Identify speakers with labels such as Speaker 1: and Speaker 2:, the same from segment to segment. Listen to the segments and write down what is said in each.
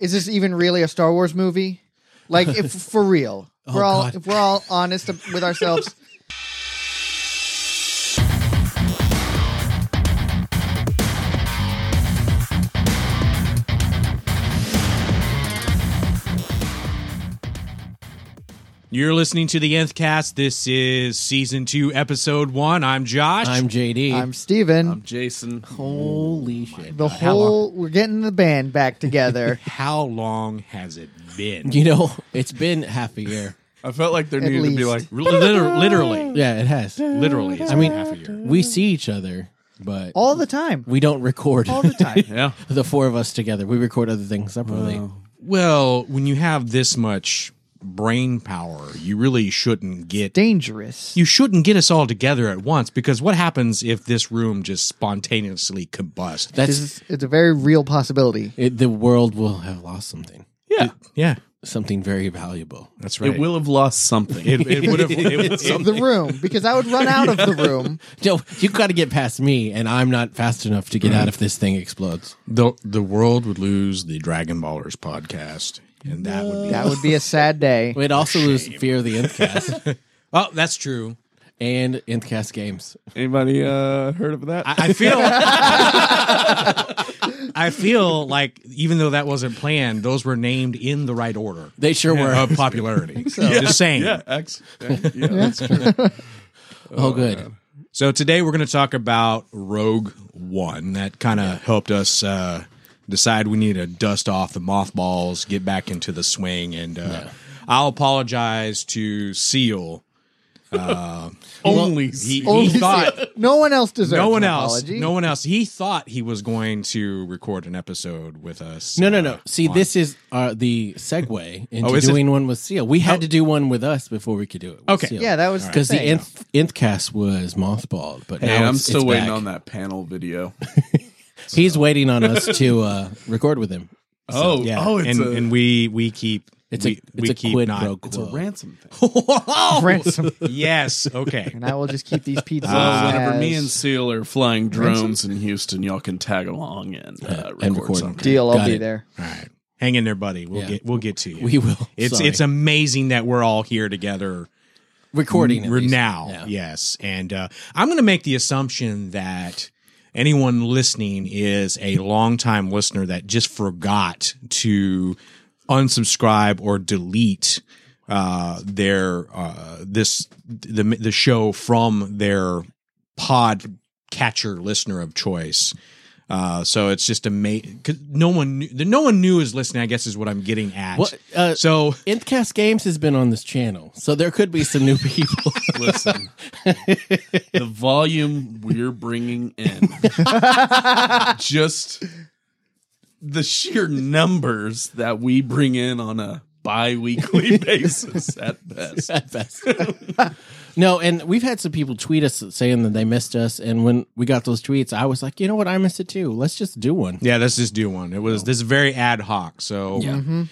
Speaker 1: is this even really a Star Wars movie? Like, if for real,
Speaker 2: Oh,
Speaker 1: we're all
Speaker 2: God.
Speaker 1: if we're all honest with ourselves.
Speaker 3: You're listening to the Nth Cast. This is season two, episode one. I'm Josh.
Speaker 2: I'm JD.
Speaker 1: I'm Steven.
Speaker 4: Jason.
Speaker 2: Holy shit.
Speaker 1: the whole we're getting the band back together.
Speaker 3: How long has it been?
Speaker 2: You know, it's been half a year.
Speaker 4: I felt like there
Speaker 1: At
Speaker 4: needed to be like
Speaker 1: least.
Speaker 3: Liter- literally,
Speaker 2: Yeah, it has.
Speaker 3: literally. It's
Speaker 2: I mean-
Speaker 3: half a year.
Speaker 2: We see each other, but
Speaker 1: all the time.
Speaker 2: we don't record
Speaker 1: All the time.
Speaker 4: yeah.
Speaker 2: the four of us together. We record other things separately.
Speaker 3: Well, when you have this much brain power, you really shouldn't get
Speaker 1: Dangerous.
Speaker 3: you shouldn't get us all together at once because what happens if this room just spontaneously combusts?
Speaker 1: This
Speaker 2: That's
Speaker 1: is, it's a very real possibility.
Speaker 2: it, the world will have lost something,
Speaker 3: yeah, yeah,
Speaker 2: something very valuable.
Speaker 3: that's right.
Speaker 4: It will have lost something.
Speaker 3: It, it would have. It,
Speaker 1: Of
Speaker 3: it,
Speaker 1: the room, because I would run out of the room.
Speaker 2: No, you got to get past me, and I'm not fast enough to get out if this thing explodes.
Speaker 3: the the world would lose the Dragon Ballers podcast, and that would be.
Speaker 1: That would be a sad day.
Speaker 2: We'd also lose Fear of the Nthcast
Speaker 3: Oh, that's true.
Speaker 2: and Nthcast Games.
Speaker 4: Anybody uh, heard of that?
Speaker 3: I feel I feel like even though that wasn't planned, those were named in the right order
Speaker 2: They sure were.
Speaker 3: of popularity. Just saying.
Speaker 4: yeah, ex- yeah, yeah, that's true.
Speaker 2: oh, good.
Speaker 3: So today we're going to talk about Rogue One. That kind of helped us uh, decide we need to dust off the mothballs, get back into the swing, and uh, I'll apologize to Seal.
Speaker 4: Only
Speaker 3: He,
Speaker 1: Only
Speaker 3: he thought.
Speaker 1: No one else deserves
Speaker 3: No one
Speaker 1: an
Speaker 3: else.
Speaker 1: apology.
Speaker 3: No one else. He thought he was going to record an episode with us.
Speaker 2: No, no, no.
Speaker 3: uh,
Speaker 2: See,
Speaker 3: on-
Speaker 2: this is uh, the segue into
Speaker 3: Oh, is it-
Speaker 2: doing one with Seal. We had to do one with us before we could do it. With
Speaker 3: Okay.
Speaker 2: Seal.
Speaker 1: Yeah, that was
Speaker 2: because the
Speaker 1: thing.
Speaker 2: nth, nth cast was mothballed, but now
Speaker 4: Hey, I'm
Speaker 2: it's-
Speaker 4: still
Speaker 2: it's
Speaker 4: waiting
Speaker 2: back.
Speaker 4: on that panel video.
Speaker 2: He's waiting on us to uh, record with him.
Speaker 4: oh,
Speaker 2: yeah.
Speaker 4: oh, it's
Speaker 3: and,
Speaker 4: a,
Speaker 3: and we we keep
Speaker 2: It's
Speaker 3: we,
Speaker 2: a it's
Speaker 3: we
Speaker 2: a
Speaker 3: keep
Speaker 2: quid
Speaker 3: not.
Speaker 2: pro quo.
Speaker 4: it's a ransom thing.
Speaker 1: ransom.
Speaker 3: yes. Okay.
Speaker 1: And I will just keep these pizzas.
Speaker 4: So whenever
Speaker 1: as-
Speaker 4: me and Seal are flying drones in Houston, y'all can tag along and uh, record,
Speaker 2: and record.
Speaker 4: something.
Speaker 1: deal, I'll
Speaker 2: Got
Speaker 1: be
Speaker 2: it.
Speaker 1: there.
Speaker 3: All right. Hang in there, buddy. We'll
Speaker 2: Yeah.
Speaker 3: get we'll get to you.
Speaker 2: We will.
Speaker 3: It's
Speaker 2: Sorry.
Speaker 3: it's amazing that we're all here together
Speaker 2: recording at
Speaker 3: we're
Speaker 2: least.
Speaker 3: now.
Speaker 2: Yeah.
Speaker 3: Yes, and uh, I'm going to make the assumption that anyone listening is a longtime listener that just forgot to unsubscribe or delete uh, their uh, this the the show from their pod catcher listener of choice. Uh, so it's just amazing. No one, knew, no one knew is listening. I guess is what I'm getting at.
Speaker 2: What, uh,
Speaker 3: so
Speaker 2: Nthcast Games has been on this channel, so there could be some new people.
Speaker 4: Listen, the volume we're bringing in, just the sheer numbers that we bring in on a bi weekly basis at best.
Speaker 2: at best. no, and we've had some people tweet us saying that they missed us, and when we got those tweets, I was like, you know what, I missed it too. Let's just do one.
Speaker 3: Yeah, let's just do one. It
Speaker 4: Oh.
Speaker 3: was this is very ad hoc. So
Speaker 1: Mm-hmm.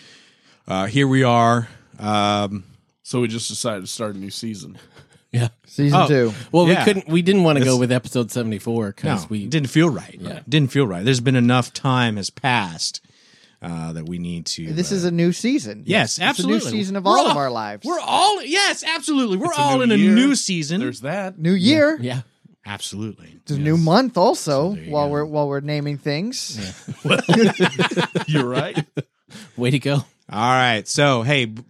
Speaker 3: uh, here we are. Um,
Speaker 4: So we just decided to start a new season.
Speaker 2: Yeah.
Speaker 1: Season
Speaker 3: Oh.
Speaker 1: two.
Speaker 2: Well,
Speaker 3: Yeah.
Speaker 2: we couldn't. We didn't want to go with episode seventy four
Speaker 3: no,
Speaker 2: because we
Speaker 3: it didn't feel right. Didn't feel right. There's been enough time has passed uh, that we need to.
Speaker 1: This
Speaker 3: uh,
Speaker 1: is a new season.
Speaker 3: yes, absolutely.
Speaker 1: It's a new season of
Speaker 3: We're
Speaker 1: all of our lives.
Speaker 3: We're all yes, absolutely. We're
Speaker 4: a
Speaker 3: all
Speaker 4: new
Speaker 3: in a
Speaker 4: year.
Speaker 3: new season.
Speaker 4: There's that.
Speaker 1: new year.
Speaker 2: Yeah.
Speaker 3: absolutely.
Speaker 1: It's a new month also
Speaker 3: there you
Speaker 1: while
Speaker 3: go.
Speaker 1: we're while we're naming things.
Speaker 4: You're right.
Speaker 2: Way to go.
Speaker 3: All right. So hey, b-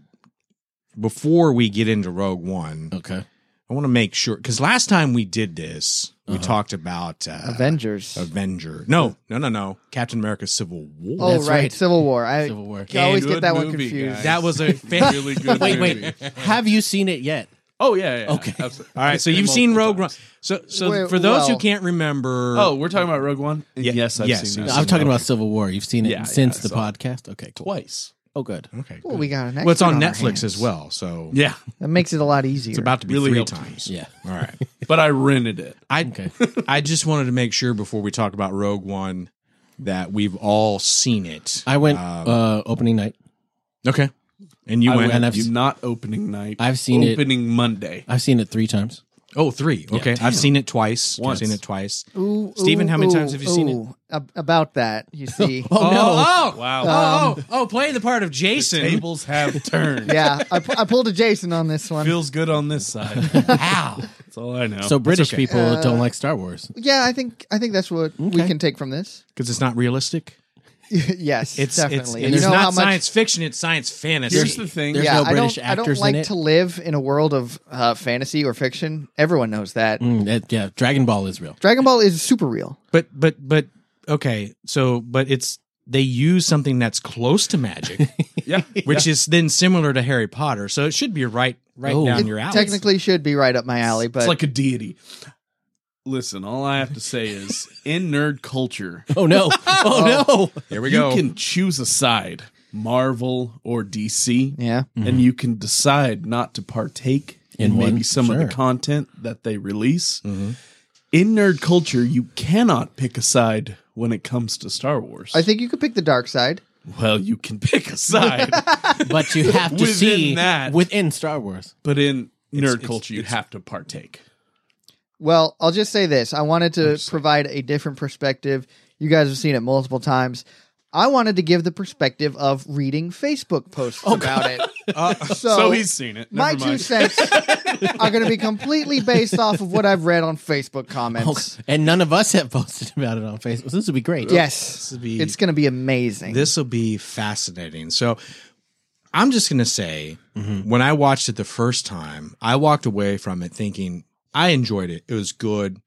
Speaker 3: before we get into Rogue One,
Speaker 2: Okay.
Speaker 3: I want to make sure because last time we did this,
Speaker 4: Uh-huh.
Speaker 3: we talked about uh,
Speaker 1: Avengers.
Speaker 3: Avenger. No, no, no, no. Captain America: Civil War.
Speaker 1: oh right.
Speaker 2: right.
Speaker 1: Civil War. I
Speaker 2: Civil War.
Speaker 1: I always
Speaker 4: Good
Speaker 1: get that one
Speaker 4: movie,
Speaker 1: confused.
Speaker 4: guys.
Speaker 3: That was a fan-
Speaker 4: Really good.
Speaker 2: Wait,
Speaker 4: movie.
Speaker 2: wait. Have you seen it yet?
Speaker 4: Oh yeah. yeah
Speaker 2: Okay.
Speaker 3: All right, so you've seen Rogue One. So, so
Speaker 1: Wait,
Speaker 3: for those
Speaker 1: well-
Speaker 3: who can't remember,
Speaker 4: Oh, we're talking about Rogue One.
Speaker 3: Ye-
Speaker 4: yes, I've
Speaker 3: yes,
Speaker 4: seen
Speaker 3: I've
Speaker 2: No,
Speaker 4: that
Speaker 2: I'm talking about Civil War. You've seen it
Speaker 4: Yeah,
Speaker 2: since
Speaker 4: yeah,
Speaker 2: the
Speaker 4: so-
Speaker 2: podcast. Okay. Cool.
Speaker 4: twice.
Speaker 2: Oh, good.
Speaker 3: okay,
Speaker 1: Well, we got an
Speaker 3: well, it's
Speaker 1: expert
Speaker 3: on,
Speaker 1: our
Speaker 3: Netflix
Speaker 1: hands.
Speaker 3: as well, so
Speaker 4: Yeah,
Speaker 1: That makes it a lot easier.
Speaker 3: it's about to be
Speaker 4: Really
Speaker 3: three
Speaker 4: helped.
Speaker 3: times.
Speaker 2: Yeah.
Speaker 3: All right,
Speaker 4: but I rented it.
Speaker 3: I
Speaker 2: Okay.
Speaker 3: I just wanted to make sure before we talk about Rogue One that we've all seen it.
Speaker 2: I went
Speaker 3: Um,
Speaker 2: uh, opening night.
Speaker 3: okay, and you
Speaker 4: I
Speaker 3: went,
Speaker 4: went
Speaker 2: and I've
Speaker 4: you-
Speaker 2: s-
Speaker 4: not opening night.
Speaker 2: I've seen it-
Speaker 4: opening Monday.
Speaker 2: I've seen it three times.
Speaker 3: Oh, three. Okay, I've seen it twice. I've seen it twice.
Speaker 1: Ooh,
Speaker 3: Stephen,
Speaker 1: ooh,
Speaker 3: how many
Speaker 1: ooh,
Speaker 3: times have you seen it?
Speaker 1: ooh. Ab- about that, you see.
Speaker 3: Oh, oh,
Speaker 4: Wow.
Speaker 3: Oh,
Speaker 1: Um,
Speaker 3: oh, oh, play the part of Jason.
Speaker 4: Tables have turned.
Speaker 1: yeah, I, pu- I pulled a Jason on this one.
Speaker 4: Feels good on this side.
Speaker 3: Wow.
Speaker 4: Oh, That's all I know.
Speaker 2: So British
Speaker 3: okay.
Speaker 2: people don't like Star Wars.
Speaker 1: yeah, I think I think that's what we can take from this.
Speaker 3: Because it's not realistic.
Speaker 1: yes,
Speaker 3: It's
Speaker 1: definitely.
Speaker 3: It's,
Speaker 1: you
Speaker 3: it's
Speaker 1: know
Speaker 3: not
Speaker 1: how much?
Speaker 3: science fiction. It's science fantasy.
Speaker 4: here's the thing.
Speaker 2: There's
Speaker 1: yeah,
Speaker 2: no
Speaker 1: I
Speaker 2: British
Speaker 1: don't. I don't
Speaker 2: actors
Speaker 1: like
Speaker 2: in it.
Speaker 1: to live in a world of uh, fantasy or fiction. Everyone knows that.
Speaker 2: Mm, that- yeah, Dragon Ball is real.
Speaker 1: Dragon Ball is super real.
Speaker 3: but but but okay. So but it's they use something that's close to magic,
Speaker 4: Yeah.
Speaker 3: which is then similar to Harry Potter. So it should be right right
Speaker 2: Oh.
Speaker 3: down
Speaker 1: It
Speaker 3: your alley.
Speaker 1: technically should be right up my alley, but
Speaker 4: it's like a deity. Listen, all I have to say is in nerd culture,
Speaker 2: Oh no! Oh no!
Speaker 3: there we
Speaker 4: you
Speaker 3: go.
Speaker 4: can choose a side, Marvel or DC,
Speaker 1: yeah,
Speaker 4: and you can decide not to partake in,
Speaker 2: Mm-hmm. In one,
Speaker 4: maybe some
Speaker 2: sure.
Speaker 4: of
Speaker 2: Mm-hmm.
Speaker 4: the content that they release. In nerd culture, you cannot pick a side when it comes to Star Wars.
Speaker 1: I think you could pick the dark side.
Speaker 4: well, you can pick a side,
Speaker 2: But you have to
Speaker 4: Within
Speaker 2: see
Speaker 4: that.
Speaker 2: within Star Wars.
Speaker 4: but in nerd
Speaker 3: it's-
Speaker 4: culture, you
Speaker 3: it's-
Speaker 4: have to partake.
Speaker 1: Well, I'll just say this. I wanted to provide a different perspective. You guys have seen it multiple times. I wanted to give the perspective of reading Facebook posts about it. so,
Speaker 4: So he's seen it.
Speaker 1: my
Speaker 4: Never
Speaker 1: two
Speaker 4: mind.
Speaker 1: cents are going to be completely based off of what I've read on Facebook comments.
Speaker 2: And none of us have posted about it on Facebook. This would be great.
Speaker 1: Yes,
Speaker 3: would be-
Speaker 1: it's going to be amazing.
Speaker 3: This will be fascinating. So I'm just going to say
Speaker 2: Mm-hmm.
Speaker 3: when I watched it the first time, I walked away from it thinking I enjoyed it. It was good,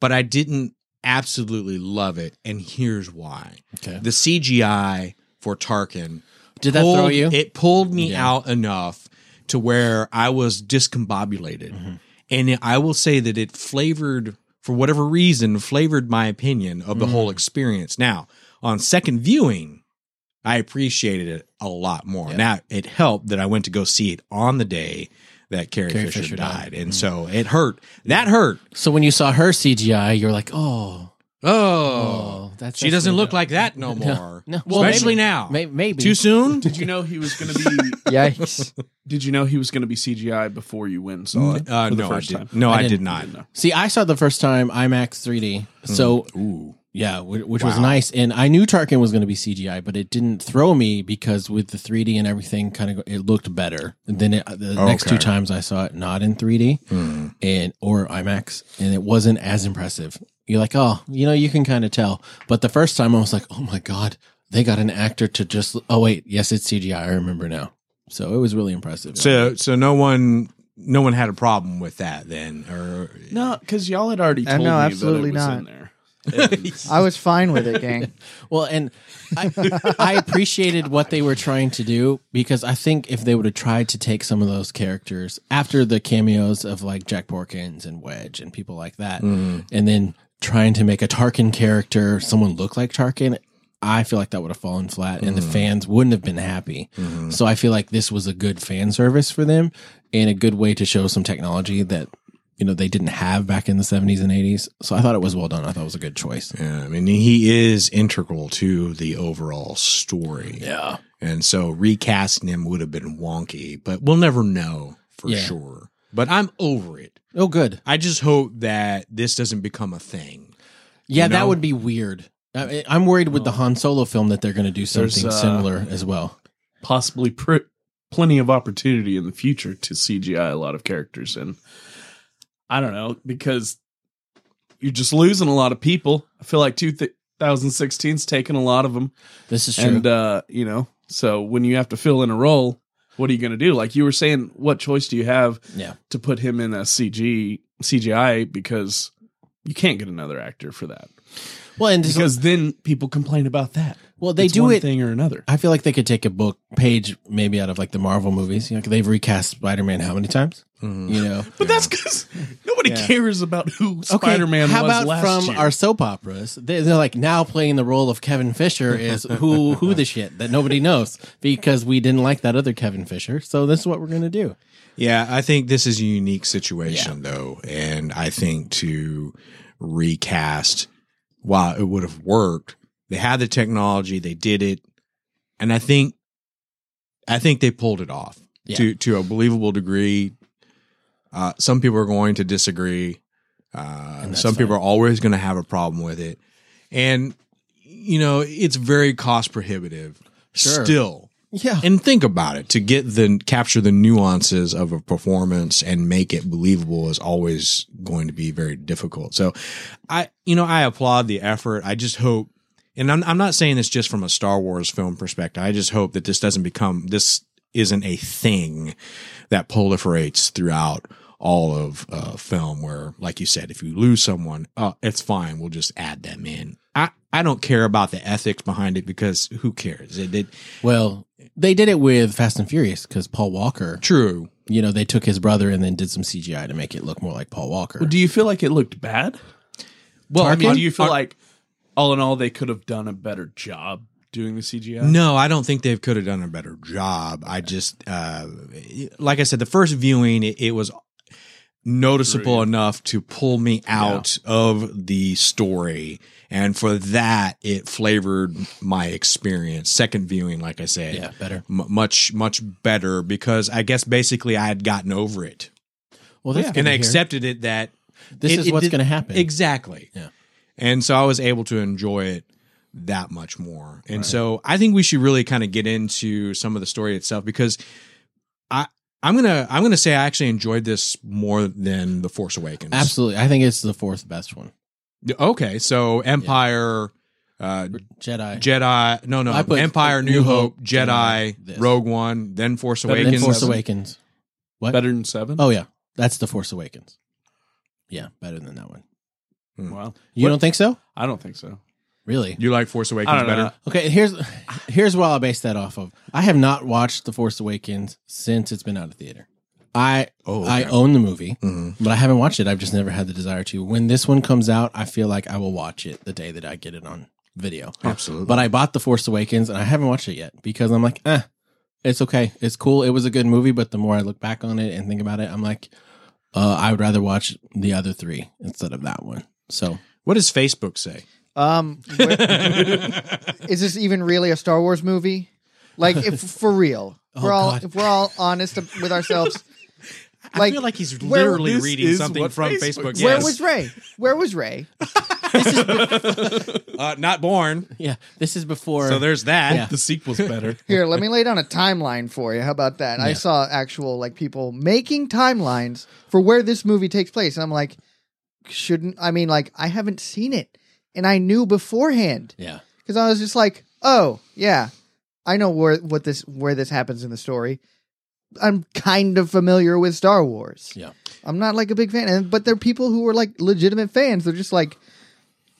Speaker 3: but I didn't absolutely love it. And here's why
Speaker 2: Okay.
Speaker 3: the CGI for Tarkin
Speaker 2: Did that throw
Speaker 3: pulled-
Speaker 2: you?
Speaker 3: It pulled me
Speaker 2: Yeah.
Speaker 3: out enough to where I was discombobulated.
Speaker 2: Mm-hmm.
Speaker 3: And I will say that it flavored, for whatever reason, flavored my opinion of the
Speaker 2: Mm-hmm.
Speaker 3: whole experience. Now, on second viewing, I appreciated it a lot more. Now, it helped that I went to go see it on the day that Carrie,
Speaker 2: Carrie
Speaker 3: Fisher,
Speaker 2: Fisher
Speaker 3: died.
Speaker 2: died. Mm.
Speaker 3: And so it hurt. That hurt.
Speaker 2: So when you saw her CGI, you're like, oh,
Speaker 3: Oh.
Speaker 2: oh, that's
Speaker 3: She doesn't look like that no more.
Speaker 2: no. Well,
Speaker 3: Especially
Speaker 2: maybe-
Speaker 3: now.
Speaker 2: may- maybe.
Speaker 3: Too soon?
Speaker 4: Did you know he was going to be
Speaker 1: Yikes.
Speaker 4: Did you know he was going to be CGI before you went and saw it
Speaker 3: Uh,
Speaker 4: for the
Speaker 3: no, I
Speaker 4: first
Speaker 3: did.
Speaker 4: time?
Speaker 3: no,
Speaker 2: I
Speaker 3: I did
Speaker 2: didn't-
Speaker 3: not.
Speaker 2: See, I saw the first time IMAX 3D. So, yeah, which, which was nice. And I knew Tarkin was going to be CGI, but it didn't throw me because with the 3D and everything, kind of it looked better. And then it, the next two times I saw it not in 3D and or IMAX, and it wasn't as impressive. You're like, oh, you know, you can kind of tell. But the first time I was like, oh my god, they got an actor to just. Oh wait, yes, it's CGI. I remember now. So it was really impressive.
Speaker 3: So so no one no one had a problem with that then or
Speaker 4: No, because y'all had already
Speaker 1: Uh,
Speaker 4: told
Speaker 1: no,
Speaker 4: me
Speaker 1: absolutely
Speaker 4: that it was
Speaker 1: not.
Speaker 4: in there. And
Speaker 1: I was fine with it, gang.
Speaker 2: Well, and I, I appreciated what they were trying to do because I think if they would have tried to take some of those characters after the cameos of like Jack Porkins and Wedge and people like that, and then trying to make a Tarkin character, someone look like Tarkin, I feel like that would have fallen flat and the fans wouldn't have been happy. So I feel like this was a good fan service for them and a good way to show some technology that. You know they didn't have back in the seventies and eighties, so I thought it was well done. I thought it was a good choice.
Speaker 3: yeah, I mean he is integral to the overall story.
Speaker 2: Yeah,
Speaker 3: And so recasting him would have been wonky, but we'll never know for
Speaker 2: Yeah.
Speaker 3: sure. But I'm over it.
Speaker 2: oh, good.
Speaker 3: I just hope that this doesn't become a thing.
Speaker 2: Yeah,
Speaker 3: you know?
Speaker 2: that would be weird. I, I'm worried with the Han Solo film that they're going to do
Speaker 4: Oh. There's,
Speaker 2: something
Speaker 4: uh,
Speaker 2: similar as well.
Speaker 4: possibly pr- plenty of opportunity in the future to CGI a lot of characters. And I don't know, because you're just losing a lot of people. I feel like 2016's taken a lot of them.
Speaker 2: This is true.
Speaker 4: And, uh, you know, so when you have to fill in a role, what are you going to do? Like you were saying, what choice do you have
Speaker 2: yeah,
Speaker 4: to put him in a CG CGI because you can't get another actor for that.
Speaker 2: well, and there's-
Speaker 4: Because then people complain about that.
Speaker 2: well, they
Speaker 4: It's
Speaker 2: do
Speaker 4: one
Speaker 2: it.
Speaker 4: thing or another.
Speaker 2: I feel like they could take a book page, maybe out of like the Marvel movies. You know, 'cause they've recast Spider Man how many times?
Speaker 4: Mm-hmm.
Speaker 2: You know,
Speaker 4: But that's because nobody cares about who
Speaker 2: Okay,
Speaker 4: Spider Man was
Speaker 2: How about
Speaker 4: last
Speaker 2: from
Speaker 4: year.
Speaker 2: our soap operas? They, they're like now playing the role of Kevin Fisher is who who the shit that nobody knows because we didn't like that other Kevin Fisher. So this is what we're going to do.
Speaker 3: Yeah, I think this is a unique situation though, and I think to recast while it would have worked, they had the technology, they did it, and I think I think they pulled it off
Speaker 2: Yeah.
Speaker 3: to to a believable degree. Uh, some people are going to disagree. Uh,
Speaker 2: And that's
Speaker 3: some people
Speaker 2: fine.
Speaker 3: are always going to have a problem with it, and you know it's very cost prohibitive.
Speaker 2: Sure.
Speaker 3: Still,
Speaker 2: Yeah.
Speaker 3: and think about it to get the capture the nuances of a performance and make it believable is always going to be very difficult so i you know i applaud the effort i just hope and i'm, I'm not saying this just from a star wars film perspective i just hope that this doesn't become this isn't a thing that proliferates throughout all of uh, film where like you said if you lose someone uh, it's fine we'll just add them in I, I don't care about the ethics behind it because who cares it, it
Speaker 2: Well, they did it with Fast and Furious because Paul Walker,
Speaker 3: true
Speaker 2: you know, they took his brother and then did some CGI to make it look more like Paul Walker.
Speaker 4: Well, do you feel like it looked bad?
Speaker 3: Well,
Speaker 4: I mean, do you feel like all in all they could have done a better job doing the CGI?
Speaker 3: no? I don't think they could have done a better job. I just, uh, like I said, the first viewing it, it was noticeable enough to pull me out of the story, and for that, it flavored my experience. Second viewing, like I said,
Speaker 2: yeah, better.
Speaker 3: m- much much better because I guess basically I had gotten over it
Speaker 2: Well, that's
Speaker 3: and I
Speaker 2: accept
Speaker 3: accepted it that
Speaker 2: this
Speaker 3: it-
Speaker 2: is
Speaker 3: it
Speaker 2: what's
Speaker 3: did-
Speaker 2: going to happen.
Speaker 3: Exactly.
Speaker 2: Yeah.
Speaker 3: And so I was able to enjoy it that much more. And so I think we should really kind of get into some of the story itself because I I'm gonna I'm gonna say I actually enjoyed this more than The Force Awakens.
Speaker 2: Absolutely, I think it's the fourth best one.
Speaker 3: Okay, so Empire, uh,
Speaker 2: Jedi.
Speaker 3: Jedi, no, no,
Speaker 2: I put
Speaker 3: Empire, New,
Speaker 2: New
Speaker 3: Hope,
Speaker 2: Hope,
Speaker 3: Jedi,
Speaker 2: Jedi, this.
Speaker 3: Rogue One, then Force
Speaker 4: Then
Speaker 3: Awakens.
Speaker 2: Then Force
Speaker 4: Seven.
Speaker 2: Awakens. What?
Speaker 4: Better than seven?
Speaker 2: Oh yeah, that's the Force Awakens. Yeah, better than that one.
Speaker 4: wow.
Speaker 2: You
Speaker 4: What-
Speaker 2: don't think so?
Speaker 4: I don't think so.
Speaker 2: Really?
Speaker 3: You like Force Awakens
Speaker 4: don't know.
Speaker 3: better?
Speaker 2: Okay, here's here's what I base that off of. I have not watched The Force Awakens since it's been out of theater. I
Speaker 3: Oh, okay.
Speaker 2: I own the movie,
Speaker 3: Mhm.
Speaker 2: but I haven't watched it. I've just never had the desire to. When this one comes out, I feel like I will watch it the day that I get it on video.
Speaker 3: Absolutely.
Speaker 2: But I bought The Force Awakens and I haven't watched it yet because I'm like, eh, it's okay. It's cool. It was a good movie, but the more I look back on it and think about it, I'm like, uh, I would rather watch the other three instead of that one. So
Speaker 3: What does Facebook say?
Speaker 1: Um, wh- is this even really a Star Wars movie? Like, if for real, if we're
Speaker 2: Oh,
Speaker 1: all
Speaker 2: God.
Speaker 1: if we're all honest ab- with ourselves.
Speaker 3: I feel like he's
Speaker 1: where-
Speaker 3: literally
Speaker 4: This
Speaker 3: reading
Speaker 4: is
Speaker 3: something
Speaker 4: what
Speaker 3: from
Speaker 4: Facebook
Speaker 3: Facebook.
Speaker 4: says.
Speaker 1: where
Speaker 3: Yes.
Speaker 1: was Ray? Where was Ray?
Speaker 3: uh, not born.
Speaker 2: yeah, this is before.
Speaker 3: So there's that.
Speaker 2: Yeah.
Speaker 4: The sequel's better.
Speaker 1: Here, let me lay down a timeline for you. How about that? I
Speaker 2: Yeah.
Speaker 1: saw actual like people making timelines for where this movie takes place. And I'm like, shouldn't I mean like I haven't seen it and I knew beforehand
Speaker 2: yeah,
Speaker 1: because I was just like, oh yeah, I know where what this where this happens in the story. I'm kind of familiar with Star Wars.
Speaker 2: yeah.
Speaker 1: I'm not like a big fan, and but there are people who are like legitimate fans. They're just like,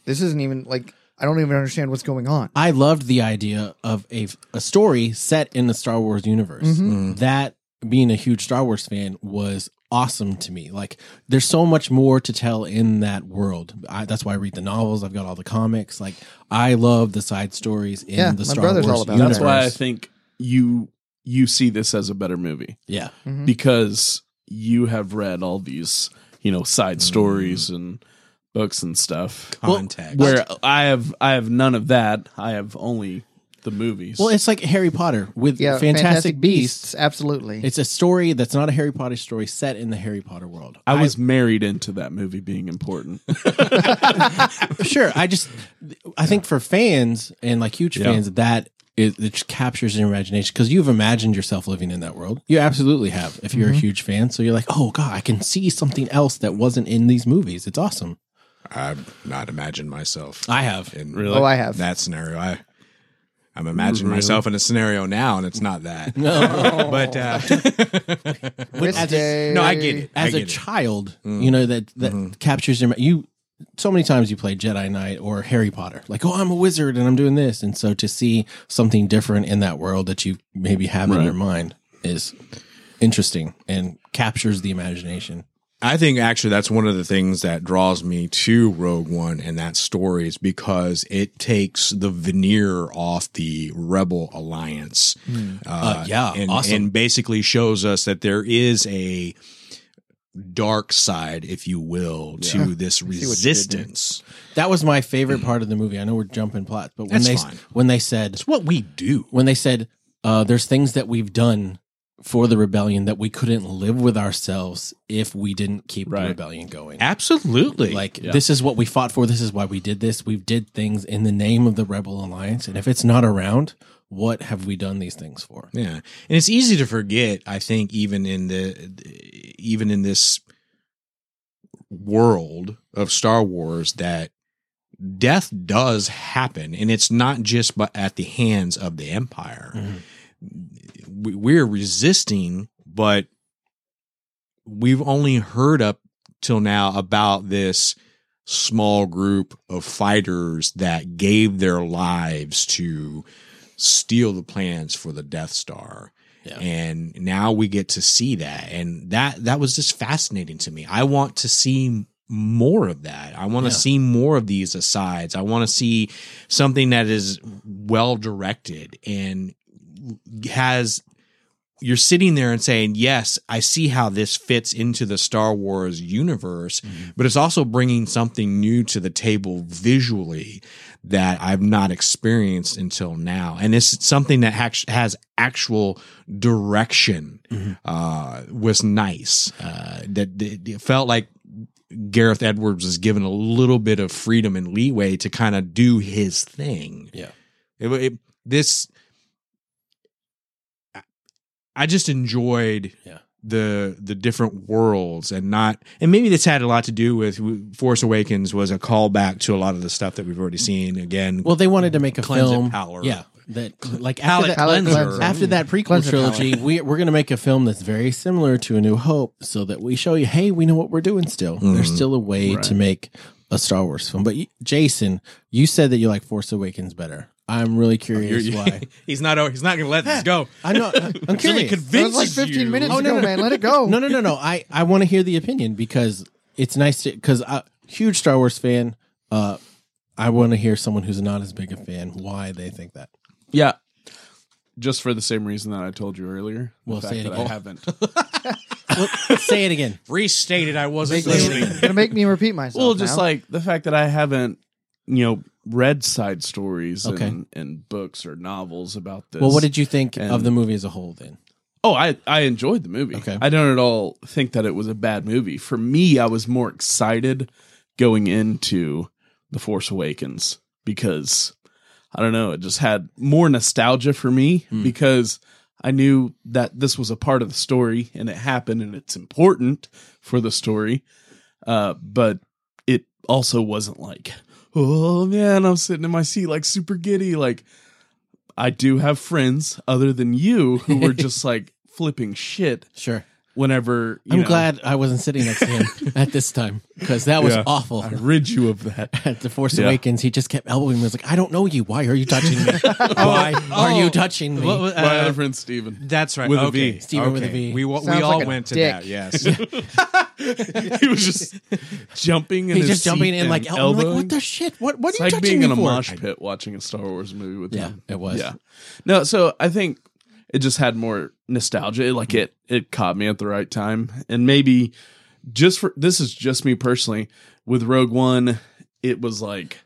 Speaker 1: this isn't even like I don't even understand what's going on.
Speaker 2: I loved the idea of a, a story set in the Star Wars universe.
Speaker 1: Mm-hmm.
Speaker 4: Mm-hmm.
Speaker 2: That being a huge Star Wars fan was awesome to me. Like, there's so much more to tell in that world. I, that's why I read the novels. I've got all the comics. Like, I love the side stories in
Speaker 1: Yeah, my
Speaker 2: the Star
Speaker 1: brother's
Speaker 2: Wars
Speaker 1: all about that.
Speaker 2: universe.
Speaker 4: That's why I think you you see this as a better movie
Speaker 2: yeah,
Speaker 4: because you have read all these you know
Speaker 2: Mm.
Speaker 4: side stories and books and stuff.
Speaker 3: Context.
Speaker 4: Where I have I have none of that. I have only the movies.
Speaker 2: Well, it's like Harry Potter with
Speaker 1: Yeah,
Speaker 2: Fantastic, Beasts.
Speaker 1: absolutely.
Speaker 2: It's a story that's not a Harry Potter story set in the Harry Potter world.
Speaker 4: I was married into that movie being important.
Speaker 2: sure. I just, I think for fans and like huge
Speaker 4: Yeah.
Speaker 2: fans, that is, it just captures your imagination because you've imagined yourself living in that world. You absolutely have if you're a huge fan. So you're like, oh god, I can see something else that wasn't in these movies. It's awesome.
Speaker 3: I've not imagined myself
Speaker 2: I have.
Speaker 3: in
Speaker 4: Really?
Speaker 1: oh, I have.
Speaker 3: that scenario. I, I'm imagining myself in a scenario now, and it's not that.
Speaker 2: No,
Speaker 3: But uh,
Speaker 1: Risque.
Speaker 3: no, I get it. I
Speaker 2: as
Speaker 3: get
Speaker 2: a
Speaker 3: it. Mm-hmm.
Speaker 2: child, you know that that captures your you. So many times you play Jedi Knight or Harry Potter, like, oh, I'm a wizard and I'm doing this, and so to see something different in that world that you maybe have in
Speaker 4: Right.
Speaker 2: your mind is interesting and captures the imagination.
Speaker 3: I think actually that's one of the things that draws me to Rogue One and that story is because it takes the veneer off the Rebel Alliance.
Speaker 2: Uh, yeah,
Speaker 3: and,
Speaker 2: awesome.
Speaker 3: and basically shows us that there is a dark side, if you will, to this
Speaker 1: there.
Speaker 3: resistance.
Speaker 2: That was my favorite part of the movie. I know we're jumping plots, but when
Speaker 3: Mm-hmm. That's
Speaker 2: they
Speaker 3: fine.
Speaker 2: when they said
Speaker 3: It's what we do.
Speaker 2: when they said uh, there's things that we've done for the rebellion that we couldn't live with ourselves if we didn't keep the
Speaker 4: Right.
Speaker 2: rebellion going.
Speaker 3: Absolutely.
Speaker 2: Like
Speaker 4: Yeah.
Speaker 2: this is what we fought for. This is why we did this. We've did things in the name of the Rebel Alliance, and if it's not around, what have we done these things for?
Speaker 3: Yeah, and it's easy to forget. I think even in the even in this world of Star Wars that death does happen, and it's not just but at the hands of the Empire. We- We're resisting, but we've only heard up till now about this small group of fighters that gave their lives to steal the plans for the Death Star.
Speaker 2: Yeah.
Speaker 3: And now we get to see that. And that that was just fascinating to me. I want to see more of that. I want to
Speaker 2: Yeah.
Speaker 3: see more of these asides. I want to see something that is well directed and has you're sitting there and saying, "Yes, I see how this fits into the Star Wars universe, but it's also bringing something new to the table visually that I've not experienced until now. And it's something that hac- has actual direction uh, was nice. Uh, that that it felt like Gareth Edwards was given a little bit of freedom and leeway to kind of do his thing.
Speaker 2: Yeah.
Speaker 3: It, it- this, I- I just enjoyed
Speaker 2: Yeah.
Speaker 3: the the different worlds and not and maybe this had a lot to do with Force Awakens was a callback to a lot of the stuff that we've already seen again.
Speaker 2: Well, they wanted to make a
Speaker 3: Cleanse it,
Speaker 2: film.
Speaker 3: power.
Speaker 2: Yeah, that like after
Speaker 3: Palate
Speaker 2: that,
Speaker 1: Palate
Speaker 3: cleanser.
Speaker 1: cleanser.
Speaker 2: after that prequel
Speaker 1: Cleanse it,
Speaker 2: trilogy, we we're gonna make a film that's very similar to A New Hope, so that we show you, hey, we know what we're doing. Still, there's
Speaker 3: Mhm.
Speaker 2: still a way
Speaker 4: Right.
Speaker 2: to make a Star Wars film. But you, Jason, you said that you like Force Awakens better. I'm really curious
Speaker 3: You're-
Speaker 2: why.
Speaker 3: he's not he's not gonna let this go.
Speaker 2: I know. I'm
Speaker 3: Really
Speaker 2: curious.
Speaker 1: That was
Speaker 3: convinces
Speaker 1: like 15
Speaker 3: you.
Speaker 1: minutes
Speaker 2: Oh, no,
Speaker 1: ago,
Speaker 2: no.
Speaker 1: man. Let it go.
Speaker 2: no, no, no, no. I I want to hear the opinion because it's nice to because I huge Star Wars fan. Uh, I want to hear someone who's not as big a fan why they think that.
Speaker 4: Yeah. Just for the same reason that I told you earlier. the
Speaker 2: Well,
Speaker 4: fact
Speaker 2: say it
Speaker 4: that
Speaker 2: again.
Speaker 4: I haven't.
Speaker 2: Well, say it again.
Speaker 3: Restated, I wasn't
Speaker 1: It's gonna make me repeat myself.
Speaker 4: well, just
Speaker 1: now.
Speaker 4: like the fact that I haven't, you know, read side stories
Speaker 2: Okay.
Speaker 4: and, and books or novels about this.
Speaker 2: Well, what did you think of
Speaker 4: And-
Speaker 2: the movie as a whole then?
Speaker 4: Oh, I I enjoyed the movie.
Speaker 2: Okay.
Speaker 4: I don't at all think that it was a bad movie. For me, I was more excited going into The Force Awakens because I don't know, it just had more nostalgia for me
Speaker 2: Hmm.
Speaker 4: because I knew that this was a part of the story and it happened and it's important for the story. Uh, but it also wasn't like, oh man, I'm sitting in my seat like super giddy. Like, I do have friends other than you who were just like flipping shit
Speaker 2: Sure.
Speaker 4: whenever. you
Speaker 2: I'm
Speaker 4: know,
Speaker 2: glad I wasn't sitting next to him at this time because that was
Speaker 4: Yeah.
Speaker 2: awful.
Speaker 4: I rid you of that.
Speaker 2: at the Force
Speaker 4: Yeah.
Speaker 2: Awakens, he just kept elbowing me. He was like, "I don't know you. Why are you touching me? Why are
Speaker 3: oh.
Speaker 2: you touching me?"
Speaker 4: my other friend Steven.
Speaker 3: that's right.
Speaker 4: With a
Speaker 3: okay.
Speaker 4: V.
Speaker 2: Steven with a V.
Speaker 3: We, wa- we
Speaker 1: Sounds
Speaker 3: all
Speaker 1: like a
Speaker 3: went to
Speaker 1: dick.
Speaker 3: that. Yes.
Speaker 4: he was just jumping in
Speaker 2: He's
Speaker 4: his
Speaker 2: just jumping
Speaker 4: seat
Speaker 2: in like,
Speaker 4: and
Speaker 2: el- I'm like,
Speaker 4: elbowing.
Speaker 2: "What the shit? What? What
Speaker 4: It's
Speaker 2: are you
Speaker 4: like
Speaker 2: touching
Speaker 4: being
Speaker 2: me
Speaker 4: in a
Speaker 2: for?"
Speaker 4: mosh pit watching a Star Wars movie with
Speaker 2: Yeah,
Speaker 4: him.
Speaker 2: it was.
Speaker 4: Yeah. No, so I think it just had more nostalgia. It, like it it caught me at the right time. And maybe just for this is just me personally, with Rogue One, it was like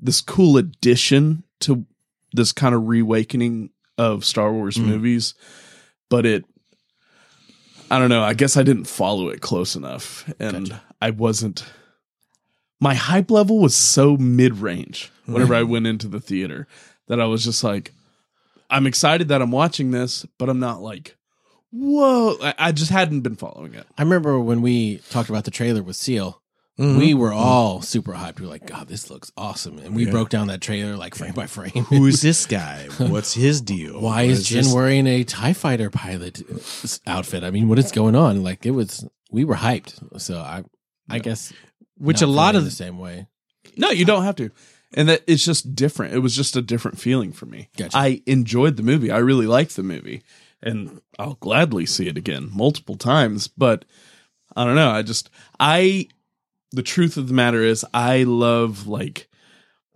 Speaker 4: this cool addition to this kind of reawakening of Star Wars
Speaker 2: Mhm.
Speaker 4: movies. But it I don't know, I guess I didn't follow it close enough. And I wasn't my hype level was so mid range whenever I went into the theater that I was just like, I'm excited that I'm watching this, but I'm not like, whoa. I, I just hadn't been following it.
Speaker 2: I remember when we talked about the trailer with Seal.
Speaker 4: Mm-hmm.
Speaker 3: Mhm.
Speaker 2: We were all super hyped. We were like, "God, this looks awesome!" And we broke down that trailer like frame by frame.
Speaker 3: Who's this guy? What's his deal?
Speaker 2: Why is Jin
Speaker 3: this-
Speaker 2: wearing a Tie Fighter pilot outfit? I mean, what is going on? Like it was, we were hyped. So I, I guess
Speaker 3: Which
Speaker 2: not
Speaker 3: a lot
Speaker 2: feeling
Speaker 3: of
Speaker 2: the same way.
Speaker 4: No, you don't have to. And that it's just different. It was just a different feeling for me.
Speaker 2: Gotcha.
Speaker 4: I enjoyed the movie. I really liked the movie. And I'll gladly see it again multiple times. But I don't know. I just, I, the truth of the matter is, I love like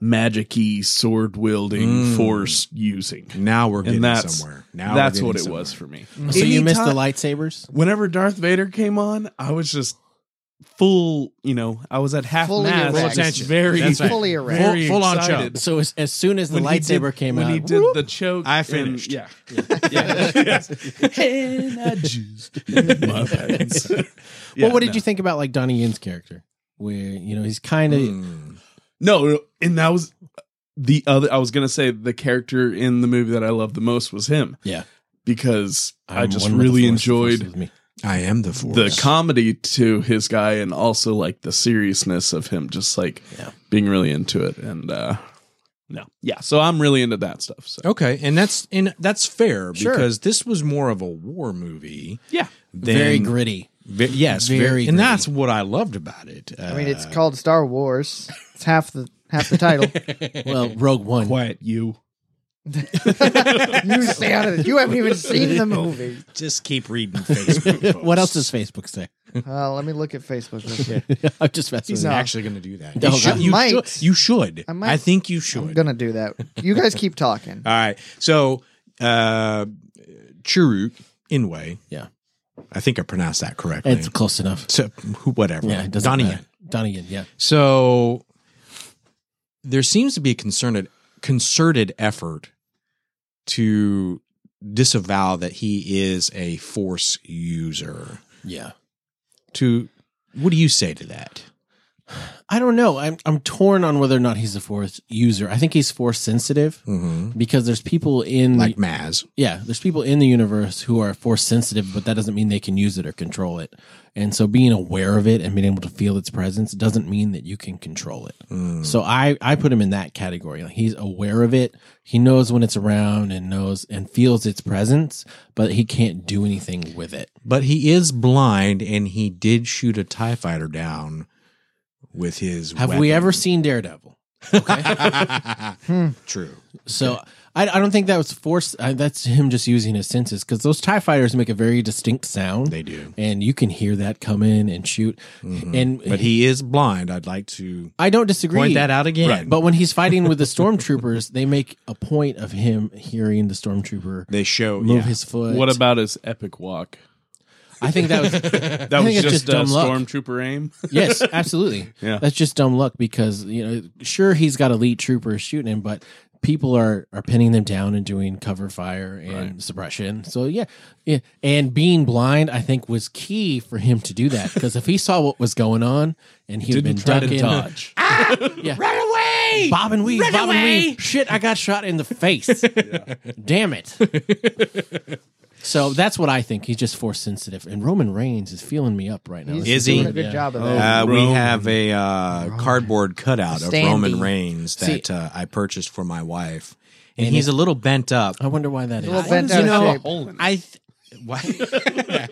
Speaker 4: magic y, sword wielding,
Speaker 3: Mm.
Speaker 4: force using.
Speaker 3: now we're getting
Speaker 4: that's-
Speaker 3: somewhere. Now we're
Speaker 4: That's
Speaker 3: getting
Speaker 4: what it
Speaker 3: somewhere.
Speaker 4: was for me.
Speaker 2: So you missed the
Speaker 4: Anytime-
Speaker 2: lightsabers.
Speaker 4: whenever Darth Vader came on, I was just full, you know, I was at half
Speaker 1: Fully
Speaker 4: mass.
Speaker 1: erect.
Speaker 4: Just
Speaker 3: Attention.
Speaker 4: Very
Speaker 3: That's right.
Speaker 1: Fully erect.
Speaker 4: very
Speaker 3: Full- full-on
Speaker 4: excited.
Speaker 3: chub.
Speaker 2: So as, as soon as the
Speaker 4: When he did-
Speaker 2: lightsaber came
Speaker 4: when
Speaker 2: out,
Speaker 4: he did
Speaker 2: whoop,
Speaker 4: the choke,
Speaker 3: I
Speaker 4: and-
Speaker 3: finished.
Speaker 4: yeah, yeah, yeah. and I juiced my veins.
Speaker 2: well, what did you think about like Donnie Yin's character? Where you know he's kind of
Speaker 4: Mm.
Speaker 3: Hmm.
Speaker 4: No, no, and that was the other. I was gonna say the character in the movie that I loved the most was him.
Speaker 2: Yeah.
Speaker 4: because i just really enjoyed
Speaker 2: me.
Speaker 3: I am the force.
Speaker 4: the comedy to his guy and also like the seriousness of him, just like
Speaker 2: Yeah.
Speaker 4: being really into it. And uh no, yeah. So I'm really into that stuff. So
Speaker 3: okay, and that's and that's fair
Speaker 1: Sure.
Speaker 3: because this was more of a war movie.
Speaker 4: yeah,
Speaker 3: Than,
Speaker 2: very gritty.
Speaker 3: ve- yes,
Speaker 2: very
Speaker 3: very,
Speaker 2: gritty.
Speaker 3: and that's what I loved about it. Uh,
Speaker 1: I mean, it's called Star Wars. It's half the half the title.
Speaker 2: Well, Rogue One.
Speaker 4: quiet you.
Speaker 1: you stay out of it. You haven't even seen the movie.
Speaker 3: uh, just keep reading Facebook. folks.
Speaker 2: What else does Facebook say?
Speaker 1: Uh, let me look at Facebook. Real quick.
Speaker 2: I'm just messing.
Speaker 1: He's
Speaker 2: with you.
Speaker 1: not-
Speaker 3: actually going to do that?
Speaker 2: No,
Speaker 3: you should.
Speaker 2: I
Speaker 3: You
Speaker 1: might.
Speaker 3: should. You should.
Speaker 1: I
Speaker 3: I,
Speaker 1: might.
Speaker 3: think you
Speaker 1: I'm
Speaker 3: should.
Speaker 1: gonna do that. You guys keep talking.
Speaker 3: All right. So, uh, Chiruk Inway.
Speaker 2: Yeah.
Speaker 3: I think I pronounced that correctly.
Speaker 2: It's close enough.
Speaker 3: so, who, whatever.
Speaker 2: Yeah, it doesn't
Speaker 3: Donnie
Speaker 2: matter.
Speaker 3: Yen.
Speaker 2: Donnie Yen, yeah.
Speaker 3: So, there seems to be a concerted, concerted effort to disavow that he is a force user.
Speaker 2: Yeah.
Speaker 3: To what do you say to that?
Speaker 2: I don't know. I'm I'm torn on whether or not he's a force user. I think he's force sensitive
Speaker 3: Mm-hmm.
Speaker 2: because there's people in
Speaker 3: Like
Speaker 2: the,
Speaker 3: Maz.
Speaker 2: yeah, there's people in the universe who are force sensitive, but that doesn't mean they can use it or control it. And so being aware of it and being able to feel its presence doesn't mean that you can control it.
Speaker 3: Mm.
Speaker 2: So I I put him in that category. Like he's aware of it. He knows when it's around and knows and feels its presence, but he can't do anything with it.
Speaker 3: But he is blind, and he did shoot a Tie Fighter down with his.
Speaker 2: Have
Speaker 3: weapon.
Speaker 2: we ever seen Daredevil?
Speaker 3: True.
Speaker 2: So I, I don't think that was forced. I, that's him just using his senses because those TIE fighters make a very distinct sound.
Speaker 3: They do. Mm-hmm.
Speaker 2: And you can hear that come in and shoot. And
Speaker 3: But he is blind. I'd like to
Speaker 2: I don't disagree.
Speaker 3: point that out again.
Speaker 2: But when he's fighting with the stormtroopers, they make a point of him hearing the stormtrooper
Speaker 3: they show
Speaker 2: move
Speaker 3: yeah.
Speaker 2: his foot.
Speaker 4: What about his epic walk?
Speaker 2: I think that was
Speaker 4: That was
Speaker 2: it's
Speaker 4: just,
Speaker 2: just
Speaker 4: a
Speaker 2: dumb luck.
Speaker 4: stormtrooper aim.
Speaker 2: yes, absolutely.
Speaker 4: Yeah.
Speaker 2: That's just dumb luck because, you know, sure he's got elite troopers shooting him, but people are are pinning them down and doing cover fire and suppression. So yeah, yeah, and being blind I think was key for him to do that because if he saw what was going on and he had been
Speaker 4: Didn't try
Speaker 2: ducking,
Speaker 4: to dodge.
Speaker 2: yeah, run away, Bob and weave, Bob and weave. Shit, I got shot in the face. Damn it. So that's what I think. He's just force sensitive, and Roman Reigns is feeling me up right now.
Speaker 1: He's
Speaker 2: This
Speaker 3: Is he?
Speaker 1: doing a good job of that.
Speaker 3: Uh, we
Speaker 4: Roman.
Speaker 3: have a uh, cardboard cutout of
Speaker 1: Standee.
Speaker 3: Roman Reigns that
Speaker 2: See-
Speaker 3: uh, I purchased for my wife, and, he's a little bent up.
Speaker 2: I wonder why that is.
Speaker 1: little bent
Speaker 3: you
Speaker 1: out of
Speaker 3: know,
Speaker 1: shape.
Speaker 3: I th- why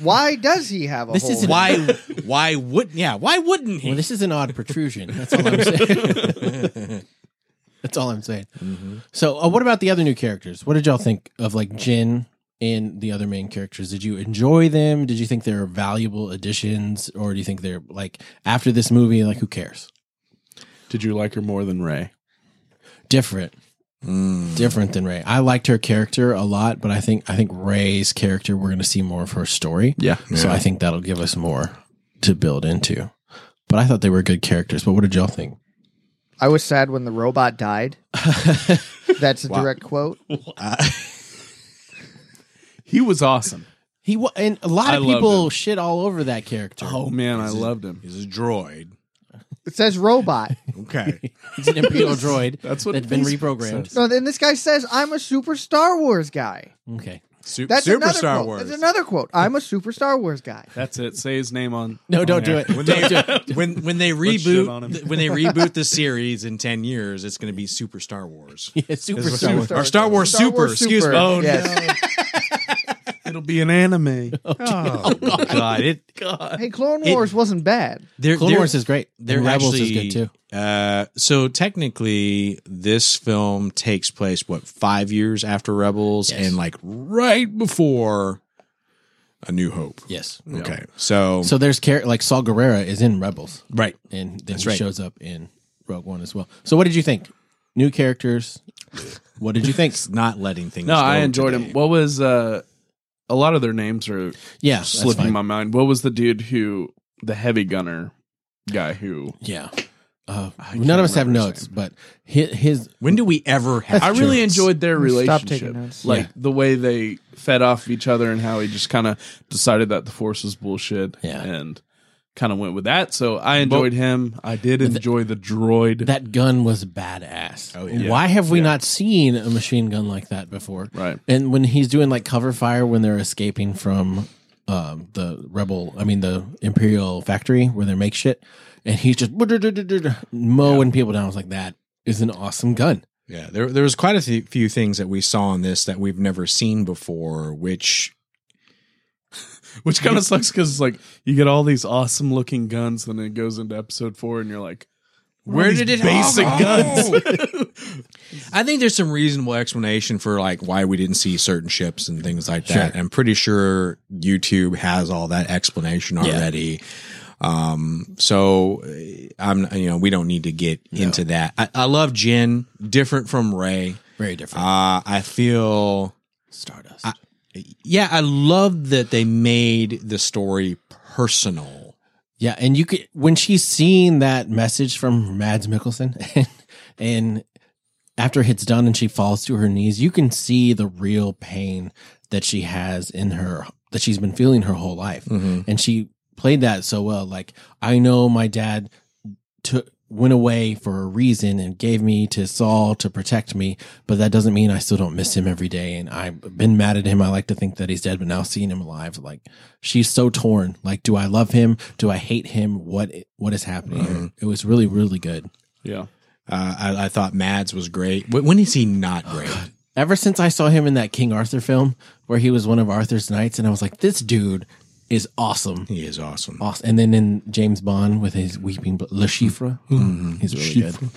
Speaker 1: Why does he have a
Speaker 2: This
Speaker 1: hole?
Speaker 2: is why-
Speaker 3: why why wouldn't yeah why wouldn't he?
Speaker 2: Well, this is an odd protrusion. That's all I'm saying. That's all I'm saying.
Speaker 1: Mm-hmm.
Speaker 2: So, uh, what about the other new characters? What did y'all think of like Jin and the other main characters? Did you enjoy them? Did you think they're valuable additions, or do you think they're like after this movie, like who cares?
Speaker 4: Did you like her more than Ray?
Speaker 2: Different, different than Ray. I liked her character a lot, but I think I think Ray's character we're going to see more of her story.
Speaker 4: Yeah.
Speaker 2: So I think that'll give us more to build into. But I thought they were good characters. But what did y'all think?
Speaker 1: I was sad when the robot died. That's a direct quote.
Speaker 4: He was awesome.
Speaker 2: He wa- and a lot
Speaker 4: I
Speaker 2: of
Speaker 4: loved
Speaker 2: people
Speaker 4: him.
Speaker 2: shit all over that character.
Speaker 4: Oh man, I loved him.
Speaker 3: He's a droid.
Speaker 1: It says robot.
Speaker 3: Okay,
Speaker 2: He's an imperial droid
Speaker 4: That's
Speaker 2: that's
Speaker 4: what
Speaker 2: has been
Speaker 4: Facebook
Speaker 2: reprogrammed.
Speaker 1: No, then this guy says, "I'm a super Star Wars guy."
Speaker 2: Okay,
Speaker 3: Su-
Speaker 1: That's
Speaker 3: Super
Speaker 1: another
Speaker 3: Star
Speaker 1: quote.
Speaker 3: Wars.
Speaker 1: That's another quote. I'm a super Star Wars guy.
Speaker 4: That's it. Say his name on.
Speaker 2: no,
Speaker 4: on
Speaker 2: don't do
Speaker 4: air.
Speaker 2: it.
Speaker 3: when
Speaker 2: Don't
Speaker 3: they
Speaker 2: do it.
Speaker 3: when when they
Speaker 4: Let's shit on
Speaker 3: reboot
Speaker 4: him.
Speaker 3: when they reboot the series in ten years, it's going to be Super Star Wars.
Speaker 2: Yeah, super
Speaker 3: Is what-
Speaker 2: Star Wars.
Speaker 3: Or Star Wars Super, excuse me.
Speaker 4: Oh
Speaker 1: yes.
Speaker 4: no, it'll be an anime.
Speaker 3: Oh God! Oh, it
Speaker 1: Hey, Clone Wars wasn't bad.
Speaker 3: they're,
Speaker 2: Clone
Speaker 3: they're-
Speaker 2: Wars is great.
Speaker 3: They're
Speaker 2: And Rebels
Speaker 3: actually,
Speaker 2: is good too.
Speaker 3: Uh, so technically, this film takes place what five years after Rebels
Speaker 2: Yes.
Speaker 3: and like right before A New Hope.
Speaker 2: Yes.
Speaker 3: Okay, so,
Speaker 2: So there's char- like Saul Guerrera is in Rebels,
Speaker 3: right,
Speaker 2: and then he
Speaker 3: right.
Speaker 2: shows up in Rogue One as well. So what did you think? New characters. What did you think?
Speaker 3: not letting things.
Speaker 4: No,
Speaker 3: go
Speaker 4: I enjoyed
Speaker 3: today.
Speaker 4: him. What was uh a lot of their names are
Speaker 2: Yeah, that's
Speaker 4: slipping
Speaker 2: fine.
Speaker 4: my mind. What was the dude who the heavy gunner guy who
Speaker 2: Yeah. Uh,
Speaker 4: I
Speaker 2: none of
Speaker 4: can't
Speaker 2: us have
Speaker 4: remember his
Speaker 2: notes,
Speaker 4: name.
Speaker 2: but his, his
Speaker 3: When do we ever have?
Speaker 4: I really enjoyed their
Speaker 1: Stop
Speaker 4: relationship.
Speaker 1: taking notes.
Speaker 4: Like
Speaker 2: Yeah.
Speaker 4: the way they fed off of each other and how he just kind of decided that the force was bullshit
Speaker 2: Yeah.
Speaker 4: and kind of went with that. So I enjoyed him. I did enjoy the droid.
Speaker 2: that gun was badass.
Speaker 3: Oh, yeah.
Speaker 2: Why have we
Speaker 4: Yeah.
Speaker 2: not seen a machine gun like that before?
Speaker 4: right.
Speaker 2: And when he's doing like cover fire when they're escaping from um, the rebel, I mean the Imperial factory where they make shit, and he's just mowing people down. I was like, that is an awesome gun.
Speaker 3: Yeah, there there was quite a th- few things that we saw in this that we've never seen before, which
Speaker 4: Which kind of sucks because like you get all these awesome looking guns, then it goes into episode four, and you're like,
Speaker 3: where did it
Speaker 4: basic
Speaker 3: all go?
Speaker 4: guns?
Speaker 3: Oh, I think there's some reasonable explanation for like why we didn't see certain ships and things like that.
Speaker 2: Sure.
Speaker 3: I'm pretty sure YouTube has all that explanation
Speaker 2: Yeah.
Speaker 3: already. Um, so uh, I'm you know we don't need to get into that. I, I love Jin, different from Ray.
Speaker 2: Very different.
Speaker 3: Uh, I feel
Speaker 2: Ah, Stardust.
Speaker 3: yeah, I love that they made the story personal.
Speaker 2: Yeah, and you could when she's seeing that message from Mads Mikkelsen, and, after it's done and she falls to her knees, you can see the real pain that she has in her that she's been feeling her whole life, and she played that so well. Like I know my dad took went away for a reason and gave me to Saul to protect me, but that doesn't mean I still don't miss him every day. And I've been mad at him. I like to think that he's dead, but now seeing him alive, like she's so torn. Like, do I love him? Do I hate him? What what is happening? here? It was really really good.
Speaker 4: yeah.
Speaker 3: Uh, I, I thought Mads was great. Wh- When is he not great?
Speaker 2: Ever since I saw him in that King Arthur film where he was one of Arthur's knights, and I was like, this dude is awesome.
Speaker 3: he is awesome.
Speaker 2: Awesome. And then in James Bond with his weeping bl- Le Chiffre,
Speaker 3: Mm-hmm.
Speaker 2: Mm-hmm. he's really good.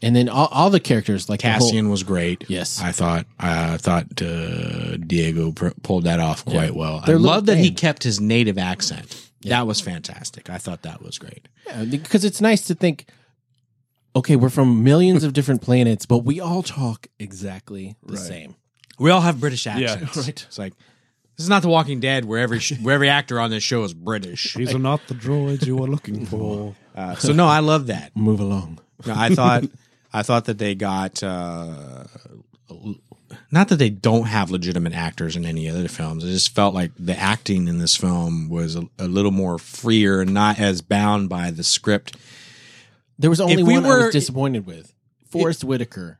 Speaker 2: And then all, all the characters like the whole-
Speaker 3: Cassian was great.
Speaker 2: Yes.
Speaker 3: I thought I thought uh, Diego pr- pulled that off quite well. I
Speaker 2: Their little
Speaker 3: love that he
Speaker 2: thing.
Speaker 3: kept his native accent. That was fantastic. I thought that was great.
Speaker 2: Yeah, because it's nice to think okay we're from millions of different planets but we all talk exactly the same
Speaker 3: We all have British
Speaker 4: Yeah,
Speaker 3: accents.
Speaker 4: right.
Speaker 3: It's like this is not The Walking Dead, where every sh- where every actor on this show is British.
Speaker 4: These are not the droids you were looking for.
Speaker 3: Uh, so no, I love that.
Speaker 2: move along
Speaker 3: No, I thought I thought that they got uh, not that they don't have legitimate actors in any other films. It just felt like the acting in this film was a, a little more freer and not as bound by the script.
Speaker 2: there was only
Speaker 3: we
Speaker 2: one i
Speaker 3: were-
Speaker 2: was disappointed with forrest whitaker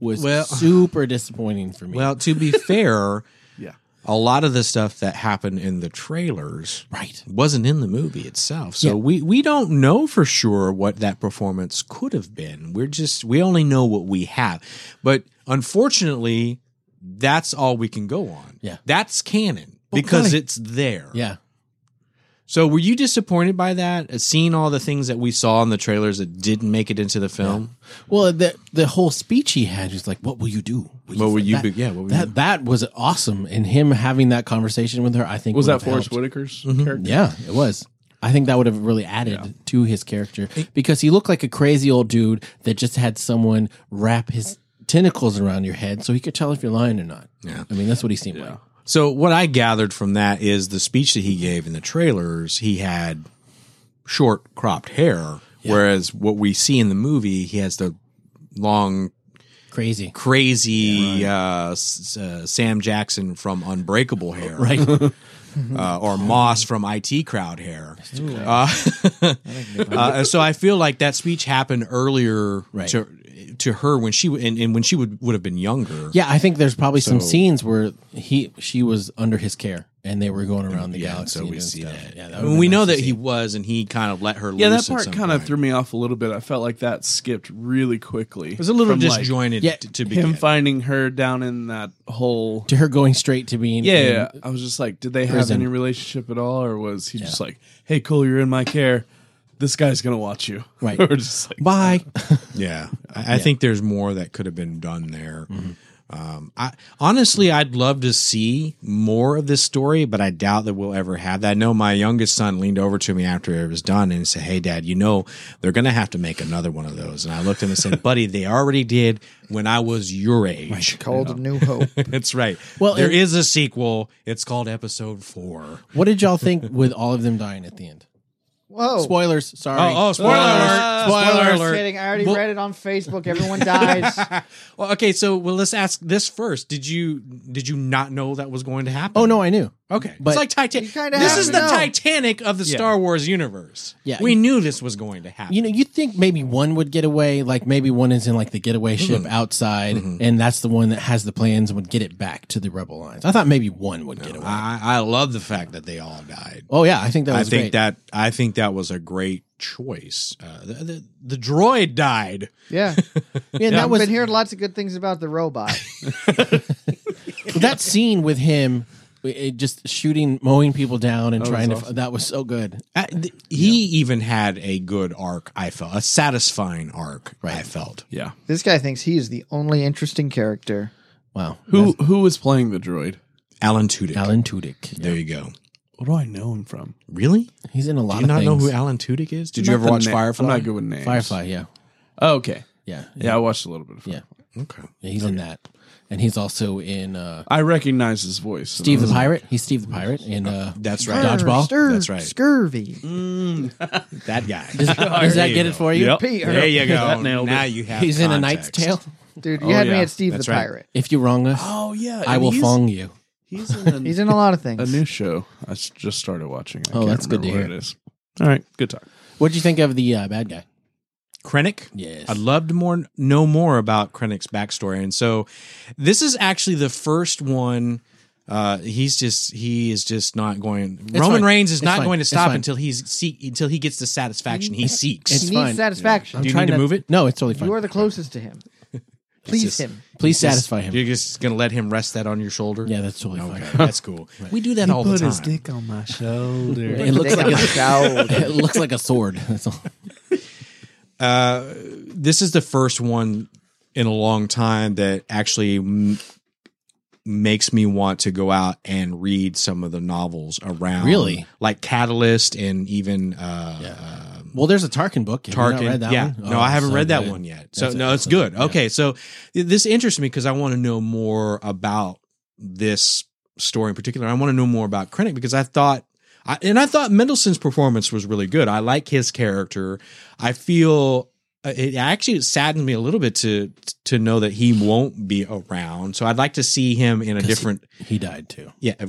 Speaker 2: was
Speaker 3: Well-
Speaker 2: super disappointing for me
Speaker 3: Well, to be fair,
Speaker 4: Yeah.
Speaker 3: a lot of the stuff that happened in the trailers
Speaker 2: right
Speaker 3: wasn't in the movie itself. So we we don't know for sure what that performance could have been. We're just we only know what we have. But unfortunately, that's all we can go on.
Speaker 2: Yeah.
Speaker 3: That's canon because it's there.
Speaker 2: yeah
Speaker 3: So were you disappointed by that? uh, Seeing all the things that we saw in the trailers that didn't make it into the film?
Speaker 2: well the the whole speech he had was like what will you do
Speaker 3: What will you
Speaker 2: that,
Speaker 3: be- yeah, what will you
Speaker 2: that,
Speaker 3: do?
Speaker 2: that was awesome and him having that conversation with her i think
Speaker 4: Was
Speaker 2: would
Speaker 4: that
Speaker 2: have
Speaker 4: Forrest
Speaker 2: helped. Mm-hmm.
Speaker 4: Whitaker's character?
Speaker 2: Yeah, it was. I think that would have really added to his character because he looked like a crazy old dude that just had someone wrap his tentacles around your head so he could tell if you're lying or not.
Speaker 3: Yeah.
Speaker 2: I mean, that's what he seemed like.
Speaker 3: So what I gathered from that is the speech that he gave in the trailers, he had short cropped hair, whereas what we see in the movie, he has the long
Speaker 2: Crazy.
Speaker 3: crazy uh, s- uh, Sam Jackson from Unbreakable hair,
Speaker 2: Right.
Speaker 3: uh, or Moss from IT Crowd hair. Uh, uh, so I feel like that speech happened earlier
Speaker 2: Right.
Speaker 3: to to her when she w- and, and when she would would have been younger.
Speaker 2: yeah, I think there's probably some
Speaker 3: So-
Speaker 2: scenes where he she was under his care and they were going around the
Speaker 3: Yeah,
Speaker 2: galaxy.
Speaker 3: so we
Speaker 2: and
Speaker 3: see
Speaker 2: stuff.
Speaker 3: that.
Speaker 2: Yeah,
Speaker 3: I mean, we know that he was, and he kind of let her.
Speaker 4: Yeah,
Speaker 3: loose
Speaker 4: that
Speaker 3: at
Speaker 4: part
Speaker 3: some
Speaker 4: kind of
Speaker 3: point.
Speaker 4: threw me off a little bit. I felt like that skipped really quickly. It
Speaker 3: was a little disjointed
Speaker 2: Yeah,
Speaker 3: t- to begin.
Speaker 4: him finding her down in that hole.
Speaker 2: to her going straight to being
Speaker 4: Yeah,
Speaker 2: in-
Speaker 4: yeah, yeah. I was just like, did they have
Speaker 2: Prison.
Speaker 4: any relationship at all, or was he just like, hey, cool, you're in my care. This guy's gonna watch you,
Speaker 2: Right.
Speaker 4: or just like,
Speaker 2: Bye. Mm-hmm.
Speaker 3: yeah, I, I think there's more that could have been done there. Um, I honestly, I'd love to see more of this story, but I doubt that we'll ever have that. I know my youngest son leaned over to me after it was done and said, "Hey, Dad, you know they're going to have to make another one of those." And I looked at him and said, "Buddy, they already did when I was your age."
Speaker 1: Called a New Hope.
Speaker 3: That's right.
Speaker 2: Well,
Speaker 3: Well, there
Speaker 2: and-
Speaker 3: is a sequel. It's called Episode Four.
Speaker 2: What did y'all think with all of them dying at the end?
Speaker 1: Whoa.
Speaker 2: Spoilers. Sorry.
Speaker 3: Oh, oh, spoiler alert. Spoiler alert.
Speaker 1: Uh, Kidding. I already
Speaker 3: Well-
Speaker 1: read it on Facebook. Everyone dies.
Speaker 3: Well, okay, so well, let's ask this first. Did you did you not know that was going to happen?
Speaker 2: Oh no, I knew.
Speaker 3: Okay,
Speaker 2: But-
Speaker 3: it's like
Speaker 1: You
Speaker 3: Titanic.
Speaker 1: kinda
Speaker 3: This
Speaker 1: have
Speaker 3: is
Speaker 1: to
Speaker 3: the
Speaker 1: know.
Speaker 3: Titanic of the Star Wars universe.
Speaker 2: Yeah.
Speaker 3: we knew this was going to happen.
Speaker 2: You know, you think maybe one would get away, like maybe one is in like the getaway
Speaker 3: Mm-hmm.
Speaker 2: ship outside, and that's the one that has the plans and would get it back to the rebel lines. I thought maybe one would get away.
Speaker 3: I, I love the fact that they all died.
Speaker 2: oh yeah, I think that
Speaker 3: I
Speaker 2: was
Speaker 3: think
Speaker 2: great.
Speaker 3: that I think that was a great choice. Uh, the, the, the droid died.
Speaker 1: yeah.
Speaker 2: yeah, and that
Speaker 1: I've
Speaker 2: was
Speaker 1: been hearing lots of good things about the robot.
Speaker 2: that scene with him. It just shooting, mowing people down, and trying
Speaker 4: awesome.
Speaker 2: to—that was so good.
Speaker 3: Uh, th- he even had a good arc. I felt a satisfying arc. I felt.
Speaker 4: Yeah.
Speaker 1: this guy thinks he is the only interesting character.
Speaker 2: Wow,
Speaker 4: Who who was playing the droid?
Speaker 3: Alan Tudyk.
Speaker 2: Alan Tudyk?
Speaker 3: There you go.
Speaker 4: What do I know him from?
Speaker 3: Really?
Speaker 2: He's in a
Speaker 3: Do
Speaker 2: lot
Speaker 3: you
Speaker 2: of
Speaker 3: not
Speaker 2: things.
Speaker 3: know who Alan Tudyk is? Did you
Speaker 4: Not
Speaker 3: ever
Speaker 4: the
Speaker 3: watch
Speaker 4: na-
Speaker 3: Firefly?
Speaker 4: I'm not good with names.
Speaker 2: Firefly? Yeah,
Speaker 4: Oh, okay.
Speaker 2: yeah,
Speaker 4: Yeah, I watched a little bit of Firefly.
Speaker 2: yeah.
Speaker 3: Okay.
Speaker 2: Yeah, he's in that, and he's also in uh,
Speaker 4: I recognize his voice. and
Speaker 3: Mm.
Speaker 2: Steve
Speaker 4: I
Speaker 2: the
Speaker 4: was like,
Speaker 2: Pirate. He's Steve the Pirate in uh,
Speaker 3: That's right.
Speaker 2: Dodgeball.
Speaker 1: Stir-
Speaker 3: That's right.
Speaker 1: Scurvy.
Speaker 3: That guy.
Speaker 2: Does, does that get it for you?
Speaker 4: Yep.
Speaker 1: Peter.
Speaker 3: There you go.
Speaker 4: That nailed
Speaker 3: now
Speaker 4: it.
Speaker 3: you have.
Speaker 2: He's in a Knight's
Speaker 3: context.
Speaker 2: Tale.
Speaker 1: Dude, you
Speaker 4: Oh,
Speaker 1: had me
Speaker 4: yeah.
Speaker 1: at Steve
Speaker 3: That's
Speaker 1: the
Speaker 3: right.
Speaker 1: Pirate.
Speaker 2: If you wrong us,
Speaker 4: Oh yeah,
Speaker 2: I
Speaker 4: and
Speaker 2: will
Speaker 4: he's-
Speaker 2: phong you.
Speaker 4: He's in a,
Speaker 1: He's in a lot of things.
Speaker 4: a new show. I s- just started watching. I
Speaker 2: Oh,
Speaker 4: can't
Speaker 2: that's good
Speaker 4: remember
Speaker 2: to
Speaker 4: what
Speaker 2: hear.
Speaker 4: It is. All right, good talk.
Speaker 2: What'd you think of the uh, bad guy?
Speaker 3: Krennic.
Speaker 2: Yes.
Speaker 3: I'd love to more know more about Krennic's backstory, and so this is actually the first one. Uh, he's just he is just not going. Roman
Speaker 2: fine.
Speaker 3: Reigns is
Speaker 2: It's
Speaker 3: not
Speaker 2: fine.
Speaker 3: going to
Speaker 2: It's
Speaker 3: stop
Speaker 2: fine.
Speaker 3: until he's seek until he gets the satisfaction he seeks.
Speaker 1: he
Speaker 2: It's
Speaker 1: needs
Speaker 2: fine.
Speaker 1: satisfaction.
Speaker 3: Do you need to move it?
Speaker 2: No, it's totally fine.
Speaker 1: You are the closest to him. Please
Speaker 3: just-
Speaker 1: him.
Speaker 2: Please satisfy him.
Speaker 3: You're just gonna let him rest that on your shoulder.
Speaker 2: Yeah, that's totally
Speaker 3: Okay,
Speaker 2: fine.
Speaker 3: that's cool. We do that all the time.
Speaker 4: on my shoulder.
Speaker 2: It looks
Speaker 1: They got
Speaker 2: like
Speaker 1: my
Speaker 2: a,
Speaker 1: shoulder.
Speaker 2: it looks like a sword. That's all.
Speaker 3: this is the first one in a long time that actually m- makes me want to go out and read some of the novels around.
Speaker 2: Really?
Speaker 3: Like Catalyst and even uh,
Speaker 2: Well, there's a Tarkin book. Have you not
Speaker 3: Tarkin.
Speaker 2: read that
Speaker 3: yeah.
Speaker 2: one?
Speaker 3: no,
Speaker 2: Oh,
Speaker 3: I haven't
Speaker 2: so
Speaker 3: read that
Speaker 2: good.
Speaker 3: one yet. So
Speaker 2: That's
Speaker 3: no, it's
Speaker 2: excellent.
Speaker 3: good. Okay, so th- this interests me because I want to know more about this story in particular. I want to know more about Krennic because I thought. I, and I thought Mendelssohn's performance was really good. I like his character. I feel uh, it actually saddened me a little bit to to know that he won't be around. So I'd like to see him in a different.
Speaker 2: Yeah. He died too.
Speaker 3: Yeah, uh,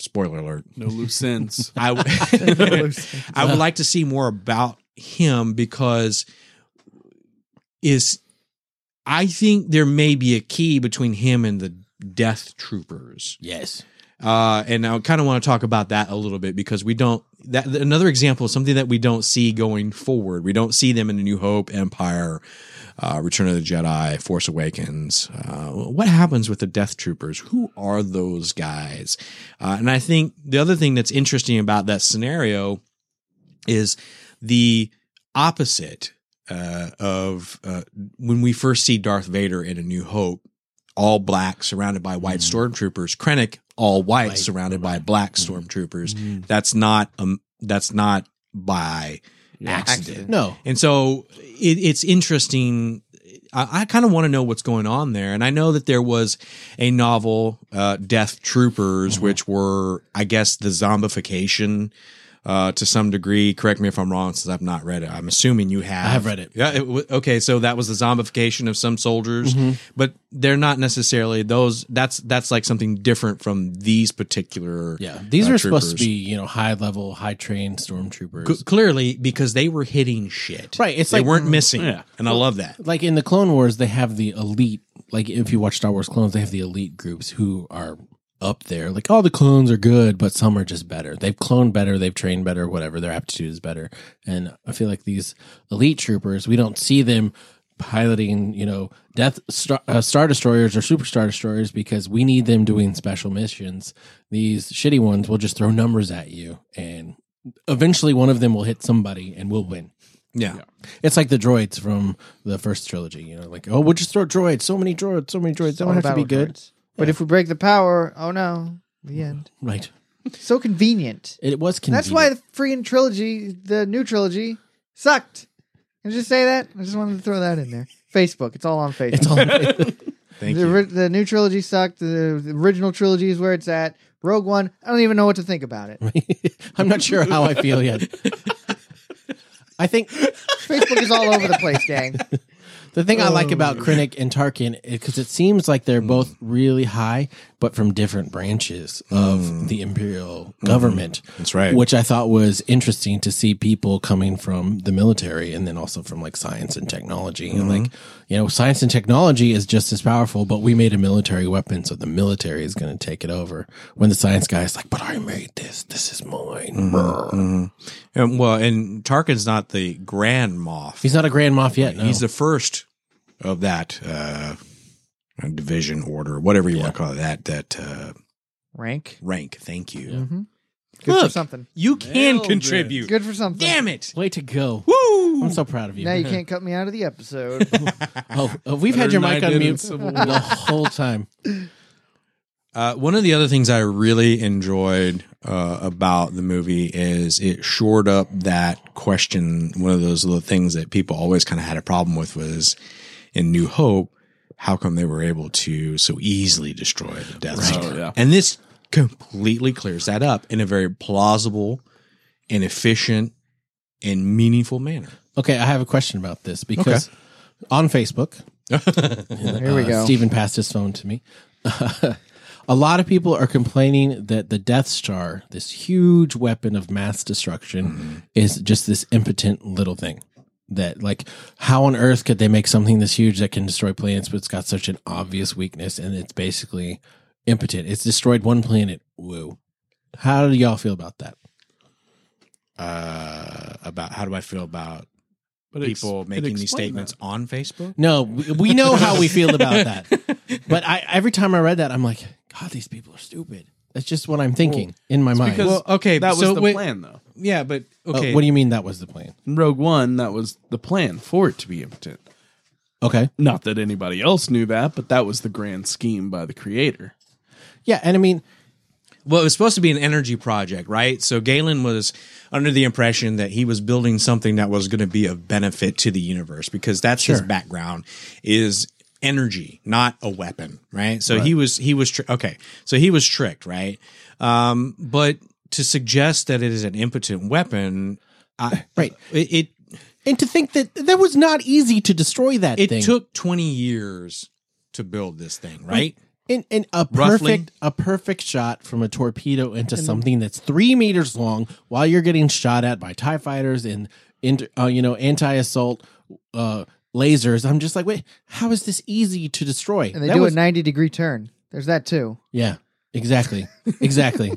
Speaker 3: spoiler alert.
Speaker 4: no loose ends.
Speaker 3: I, w- I would like to see more about him because is I think there may be a key between him and the Death Troopers,
Speaker 2: Yes.
Speaker 3: uh, and I kind of want to talk about that a little bit because we don't. That another example of something that we don't see going forward. We don't see them in the New Hope, Empire, uh, Return of the Jedi, Force Awakens. Uh, what happens with the Death Troopers? Who are those guys? Uh, and I think the other thing that's interesting about that scenario is the opposite uh, of uh, when we first see Darth Vader in A New Hope, all black, surrounded by white stormtroopers. Krennic, all white,
Speaker 2: White,
Speaker 3: surrounded by black stormtroopers. That's not um, that's not by accident.
Speaker 2: No.
Speaker 3: And so it, it's interesting. I, I kind of want to know what's going on there. And I know that there was a novel, uh, Death Troopers,
Speaker 2: Mm-hmm.
Speaker 3: which were, I guess, the zombification uh, to some degree. Correct me if I'm wrong, since I've not read it. I'm assuming you have.
Speaker 2: I have read it.
Speaker 3: Yeah. It, wa- okay. So that was the zombification of some soldiers,
Speaker 2: Mm-hmm.
Speaker 3: but they're not necessarily those. That's that's like something different from these particular.
Speaker 2: Yeah. These
Speaker 3: uh,
Speaker 2: are supposed to
Speaker 3: troopers.
Speaker 2: be, you know, high level, high trained stormtroopers.
Speaker 3: C- clearly because they were hitting shit.
Speaker 2: Right, it's
Speaker 3: they
Speaker 2: like- Mm-hmm.
Speaker 3: weren't missing.
Speaker 4: Yeah.
Speaker 3: And I love that.
Speaker 2: like in the Clone Wars, they have the elite. Like if you watch Star Wars Clones, they have the elite groups who are up there. Like all the clones are good, but some are just better. They've cloned better, they've trained better, whatever. Their aptitude is better. And I feel like these elite troopers, we don't see them piloting, you know, death star, uh, star destroyers or super star destroyers because we need them doing special missions. These shitty ones will just throw numbers at you and eventually one of them will hit somebody and we'll win.
Speaker 3: Yeah.
Speaker 2: It's like the droids from the first trilogy. You know, like oh, we'll just throw droids. So many droids. So many droids. They
Speaker 1: All
Speaker 2: don't have to
Speaker 1: battle
Speaker 2: be good.
Speaker 1: droids. But if we break the power, oh no, the end.
Speaker 2: Right.
Speaker 1: So convenient.
Speaker 2: It was convenient.
Speaker 1: That's why the freaking trilogy, the new trilogy, sucked. Can I just say that? I just wanted to throw that in there. Facebook, it's all on Facebook.
Speaker 2: it's all.
Speaker 3: Thank
Speaker 1: the,
Speaker 3: you.
Speaker 1: ori- the new trilogy sucked. The, the original trilogy is where it's at. Rogue One, I don't even know what to think about it.
Speaker 2: I'm not sure how I feel yet. I think
Speaker 1: Facebook is all over the place, gang.
Speaker 2: the thing I like
Speaker 3: Oh.
Speaker 2: about Krennic and Tarkin because it seems like they're both
Speaker 3: Hmm.
Speaker 2: really high, but from different branches of the imperial government.
Speaker 3: Hmm. That's right.
Speaker 2: Which I thought was interesting to see people coming from the military and then also from like science and technology. And
Speaker 3: Hmm.
Speaker 2: like, you know, science and technology is just as powerful, but we made a military weapon, so the military is going to take it over. When the science guy is like, but I made this, this is mine.
Speaker 3: Mm-hmm.
Speaker 2: Brr.
Speaker 3: And, well, and Tarkin's not the Grand Moff.
Speaker 2: He's not a Grand Moff yet. No.
Speaker 3: He's the first of that uh, division order, whatever you want to call it, that that uh,
Speaker 1: Rank.
Speaker 3: rank. Thank you.
Speaker 1: Good for
Speaker 3: Mm-hmm. Look.
Speaker 1: something.
Speaker 3: You can
Speaker 4: Nailed it.
Speaker 3: contribute.
Speaker 1: Good for something.
Speaker 3: Damn it!
Speaker 2: way to go.
Speaker 3: Woo!
Speaker 2: I'm so proud of you.
Speaker 1: Now you can't cut me out of the episode.
Speaker 2: Oh, oh, we've had
Speaker 4: Better
Speaker 2: your
Speaker 4: than
Speaker 2: mic
Speaker 4: I
Speaker 2: on
Speaker 4: did in
Speaker 2: mute
Speaker 4: Civil
Speaker 2: the whole time.
Speaker 3: Uh, one of the other things I really enjoyed uh, about the movie is it shored up that question. One of those little things that people always kind of had a problem with was in New Hope, how come they were able to so easily destroy the Death Star?
Speaker 4: Oh, yeah.
Speaker 3: And this completely clears that up in a very plausible and efficient and meaningful manner.
Speaker 2: Okay, I have a question about this because on Facebook,
Speaker 1: Here we
Speaker 2: uh,
Speaker 1: go.
Speaker 2: Steven passed his phone to me. a lot of people are complaining that the Death Star, this huge weapon of mass destruction,
Speaker 4: Mm-hmm.
Speaker 2: is just this impotent little thing. That like, how on earth could they make something this huge that can destroy planets, but it's got such an obvious weakness, and it's basically impotent. It's destroyed one planet. Woo! How do y'all feel about that?
Speaker 3: Uh, about how do I feel about
Speaker 4: But ex-
Speaker 3: people
Speaker 4: it
Speaker 3: making these
Speaker 4: explained
Speaker 3: statements
Speaker 4: that.
Speaker 3: on Facebook?
Speaker 2: No, we we know how we feel about that. But I, every time I read that, I'm like, God, these people are stupid. That's just what I'm thinking in my mind.
Speaker 4: because
Speaker 3: Well, okay,
Speaker 4: that was
Speaker 3: so
Speaker 4: the
Speaker 3: wait-
Speaker 4: plan, though.
Speaker 3: Yeah, but
Speaker 2: Oh,
Speaker 3: okay.
Speaker 2: what do you mean that was the plan?
Speaker 4: In Rogue One, that was the plan for it to be impotent.
Speaker 2: Okay.
Speaker 4: Not that anybody else knew that, but that was the grand scheme by the creator.
Speaker 2: Yeah. And I mean,
Speaker 3: Well, it was supposed to be an energy project, right? So Galen was under the impression that he was building something that was going to be of benefit to the universe because that's his background is energy, not a weapon, right? So he was he was tri- okay. So he was tricked, right? Um, but to suggest that it is an impotent weapon, I,
Speaker 2: right.
Speaker 3: it, it
Speaker 2: And to think that that was not easy to destroy that
Speaker 3: it
Speaker 2: thing.
Speaker 3: took twenty years to build this thing, right?
Speaker 2: in, in a
Speaker 3: Roughly.
Speaker 2: perfect a perfect shot from a torpedo into something that's three meters long while you're getting shot at by tie fighters and in, uh, you know anti assault uh, lasers. I'm just like, wait, how is this easy to destroy?
Speaker 1: And they
Speaker 2: That
Speaker 1: do
Speaker 2: was-
Speaker 1: a 90 degree turn. There's that too.
Speaker 2: Yeah, exactly, exactly.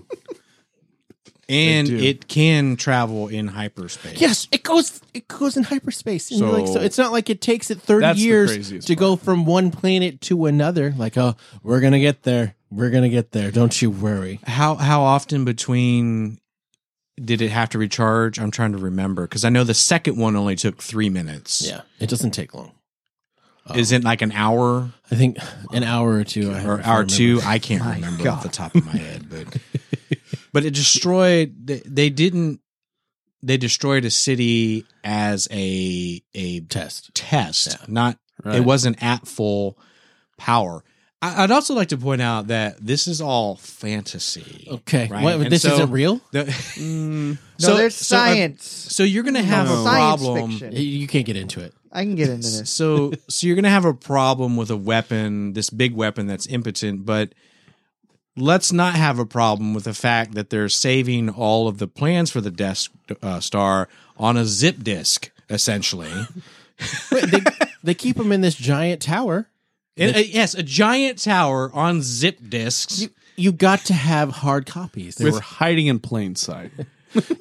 Speaker 3: And
Speaker 4: do.
Speaker 3: it can travel in hyperspace.
Speaker 2: yes, it goes it goes in hyperspace, and so, like so,
Speaker 3: So-
Speaker 2: it's not like it takes it thirty
Speaker 4: That's the
Speaker 2: years to
Speaker 4: craziest
Speaker 2: go from one planet to another. Like, oh, we're gonna get there, we're gonna get there. Don't you worry.
Speaker 3: how how often between did it have to recharge? I'm trying to remember because I know the second one only took three minutes.
Speaker 2: Yeah, it doesn't take long.
Speaker 3: is it like an hour
Speaker 2: I think an hour or two, Oh. I
Speaker 3: or
Speaker 2: if I
Speaker 3: hour
Speaker 2: remember.
Speaker 3: two? I can't remember off the top of my head, but but it destroyed. They, they didn't. They destroyed a city as a a
Speaker 2: test.
Speaker 3: test, not
Speaker 4: Right.
Speaker 3: it wasn't at full power. I, I'd also like to point out that this is all fantasy.
Speaker 2: Okay,
Speaker 3: right?
Speaker 2: What,
Speaker 3: And
Speaker 2: this
Speaker 3: so
Speaker 2: isn't real.
Speaker 3: the-
Speaker 1: Mm. No, there's
Speaker 3: uh,
Speaker 1: science.
Speaker 3: So you're going to have a
Speaker 1: Science
Speaker 3: problem.
Speaker 2: You-
Speaker 1: fiction.
Speaker 2: You can't get into it.
Speaker 1: I can get into this.
Speaker 3: So so you're going to have a problem with a weapon, this big weapon that's impotent, but let's not have a problem with the fact that they're saving all of the plans for the Death uh, Star on a zip disk essentially.
Speaker 2: Wait, they, they keep them in this giant tower.
Speaker 3: And, uh, yes, a giant tower on zip disks.
Speaker 2: You, you got to have hard copies.
Speaker 4: They were hiding in plain sight.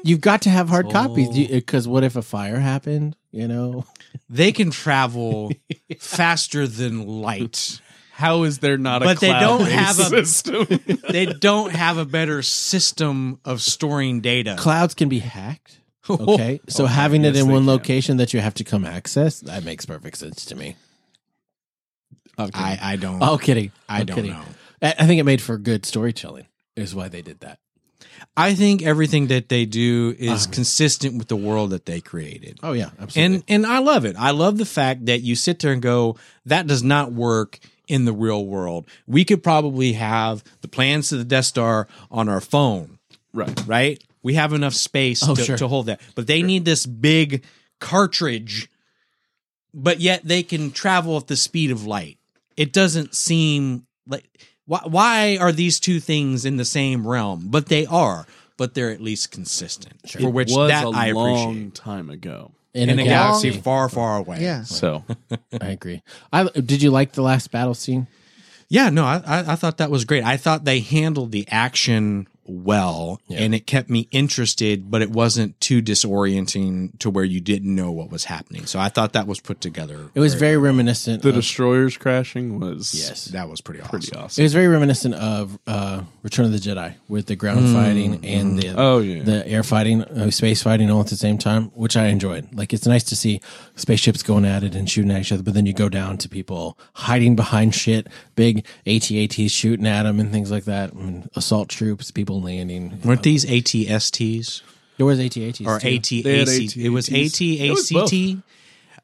Speaker 2: You've got to have hard copies because what if a fire happened? You know,
Speaker 3: they can travel faster than light.
Speaker 4: How is there not a
Speaker 3: But they don't
Speaker 4: cloud-based
Speaker 3: have a-
Speaker 4: system?
Speaker 3: They don't have a better system of storing data.
Speaker 2: clouds can be hacked. Okay. Oh, so having it
Speaker 4: yes,
Speaker 2: in
Speaker 4: they
Speaker 2: one
Speaker 4: can.
Speaker 2: location that you have to come access, that makes perfect sense to me. I'm kidding.
Speaker 3: I, I don't.
Speaker 2: oh, kidding.
Speaker 3: I
Speaker 2: I'm
Speaker 3: don't
Speaker 2: kidding.
Speaker 3: know.
Speaker 2: I, I think it made for good storytelling. Is why they did that.
Speaker 3: I think everything that they do is
Speaker 2: Um,
Speaker 3: consistent with the world that they created.
Speaker 2: Oh yeah, absolutely.
Speaker 3: And and I love it. I love the fact that you sit there and go, that does not work in the real world. We could probably have the plans to the Death Star on our phone,
Speaker 4: Right.
Speaker 3: right? We have enough space
Speaker 2: Oh,
Speaker 3: to,
Speaker 2: sure.
Speaker 3: to hold that. But they need this big cartridge, but yet they can travel at the speed of light. It doesn't seem like why, why are these two things in the same realm? But they are. But they're at least consistent. For
Speaker 4: It
Speaker 3: which
Speaker 4: was
Speaker 3: that
Speaker 4: a
Speaker 3: I
Speaker 4: long
Speaker 3: appreciate.
Speaker 4: time ago.
Speaker 2: in,
Speaker 3: In a galaxy
Speaker 1: galaxy.
Speaker 3: far, far away.
Speaker 1: Yeah.
Speaker 4: So
Speaker 2: I agree. I, did you like the last battle scene?
Speaker 3: Yeah, no, I, I, I thought that was great. I thought they handled the action well
Speaker 2: Yeah.
Speaker 3: and it kept me interested, but it wasn't too disorienting to where you didn't know what was happening. So I thought that was put together.
Speaker 2: It was very reminiscent.
Speaker 4: the
Speaker 2: of,
Speaker 4: destroyers crashing was
Speaker 2: yes.
Speaker 3: that was pretty,
Speaker 4: pretty
Speaker 3: awesome.
Speaker 2: It
Speaker 4: awesome.
Speaker 2: was very reminiscent of uh, Return of the Jedi with the ground fighting and the
Speaker 4: Mm, Oh, yeah.
Speaker 2: the air fighting, uh, space fighting all at the same time, which I enjoyed. Like it's nice to see spaceships going at it and shooting at each other, but then you go down to people hiding behind shit, big ATATs shooting at them and things like that, and assault troops, people landing.
Speaker 3: Weren't these ATSTs
Speaker 2: There was ATATs
Speaker 3: or
Speaker 2: too.
Speaker 4: They had
Speaker 3: ATAC? It was
Speaker 4: ATACs. It was both.
Speaker 3: ATACT.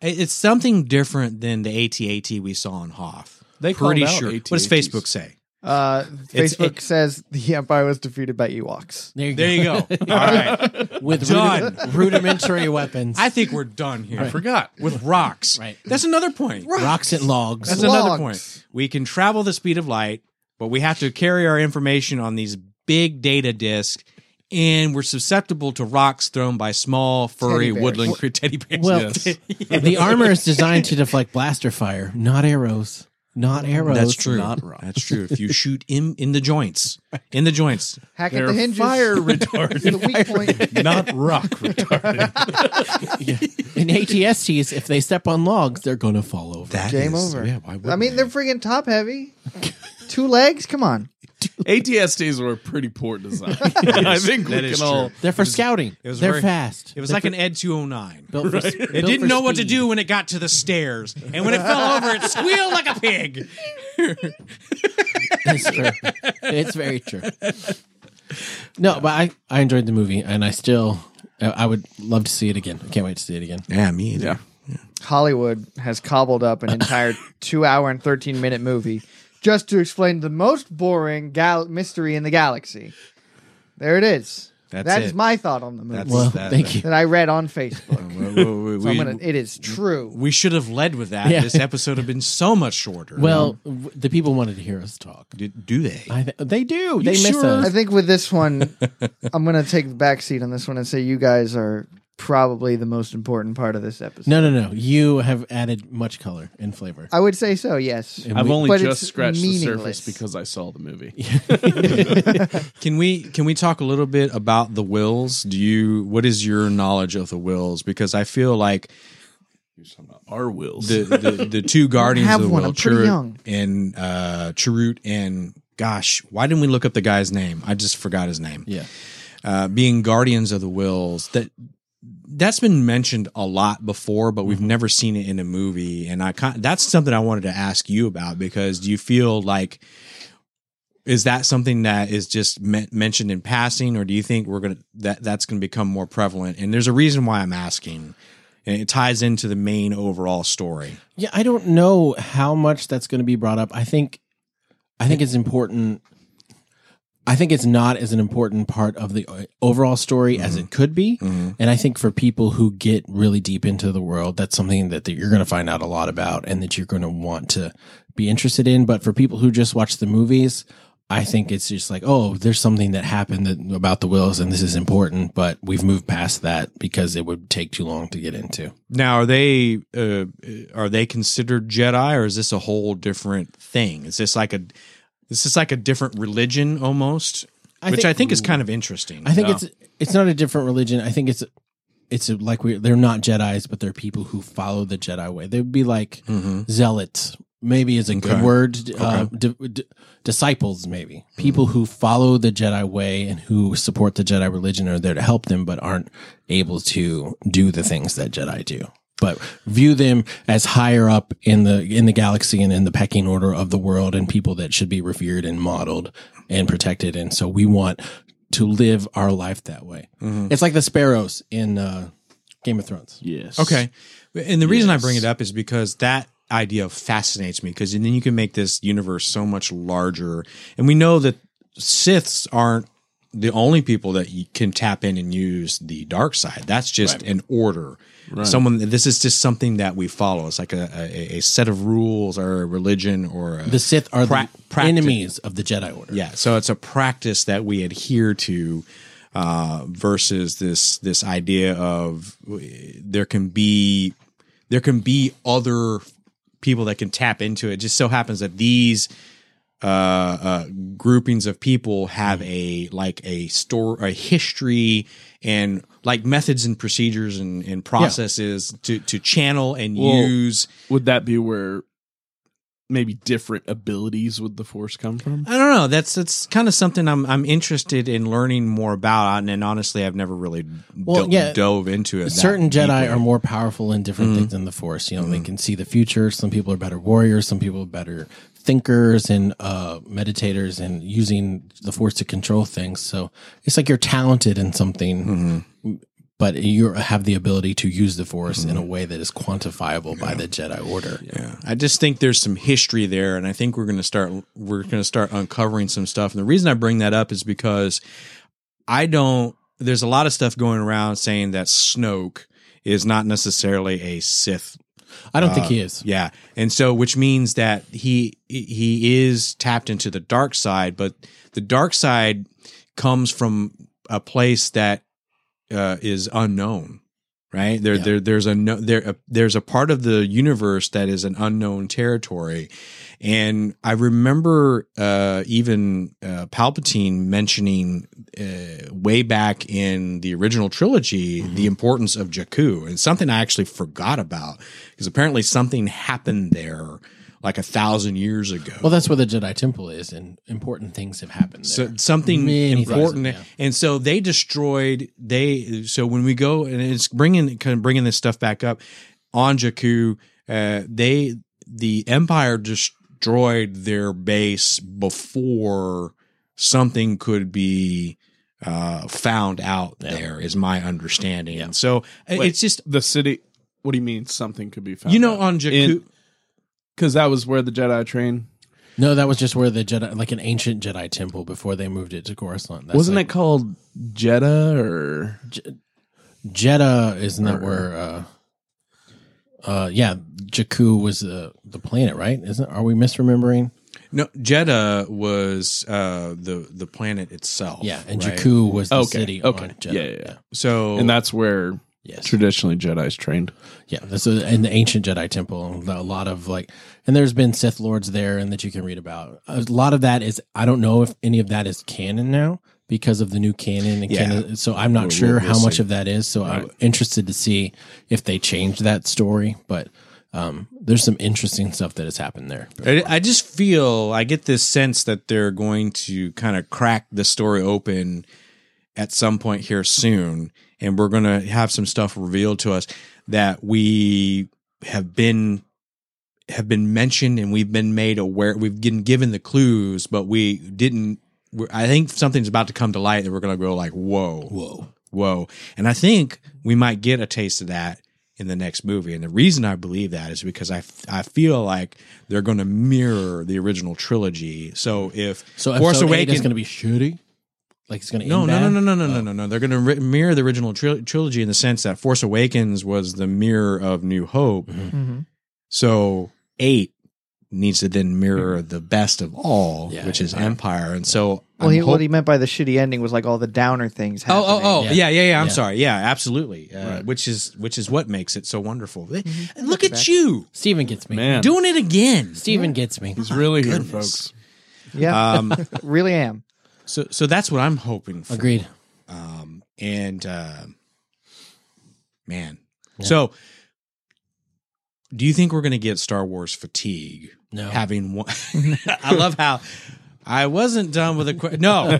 Speaker 3: It- It's something different than the ATAT we saw in Hoth.
Speaker 4: They called
Speaker 3: pretty
Speaker 4: out
Speaker 3: sure. What does
Speaker 4: AT-ATs.
Speaker 3: Facebook say?
Speaker 1: Uh,
Speaker 3: It's-
Speaker 1: Facebook says the Empire was defeated by Ewoks.
Speaker 2: There you go.
Speaker 3: There you go. All right.
Speaker 2: With
Speaker 3: Done.
Speaker 2: rudi- rudimentary weapons,
Speaker 3: I think we're done here.
Speaker 4: I forgot.
Speaker 3: With rocks.
Speaker 2: Right.
Speaker 3: That's another point.
Speaker 2: rocks and logs.
Speaker 3: That's
Speaker 1: Logs.
Speaker 3: another point. We can travel the speed of light, but we have to carry our information on these big data disks, and we're susceptible to rocks thrown by small, furry
Speaker 1: Teddy bears.
Speaker 3: woodland cre- teddy bears.
Speaker 2: Well,
Speaker 4: Yes.
Speaker 2: the armor is designed to deflect blaster fire, not arrows. Not arrows.
Speaker 3: that's true.
Speaker 4: not wrong.
Speaker 3: That's true. If you shoot in in the joints, in the joints,
Speaker 1: Hack at
Speaker 4: They're
Speaker 1: the hinges.
Speaker 4: fire
Speaker 1: the
Speaker 4: retarded,
Speaker 1: weak point.
Speaker 4: not rock retarded.
Speaker 2: In ATSTs, if they step on logs, they're going to fall over.
Speaker 3: that
Speaker 1: Game
Speaker 3: is-
Speaker 1: over.
Speaker 3: Yeah, why would
Speaker 1: I mean, they're freaking top heavy. Two legs? Come on.
Speaker 4: ATSTs were a pretty poor design. I think
Speaker 3: that
Speaker 4: we
Speaker 3: is
Speaker 4: can all.
Speaker 3: true.
Speaker 2: they're for scouting.
Speaker 3: was
Speaker 2: they're
Speaker 3: very-
Speaker 2: fast.
Speaker 3: It was
Speaker 2: They're
Speaker 3: like
Speaker 2: for-
Speaker 3: an Ed 209.
Speaker 2: built for s-
Speaker 3: It
Speaker 2: built for
Speaker 3: didn't know what to
Speaker 2: speed.
Speaker 3: do when it got to the stairs. And when it fell over, it squealed like a pig.
Speaker 2: It's true. It's very true. No, but I, I enjoyed the movie, and I still I- I would love to see it again. I can't wait to see it again.
Speaker 3: Yeah, me either.
Speaker 1: Hollywood has cobbled up an entire two hour and 13 minute movie just to explain the most boring gal- mystery in the galaxy. There it is.
Speaker 3: That's
Speaker 1: That
Speaker 3: it.
Speaker 1: is my thought on the movie
Speaker 3: That's-
Speaker 2: Well,
Speaker 3: that-
Speaker 2: thank you.
Speaker 1: that I read on Facebook.
Speaker 3: we,
Speaker 1: So I'm gonna, it is true.
Speaker 3: we should have led with that.
Speaker 2: Yeah.
Speaker 3: This episode would have been so much shorter.
Speaker 2: Well, w- the people wanted to hear us talk.
Speaker 3: do, do they?
Speaker 2: I th- they do. They miss
Speaker 3: sure?
Speaker 1: I
Speaker 2: us.
Speaker 1: think with this one, I'm going to take the back seat on this one and say you guys are probably the most important part of this episode.
Speaker 2: No, no, no. You have added much color and flavor.
Speaker 1: I would say so, yes.
Speaker 2: And
Speaker 4: I've
Speaker 2: we-
Speaker 4: only
Speaker 1: But
Speaker 4: just
Speaker 1: it's
Speaker 4: scratched the surface
Speaker 1: meaningless.
Speaker 4: because I saw the movie.
Speaker 3: Can we can we talk a little bit about the wills? Do you what is your knowledge of the wills? Because I feel like
Speaker 4: Our wills.
Speaker 3: the the, the two guardians
Speaker 1: have
Speaker 3: of the
Speaker 1: one.
Speaker 3: will,
Speaker 1: I'm pretty
Speaker 3: Chirrut
Speaker 1: young.
Speaker 3: and uh, Chirrut and gosh, why didn't we look up the guy's name? I just forgot his name.
Speaker 2: yeah.
Speaker 3: uh, being guardians of the wills that that's been mentioned a lot before but we've never seen it in a movie and i kind that's something i wanted to ask you about because do you feel like is that something that is just me- mentioned in passing or do you think we're gonna that that's gonna become more prevalent and there's a reason why i'm asking and it ties into the main overall story
Speaker 2: Yeah, I don't know how much that's going to be brought up. I think, I think it's important. I think it's not as an important part of the o- overall story as it could be, and I think for people who get really deep into the world, that's something that, that you're going to find out a lot about, and that you're going to want to be interested in. But for people who just watch the movies, I think it's just like, oh, there's something that happened that, about the wills, and this is important, but we've moved past that because it would take too long to get into.
Speaker 3: now are they uh, are they considered jedi or is this a whole different thing is this like a is this like a different religion almost which I think is kind of interesting.
Speaker 2: I think it's it's not a different religion. I think it's it's
Speaker 3: Mm-hmm.
Speaker 2: like we they're not Jedi's, but they're people who follow the Jedi way. They'd be like zealots maybe is a good
Speaker 3: Okay.
Speaker 2: word. Uh, di- di- disciples, maybe people who follow the Jedi way and who support the Jedi religion are there to help them, but aren't able to do the things that Jedi do. But view them as higher up in the in the galaxy and in the pecking order of the world, and people that should be revered and modeled and protected. And so we want to live our life that way.
Speaker 3: Mm-hmm.
Speaker 2: It's like the sparrows in uh, Game of Thrones.
Speaker 4: Yes.
Speaker 3: Okay. And the reason I bring
Speaker 4: Yes.
Speaker 3: it up is because that idea fascinates me because then you can make this universe so much larger. And we know that Siths aren't the only people that you can tap in and use the dark side. That's just an order. Someone, this is just something that we follow. It's like a, a, a set of rules or a religion or a,
Speaker 2: The Sith are
Speaker 3: Pra-
Speaker 2: the
Speaker 3: practice.
Speaker 2: enemies of the Jedi Order.
Speaker 3: yeah. So it's a practice that we adhere to uh, versus this this idea of uh, there can be there can be other people that can tap into it. Just so happens that these uh, uh, groupings of people have a like a store a history and like methods and procedures and, and processes to to channel and
Speaker 4: Well,
Speaker 3: use.
Speaker 4: Would that be where maybe different abilities would the force come from?
Speaker 3: I don't know. That's that's kind of something I'm I'm interested in learning more about, and, and honestly, I've never really
Speaker 2: Well,
Speaker 3: do-
Speaker 2: yeah.
Speaker 3: dove into it. that Mm-hmm.
Speaker 2: certain Jedi
Speaker 3: deeply.
Speaker 2: are more powerful in different things than the Force. You know, they can see the future. Some people are better warriors. Some people are better thinkers and uh, meditators, and using the Force to control things. So it's like you're talented in something,
Speaker 3: Mm-hmm.
Speaker 2: but you have the ability to use the Force in a way that is quantifiable by the Jedi Order.
Speaker 3: Yeah, I just think there's some history there, and I think we're gonna start we're gonna start uncovering some stuff. And the reason I bring that up is because I don't. There's a lot of stuff going around saying that Snoke is not necessarily a Sith
Speaker 2: I don't think
Speaker 3: Uh,
Speaker 2: he is.
Speaker 3: Yeah, and so which means that he he is tapped into the dark side, but the dark side comes from a place that uh, is unknown, right? There
Speaker 2: Yeah.
Speaker 3: there there's a no, there a, there's a part of the universe that is an unknown territory, and I remember uh, even uh, Palpatine mentioning uh, way back in the original trilogy the importance of Jakku, and something I actually forgot about because apparently something happened there like a thousand years ago.
Speaker 2: Well, that's where the Jedi Temple is, and important things have happened. There.
Speaker 3: So something
Speaker 2: Many things,
Speaker 3: important,
Speaker 2: yeah.
Speaker 3: and so they destroyed. They so when we go and it's bringing kind of bringing this stuff back up on Jakku, uh, they the Empire destroyed their base before something could be uh, found out. There is my understanding, and so it-
Speaker 4: Wait.
Speaker 3: it's just
Speaker 4: The city. What do you mean something could be found?
Speaker 3: you know on Jakku.
Speaker 4: Because that was where the Jedi train.
Speaker 2: no, that was just where the Jedi, like an ancient Jedi Temple, before they moved it to Coruscant. That's
Speaker 4: wasn't
Speaker 2: like-
Speaker 4: it called Jeddah or
Speaker 2: Jeddah isn't that where? Uh, uh, yeah, Jakku was the the planet, right? Isn't are we misremembering?
Speaker 3: no, Jeddah was uh, the the planet itself.
Speaker 2: Yeah, and
Speaker 3: right?
Speaker 2: Jakku was the
Speaker 4: Okay,
Speaker 2: city.
Speaker 4: okay.
Speaker 2: on Jeddah.
Speaker 4: Yeah, yeah, yeah.
Speaker 3: So
Speaker 4: and that's where
Speaker 2: Yes.
Speaker 4: traditionally Jedi's trained.
Speaker 2: Yeah, this is in the ancient Jedi temple. and A lot of like, and there's been Sith lords there, and that you can read about. A lot of that is I don't know if any of that is canon now because of the new canon. And
Speaker 3: Yeah.
Speaker 2: canon so I'm not sure how much of that is. So I'm interested to see if they change that story. But um, there's some interesting stuff that has happened there.
Speaker 3: I, I just feel I get this sense that they're going to kind of crack the story open at some point here soon, and we're going to have some stuff revealed to us that we have been have been mentioned and we've been made aware. We've been given the clues, but we didn't. We're, I think something's about to come to light that we're going to go like, whoa,
Speaker 2: Whoa.
Speaker 3: whoa. And I think we might get a taste of that in the next movie. And the reason I believe that is because I, I feel like they're going to mirror the original trilogy.
Speaker 2: Mm.
Speaker 3: So if
Speaker 2: So
Speaker 3: Force
Speaker 2: episode eight is
Speaker 3: Awakens.
Speaker 2: going to be shitty. Like it's going to
Speaker 3: No,
Speaker 2: end
Speaker 3: no, no,
Speaker 2: bad?
Speaker 3: no, no, no, no, no, no. They're going to re- mirror the original tri- trilogy in the sense that Force Awakens was the mirror of New Hope.
Speaker 1: Mhm.
Speaker 3: So eight needs to then mirror the best of all,
Speaker 2: Mm-hmm. Yeah,
Speaker 3: which is
Speaker 2: Empire.
Speaker 3: Empire. And so,
Speaker 1: Well,
Speaker 3: I'm
Speaker 1: he, what
Speaker 3: hoping-
Speaker 1: he meant by the shitty ending was like all the downer things.
Speaker 3: Oh,
Speaker 1: Happening.
Speaker 3: oh, oh,
Speaker 2: Yeah.
Speaker 3: yeah, yeah, yeah. I'm
Speaker 2: Yeah.
Speaker 3: sorry. Yeah, absolutely. Uh,
Speaker 2: Right.
Speaker 3: Which is which is what makes it so wonderful. Hey, Look
Speaker 1: Mm-hmm. Back.
Speaker 3: at you
Speaker 2: Steven gets me.
Speaker 4: Man,
Speaker 3: doing it again.
Speaker 2: Steven gets me.
Speaker 4: he's really here,
Speaker 3: Goodness.
Speaker 4: folks.
Speaker 2: Uh,
Speaker 1: yeah,
Speaker 3: Um,
Speaker 1: really am.
Speaker 3: so so that's what I'm hoping for.
Speaker 2: Agreed.
Speaker 3: Um, and uh, man, so do you think we're going to get Star Wars fatigue
Speaker 2: No.
Speaker 3: having one. I love how I wasn't done with a question. No,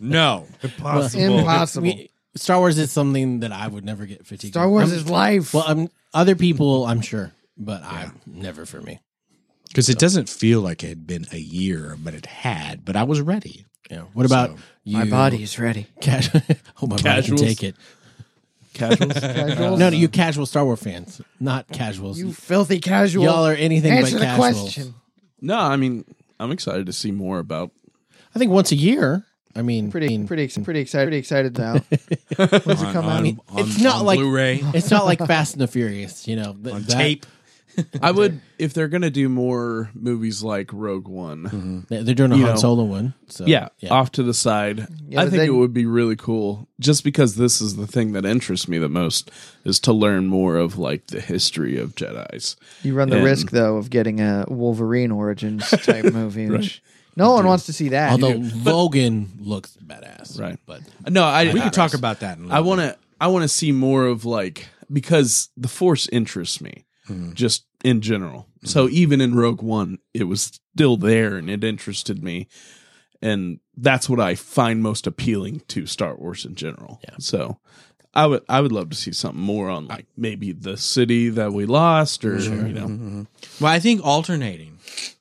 Speaker 3: no.
Speaker 4: Impossible.
Speaker 1: Impossible.
Speaker 2: I mean, Star Wars is something that I would never get fatigued.
Speaker 1: Star Wars
Speaker 2: I'm-
Speaker 1: is life.
Speaker 2: well. uh, I'm, other people, I'm sure, but I never for me.
Speaker 3: Because it doesn't feel like it had been a year, but it had. But I was ready.
Speaker 2: Yeah. What about you?
Speaker 1: My body is ready.
Speaker 2: Casu- oh, my body can
Speaker 4: Casuals.
Speaker 2: take it.
Speaker 4: Casuals.
Speaker 1: Casuals?
Speaker 2: No, no, you casual Star Wars fans, not casuals.
Speaker 1: You filthy casual.
Speaker 2: Y'all are anything but
Speaker 1: Answer the
Speaker 2: casuals.
Speaker 1: question.
Speaker 4: No, I mean, I'm excited to see more about.
Speaker 2: I think once a year. I mean, I
Speaker 1: Pretty,
Speaker 2: mean,
Speaker 1: pretty, ex- pretty excited. Pretty excited now. When's it come out?
Speaker 2: It's not like-
Speaker 3: Blu-ray
Speaker 2: it's not like Fast and the Furious, you know. th-
Speaker 3: on
Speaker 2: that-
Speaker 3: tape.
Speaker 4: I would if they're gonna do more movies like Rogue One.
Speaker 2: they- They're doing a
Speaker 4: You
Speaker 2: Han
Speaker 4: know.
Speaker 2: Solo one. So
Speaker 4: Mm-hmm. Yeah, off to the side.
Speaker 1: Yeah,
Speaker 4: I
Speaker 1: but
Speaker 4: think it
Speaker 1: then-
Speaker 4: would be really cool, just because this is the thing that interests me the most is to learn more of like the history of Jedi's.
Speaker 1: You run the
Speaker 4: And-
Speaker 1: risk though of getting a Wolverine origins type movie, which no one wants to see that.
Speaker 2: Although Logan looks badass,
Speaker 4: Right.
Speaker 2: But
Speaker 4: No, I
Speaker 3: We can
Speaker 4: I-
Speaker 3: talk about that. In a
Speaker 4: I
Speaker 3: little
Speaker 4: want to. I want to see more of like because the Force interests me, just in general. So even in Rogue One, it was still there and it interested me, and that's what I find most appealing to Star Wars in general. So. I would I would love to see something more on like maybe the city that we lost or you know
Speaker 3: bit. Well, I think alternating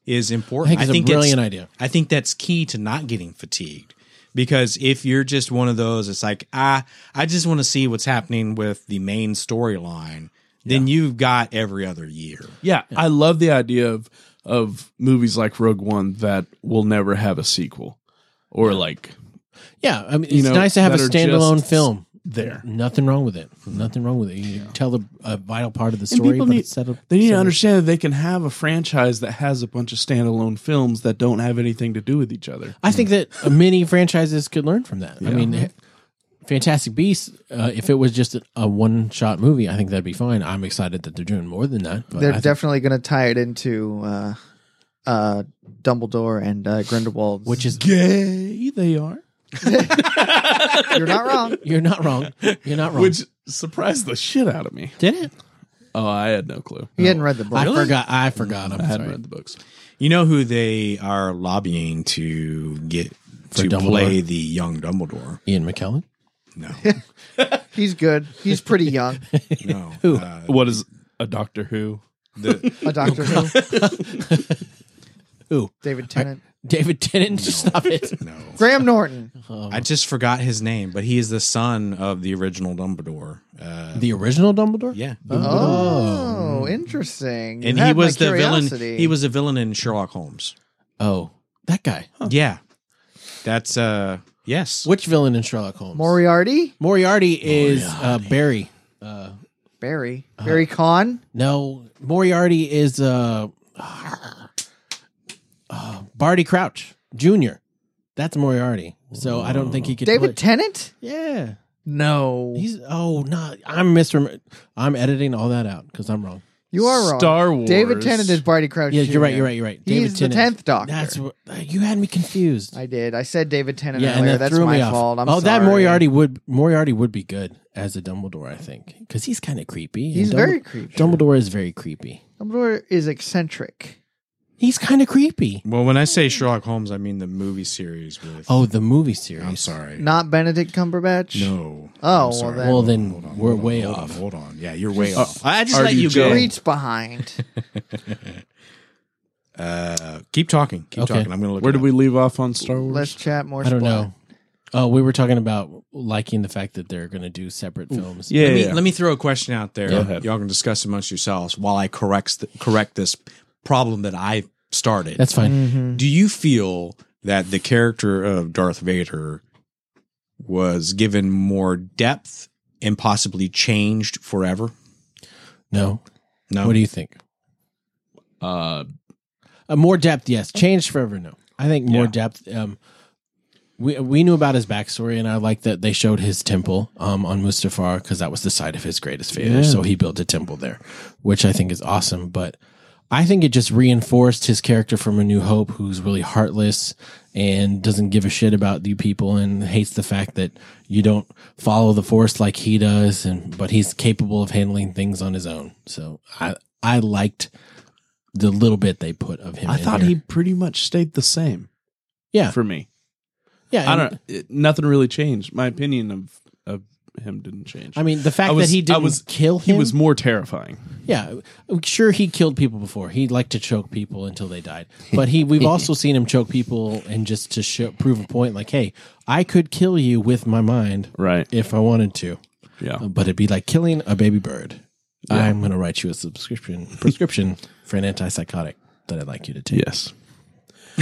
Speaker 3: is
Speaker 2: I
Speaker 3: important.
Speaker 2: think it's a
Speaker 3: that's-
Speaker 2: brilliant idea.
Speaker 3: I think that's key to not getting fatigued. Because if you're just one of those, it's like I I just want to see what's happening with the main storyline. Then you've got every other year.
Speaker 4: yeah, I love the idea of of movies like Rogue One that will never have a sequel or like
Speaker 2: Yeah, I mean, it's
Speaker 4: You know,
Speaker 2: nice to have a
Speaker 4: that are
Speaker 2: standalone
Speaker 4: just
Speaker 2: film.
Speaker 4: there.
Speaker 2: Nothing wrong with it. Nothing wrong with it. You tell the, a vital part of the
Speaker 4: And
Speaker 2: story,
Speaker 4: people
Speaker 2: but
Speaker 4: need-
Speaker 2: it's set up.
Speaker 4: They need
Speaker 2: set
Speaker 4: to
Speaker 2: up-
Speaker 4: understand that they can have a franchise that has a bunch of standalone films that don't have anything to do with each other.
Speaker 2: I think that many franchises could learn from that. I mean, Fantastic Beasts, uh, if it was just a, a one shot movie, I think that'd be fine. I'm excited that they're doing more than that. But
Speaker 1: They're
Speaker 2: I think-
Speaker 1: definitely going to tie it into uh, uh, Dumbledore and uh, Grindelwald,
Speaker 2: which is
Speaker 4: Gay they are.
Speaker 1: you're not wrong.
Speaker 2: you're not wrong. You're not wrong.
Speaker 4: Which surprised the shit out of me.
Speaker 2: did it?
Speaker 4: Oh, I had no clue.
Speaker 1: He hadn't read the book.
Speaker 2: I forgot. I forgot.
Speaker 4: I
Speaker 2: I'm
Speaker 4: hadn't
Speaker 2: sorry.
Speaker 4: read the books.
Speaker 3: You know who they are lobbying to get
Speaker 2: For
Speaker 3: to
Speaker 2: Dumbledore?
Speaker 3: play the young Dumbledore?
Speaker 2: Ian McKellen.
Speaker 3: No,
Speaker 1: He's good. He's pretty young.
Speaker 3: no. Uh,
Speaker 4: What is a Doctor Who?
Speaker 3: the,
Speaker 1: A Doctor Who,
Speaker 2: Who?
Speaker 1: David Tennant,
Speaker 2: David Tennant. Stop it.
Speaker 3: no,
Speaker 1: Graham Norton.
Speaker 3: I just forgot his name, but he is the son of the original Dumbledore. Uh,
Speaker 2: The original Dumbledore.
Speaker 3: yeah,
Speaker 1: Oh, interesting. You
Speaker 3: and
Speaker 1: Uh, had
Speaker 3: he
Speaker 1: my
Speaker 3: was the
Speaker 1: curiosity.
Speaker 3: villain. He was a villain in Sherlock Holmes.
Speaker 2: Oh, that guy.
Speaker 3: Yeah, that's uh, yes.
Speaker 2: Which villain in Sherlock Holmes?
Speaker 1: Moriarty,
Speaker 2: Moriarty is Uh, Barry. Uh,
Speaker 1: Barry,
Speaker 2: Uh-huh.
Speaker 1: Barry Con.
Speaker 2: no, Moriarty is uh, uh, Barty Crouch Jr. That's Moriarty. So I don't think he could.
Speaker 1: David
Speaker 2: play-
Speaker 1: Tennant.
Speaker 2: yeah,
Speaker 1: No,
Speaker 2: he's. Oh no, I'm Mister. I'm editing all that out because I'm wrong.
Speaker 1: you are wrong.
Speaker 4: Star Wars.
Speaker 1: David Tennant is Barty Crouch.
Speaker 2: Yeah, you're right.
Speaker 1: Jr..
Speaker 2: You're right. You're right.
Speaker 1: He's
Speaker 2: David
Speaker 1: the
Speaker 2: Tennant.
Speaker 1: tenth Doctor.
Speaker 2: That's what you had me confused.
Speaker 1: I did. I said David Tennant
Speaker 2: yeah, and
Speaker 1: earlier.
Speaker 2: that
Speaker 1: That's
Speaker 2: threw
Speaker 1: my
Speaker 2: me off.
Speaker 1: fault. I'm
Speaker 2: oh, that
Speaker 1: sorry.
Speaker 2: Moriarty would Moriarty would be good as a Dumbledore, I think, because he's kind of creepy. and
Speaker 1: He's
Speaker 2: Dumbledore-
Speaker 1: very creepy.
Speaker 2: Dumbledore is very creepy.
Speaker 1: Dumbledore is eccentric.
Speaker 2: He's kind of creepy.
Speaker 3: well, when I say Sherlock Holmes, I mean the movie series with.
Speaker 2: Oh, the movie series.
Speaker 3: I'm sorry.
Speaker 1: Not Benedict Cumberbatch.
Speaker 3: No.
Speaker 1: Oh,
Speaker 3: I'm
Speaker 1: well
Speaker 3: sorry.
Speaker 1: then-
Speaker 2: Well, then
Speaker 3: Hold on,
Speaker 2: we're
Speaker 3: hold on,
Speaker 2: way
Speaker 3: hold on,
Speaker 2: off.
Speaker 3: hold on. Yeah, you're way
Speaker 4: Just-
Speaker 3: off. I just
Speaker 4: Are
Speaker 3: let you
Speaker 4: you
Speaker 3: go.
Speaker 1: Reach behind.
Speaker 3: Uh, keep talking. Keep
Speaker 2: Okay.
Speaker 3: talking. I'm going to look.
Speaker 4: Where
Speaker 3: it
Speaker 4: did
Speaker 3: up.
Speaker 4: we leave off on Star Wars?
Speaker 1: Let's chat more.
Speaker 2: I don't
Speaker 1: Splat.
Speaker 2: know. Oh, we were talking about liking the fact that they're going to do separate films.
Speaker 4: yeah,
Speaker 3: Let me,
Speaker 4: yeah.
Speaker 3: let me throw a question out there.
Speaker 4: Go ahead.
Speaker 3: Y'all can discuss amongst yourselves while I correct correct this problem that I started.
Speaker 2: that's
Speaker 1: Mm.
Speaker 2: fine.
Speaker 3: Do you feel that the character of Darth Vader was given more depth and possibly changed forever?
Speaker 2: No,
Speaker 3: No.
Speaker 2: what do you think?
Speaker 4: uh,
Speaker 2: Uh, more depth, yes. Changed forever, no. I think more
Speaker 4: Yeah.
Speaker 2: depth. Um, we we knew about his backstory, and I like that they showed his temple um, on Mustafar because that was the site of his greatest failure. So he built a temple there, which I think is awesome. But I think it just reinforced his character from A New Hope, who's really heartless and doesn't give a shit about you people and hates the fact that you don't follow the Force like he does, and but he's capable of handling things on his own. So I I liked the little bit they put of him.
Speaker 4: I
Speaker 2: in
Speaker 4: thought
Speaker 2: here.
Speaker 4: he pretty much stayed the same.
Speaker 2: Yeah.
Speaker 4: for me,
Speaker 2: Yeah,
Speaker 4: I
Speaker 2: and-
Speaker 4: don't. It, nothing really changed. My opinion of of him didn't change.
Speaker 2: I mean, the fact
Speaker 4: I was-
Speaker 2: that he
Speaker 4: I
Speaker 2: didn't
Speaker 4: was-
Speaker 2: kill
Speaker 4: he
Speaker 2: him
Speaker 4: was more terrifying.
Speaker 2: Yeah, I'm sure he killed people before. He liked to choke people until they died. But he, we've also seen him choke people, and just to show, prove a point, like, hey, I could kill you with my mind
Speaker 4: Right.
Speaker 2: if I wanted to,
Speaker 4: Yeah. Um,
Speaker 2: but it'd be like killing a baby bird. I'm going to write you a subscription prescription for an antipsychotic that I'd like you to take.
Speaker 4: Yes.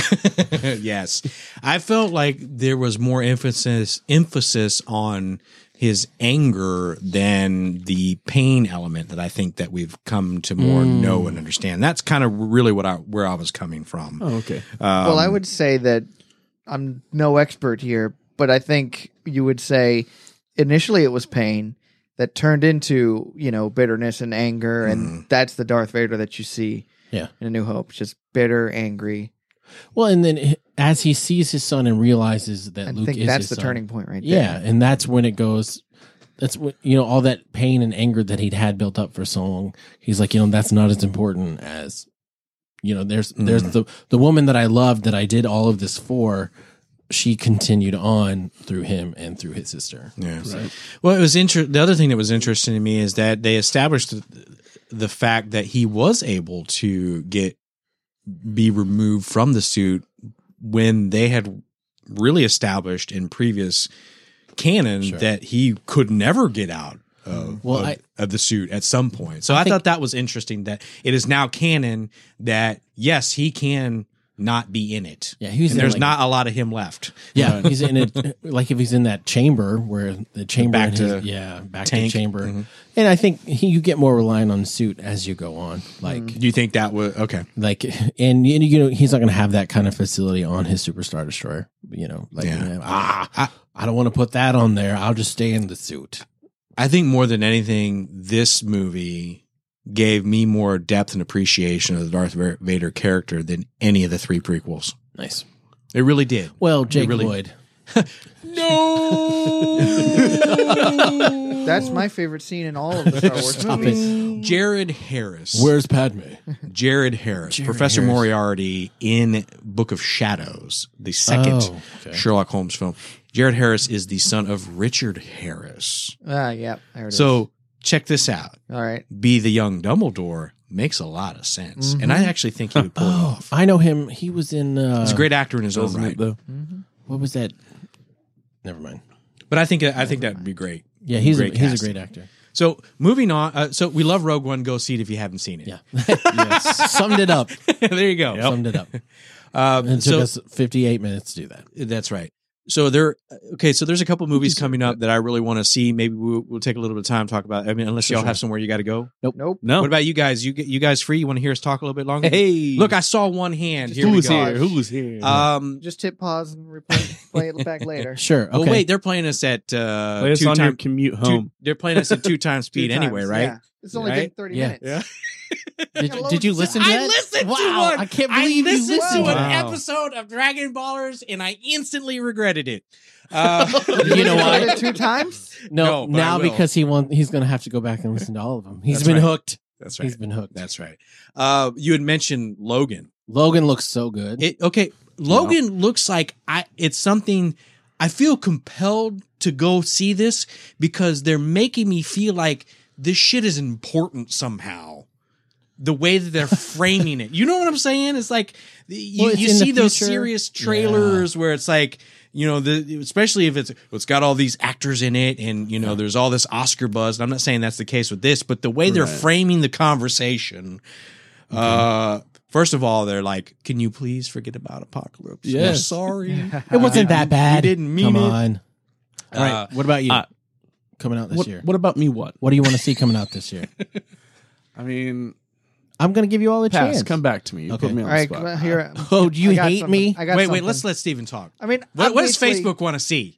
Speaker 3: yes. I felt like there was more emphasis emphasis on his anger than the pain element that I think that we've come to more know and understand. That's kind of really what I where I was coming from.
Speaker 4: Oh, okay.
Speaker 1: well,
Speaker 2: Um,
Speaker 1: I would say that I'm no expert here, but I think you would say initially it was pain that turned into, you know, bitterness and anger. And that's the Darth Vader that you see
Speaker 2: Hmm. Yeah.
Speaker 1: in A New Hope. Just bitter, angry.
Speaker 2: Well, and then h- as he sees his son and realizes that
Speaker 1: I
Speaker 2: Luke
Speaker 1: think
Speaker 2: is
Speaker 1: that's
Speaker 2: his
Speaker 1: the
Speaker 2: son,
Speaker 1: turning point right there.
Speaker 2: Yeah, and that's when it goes. That's what you know. All that pain and anger that he'd had built up for so long. He's like, you know, that's not as important as, you know, there's there's the the woman that I loved that I did all of this for. She continued on through him and through his sister.
Speaker 3: Yeah. Well, it was inter- the other thing that was interesting to me is that they established the, the fact that he was able to get be removed from the suit when they had really established in previous canon that he could never get out of,
Speaker 2: Well,
Speaker 3: of,
Speaker 2: I-
Speaker 3: of the suit at some point. So I,
Speaker 2: think-
Speaker 3: thought that was interesting that it is now canon that yes, he can not be in it.
Speaker 2: Yeah, he was
Speaker 3: And
Speaker 2: in,
Speaker 3: there's
Speaker 2: like-
Speaker 3: not a lot of him left.
Speaker 2: Yeah, he's in a like if he's in that chamber where the chamber
Speaker 3: Back
Speaker 2: in his-
Speaker 3: to
Speaker 2: yeah back
Speaker 3: tank.
Speaker 2: to chamber, and I think he, you get more reliant on suit as you go on. Like
Speaker 3: Do you think that was okay?
Speaker 2: like and you you know he's not going to have that kind of facility on his superstar destroyer you know like
Speaker 3: Yeah.
Speaker 2: man, ah, I, I don't want to put that on there i'll just stay in the suit
Speaker 3: I think more than anything, this movie gave me more depth and appreciation of the Darth Vader character than any of the three prequels.
Speaker 2: nice
Speaker 3: It really did.
Speaker 2: well jake
Speaker 3: really-
Speaker 2: lloyd
Speaker 1: That's my favorite scene in all of the Star Wars
Speaker 2: Stop
Speaker 1: movies.
Speaker 2: it.
Speaker 3: Jared Harris.
Speaker 2: where's padme
Speaker 3: Jared Harris, Professor
Speaker 2: Harris.
Speaker 3: Moriarty in Book of Shadows, the second
Speaker 2: Oh, okay.
Speaker 3: Sherlock Holmes film. Jared Harris is the son of Richard Harris.
Speaker 1: Ah, yeah. There it is.
Speaker 3: So check this out.
Speaker 1: all right.
Speaker 3: Be the young Dumbledore makes a lot of sense. And I actually think he would pull it off.
Speaker 2: Oh, i know him he was in uh Mm-hmm.
Speaker 3: He's a great actor in his own
Speaker 4: Doesn't
Speaker 3: right.
Speaker 4: it though?
Speaker 2: what was that never mind
Speaker 3: But I think I think that'd be great.
Speaker 2: yeah he's
Speaker 3: Great
Speaker 2: a, he's a
Speaker 3: casting.
Speaker 2: great actor
Speaker 3: So moving on. Uh, so we love Rogue One. Go see it if you haven't seen it.
Speaker 2: yeah summed it up
Speaker 3: there you go.
Speaker 2: summed it up
Speaker 3: Um,
Speaker 2: it took
Speaker 3: so
Speaker 2: us 58 minutes to do that
Speaker 3: that's right. So there. Okay. So there's a couple movies coming up that I really want to see. Maybe we'll, we'll take a little bit of time to talk about. I mean, unless y'all have somewhere you got to go.
Speaker 1: Nope.
Speaker 4: No.
Speaker 3: What about you guys? You you guys free? You want to hear us talk a little bit longer?
Speaker 4: Hey.
Speaker 3: Look, I saw one hand. Here we
Speaker 4: who's
Speaker 3: go.
Speaker 4: here? Uh, Who's here?
Speaker 3: Um.
Speaker 1: Just hit pause and replay, play it back later.
Speaker 2: sure okay
Speaker 3: Well, wait. They're playing us at uh,
Speaker 4: Play us
Speaker 3: two
Speaker 4: on your
Speaker 3: time.
Speaker 4: commute
Speaker 3: Two,
Speaker 4: home.
Speaker 3: they're playing us at two times
Speaker 1: Two
Speaker 3: speed
Speaker 1: times,
Speaker 3: anyway, right?
Speaker 1: yeah. It's only been
Speaker 3: Right?
Speaker 1: 30
Speaker 2: Yeah.
Speaker 1: minutes.
Speaker 2: Did,
Speaker 1: Hello,
Speaker 2: did you
Speaker 1: it's-
Speaker 2: listen to
Speaker 3: I
Speaker 2: that?
Speaker 3: listened to
Speaker 2: Wow,
Speaker 3: one.
Speaker 2: I can't
Speaker 3: I
Speaker 2: believe you
Speaker 3: listened to
Speaker 2: listened
Speaker 3: an
Speaker 4: it. Wow.
Speaker 3: episode of Dragon Ballers and I instantly regretted it. Uh,
Speaker 2: You know
Speaker 1: Did
Speaker 2: what?
Speaker 1: it two times?
Speaker 2: No,
Speaker 3: No, but I
Speaker 2: now
Speaker 3: will.
Speaker 2: because he won, he's going to have to go back and listen to all of them. He's
Speaker 3: That's
Speaker 2: been
Speaker 3: right.
Speaker 2: hooked.
Speaker 3: That's
Speaker 2: He's been hooked.
Speaker 3: That's right. Uh, you had mentioned Logan.
Speaker 2: Logan looks so good.
Speaker 3: It, okay, Logan looks like I. It's something I feel compelled to go see this because they're making me feel like this shit is important somehow. The way that they're framing it, you know what I'm saying? It's like you,
Speaker 2: Well, it's
Speaker 3: you
Speaker 2: in the
Speaker 3: see those
Speaker 2: future.
Speaker 3: serious trailers where it's like you know the especially if it's it's got all these actors in it and you know there's all this Oscar buzz. And I'm not saying that's the case with this, but the way they're framing the conversation. Uh, first of all, they're like, "Can you please forget about apocalypse? We're
Speaker 2: Yes.
Speaker 3: sorry."
Speaker 2: It wasn't that bad.
Speaker 3: we didn't mean
Speaker 2: Come
Speaker 3: it.
Speaker 2: on. All right.
Speaker 3: Uh,
Speaker 2: what about you?
Speaker 4: uh,
Speaker 2: coming out this
Speaker 4: What,
Speaker 2: year.
Speaker 4: what about me? What?
Speaker 2: What do you want to see coming out this year?
Speaker 4: I mean,
Speaker 2: I'm going to give you all the
Speaker 4: pass.
Speaker 2: chance.
Speaker 4: Come back to me. You
Speaker 2: Okay.
Speaker 4: put me on
Speaker 1: All
Speaker 4: the
Speaker 1: right.
Speaker 4: spot.
Speaker 1: come on, Here.
Speaker 2: Oh, do you
Speaker 1: I got
Speaker 2: hate
Speaker 1: something.
Speaker 2: me?
Speaker 1: I
Speaker 3: wait,
Speaker 1: got
Speaker 3: wait.
Speaker 1: something.
Speaker 3: Let's let Steven talk.
Speaker 1: I mean,
Speaker 3: What, what does
Speaker 1: obviously-
Speaker 3: Facebook want to see?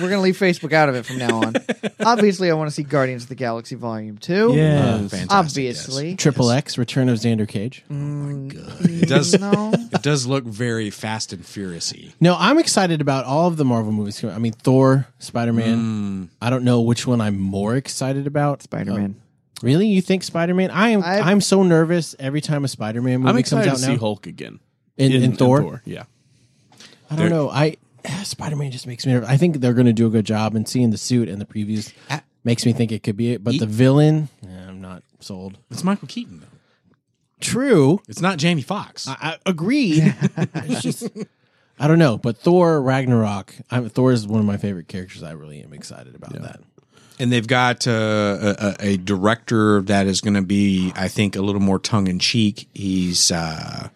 Speaker 1: We're gonna leave Facebook out of it from now on. obviously, I want to see Guardians of the Galaxy Volume Two.
Speaker 4: Yes.
Speaker 3: fantastic.
Speaker 1: Obviously,
Speaker 2: Triple X, Return of Xander Cage.
Speaker 3: It does.
Speaker 1: no.
Speaker 3: It does look very Fast and Furiousy.
Speaker 2: No, I'm excited about all of the Marvel movies. coming- I mean, Thor, Spider Man. I don't know which one I'm more excited about.
Speaker 3: Oh.
Speaker 1: Spider Man.
Speaker 2: Really, you think Spider Man? I am.
Speaker 1: I've-
Speaker 2: i am so nervous every time a Spider Man movie
Speaker 4: I'm
Speaker 2: comes
Speaker 4: excited
Speaker 2: out
Speaker 4: to
Speaker 2: now.
Speaker 4: see Hulk again
Speaker 2: in, in, Thor.
Speaker 4: Yeah,
Speaker 2: I don't know. I Spider Man just makes me. nervous. I think they're going to do a good job, and seeing the suit and the previews makes me think it could be it. But the villain, eh, I'm not sold.
Speaker 3: It's Michael Keaton though.
Speaker 2: True,
Speaker 3: It's not Jamie Foxx.
Speaker 2: I agreed. it's just I don't know. But Thor Ragnarok, I'm, Thor is one of my favorite characters. I really am excited about that.
Speaker 3: and they've got uh, a, a a director that is going to be, I think, a little more tongue in cheek. He's uh,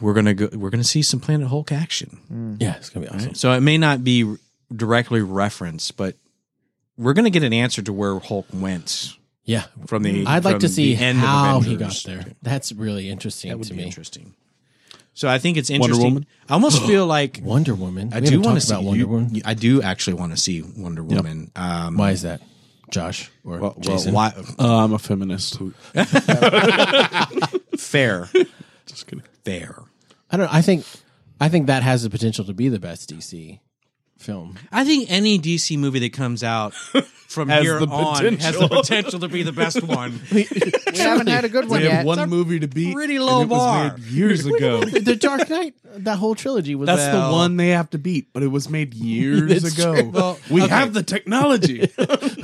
Speaker 3: we're gonna go, we're gonna see some Planet Hulk action.
Speaker 2: Yeah, it's gonna be awesome.
Speaker 3: So it may not be r- directly referenced, but we're gonna get an answer to where Hulk went
Speaker 2: Yeah,
Speaker 3: from the.
Speaker 2: I'd like
Speaker 3: from
Speaker 2: to see
Speaker 3: the end of
Speaker 2: how he got
Speaker 3: Avengers.
Speaker 2: there. That's really interesting
Speaker 3: That would
Speaker 2: to
Speaker 3: be
Speaker 2: me.
Speaker 3: interesting. So I think it's interesting.
Speaker 4: Woman?
Speaker 3: I almost feel like
Speaker 2: Wonder Woman.
Speaker 3: I
Speaker 2: We
Speaker 3: do
Speaker 2: haven't
Speaker 3: want to
Speaker 2: talked
Speaker 3: see
Speaker 2: about Wonder
Speaker 3: you-
Speaker 2: Woman.
Speaker 3: I do actually want to see Wonder Woman. Um,
Speaker 2: Why is that, Josh or
Speaker 3: well, well,
Speaker 2: Jason?
Speaker 3: why,
Speaker 4: uh, I'm a feminist.
Speaker 3: fair,
Speaker 4: Just kidding.
Speaker 3: fair.
Speaker 2: I don't. I think. I think that has the potential to be the best DC film.
Speaker 3: I think any DC movie that comes out from
Speaker 4: Has
Speaker 3: here
Speaker 4: the
Speaker 3: on has the
Speaker 4: potential.
Speaker 3: potential to be the best one.
Speaker 1: We haven't had a good one
Speaker 4: We have
Speaker 1: yet.
Speaker 4: one movie to beat.
Speaker 3: pretty low
Speaker 4: and it was
Speaker 3: bar.
Speaker 4: made years ago.
Speaker 2: the Dark Knight, that whole trilogy was.
Speaker 4: That's
Speaker 3: Well-
Speaker 4: the one they have to beat, but it was made years
Speaker 2: That's
Speaker 4: ago.
Speaker 2: true.
Speaker 4: we have the technology.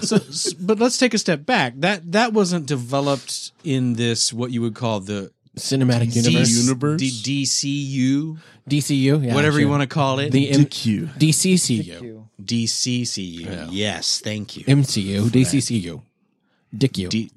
Speaker 3: So, s- but let's take a step back. That that wasn't developed in this what you would call the
Speaker 2: cinematic universe,
Speaker 3: D-
Speaker 4: Universe?
Speaker 3: D- DCU,
Speaker 2: DCU, yeah,
Speaker 3: whatever you
Speaker 2: sure.
Speaker 3: want to call it.
Speaker 2: The M-
Speaker 4: DQ.
Speaker 2: DCCU,
Speaker 1: You.
Speaker 3: DCCU. Yes, thank you.
Speaker 2: MCU, DCCU, DICU,
Speaker 3: D-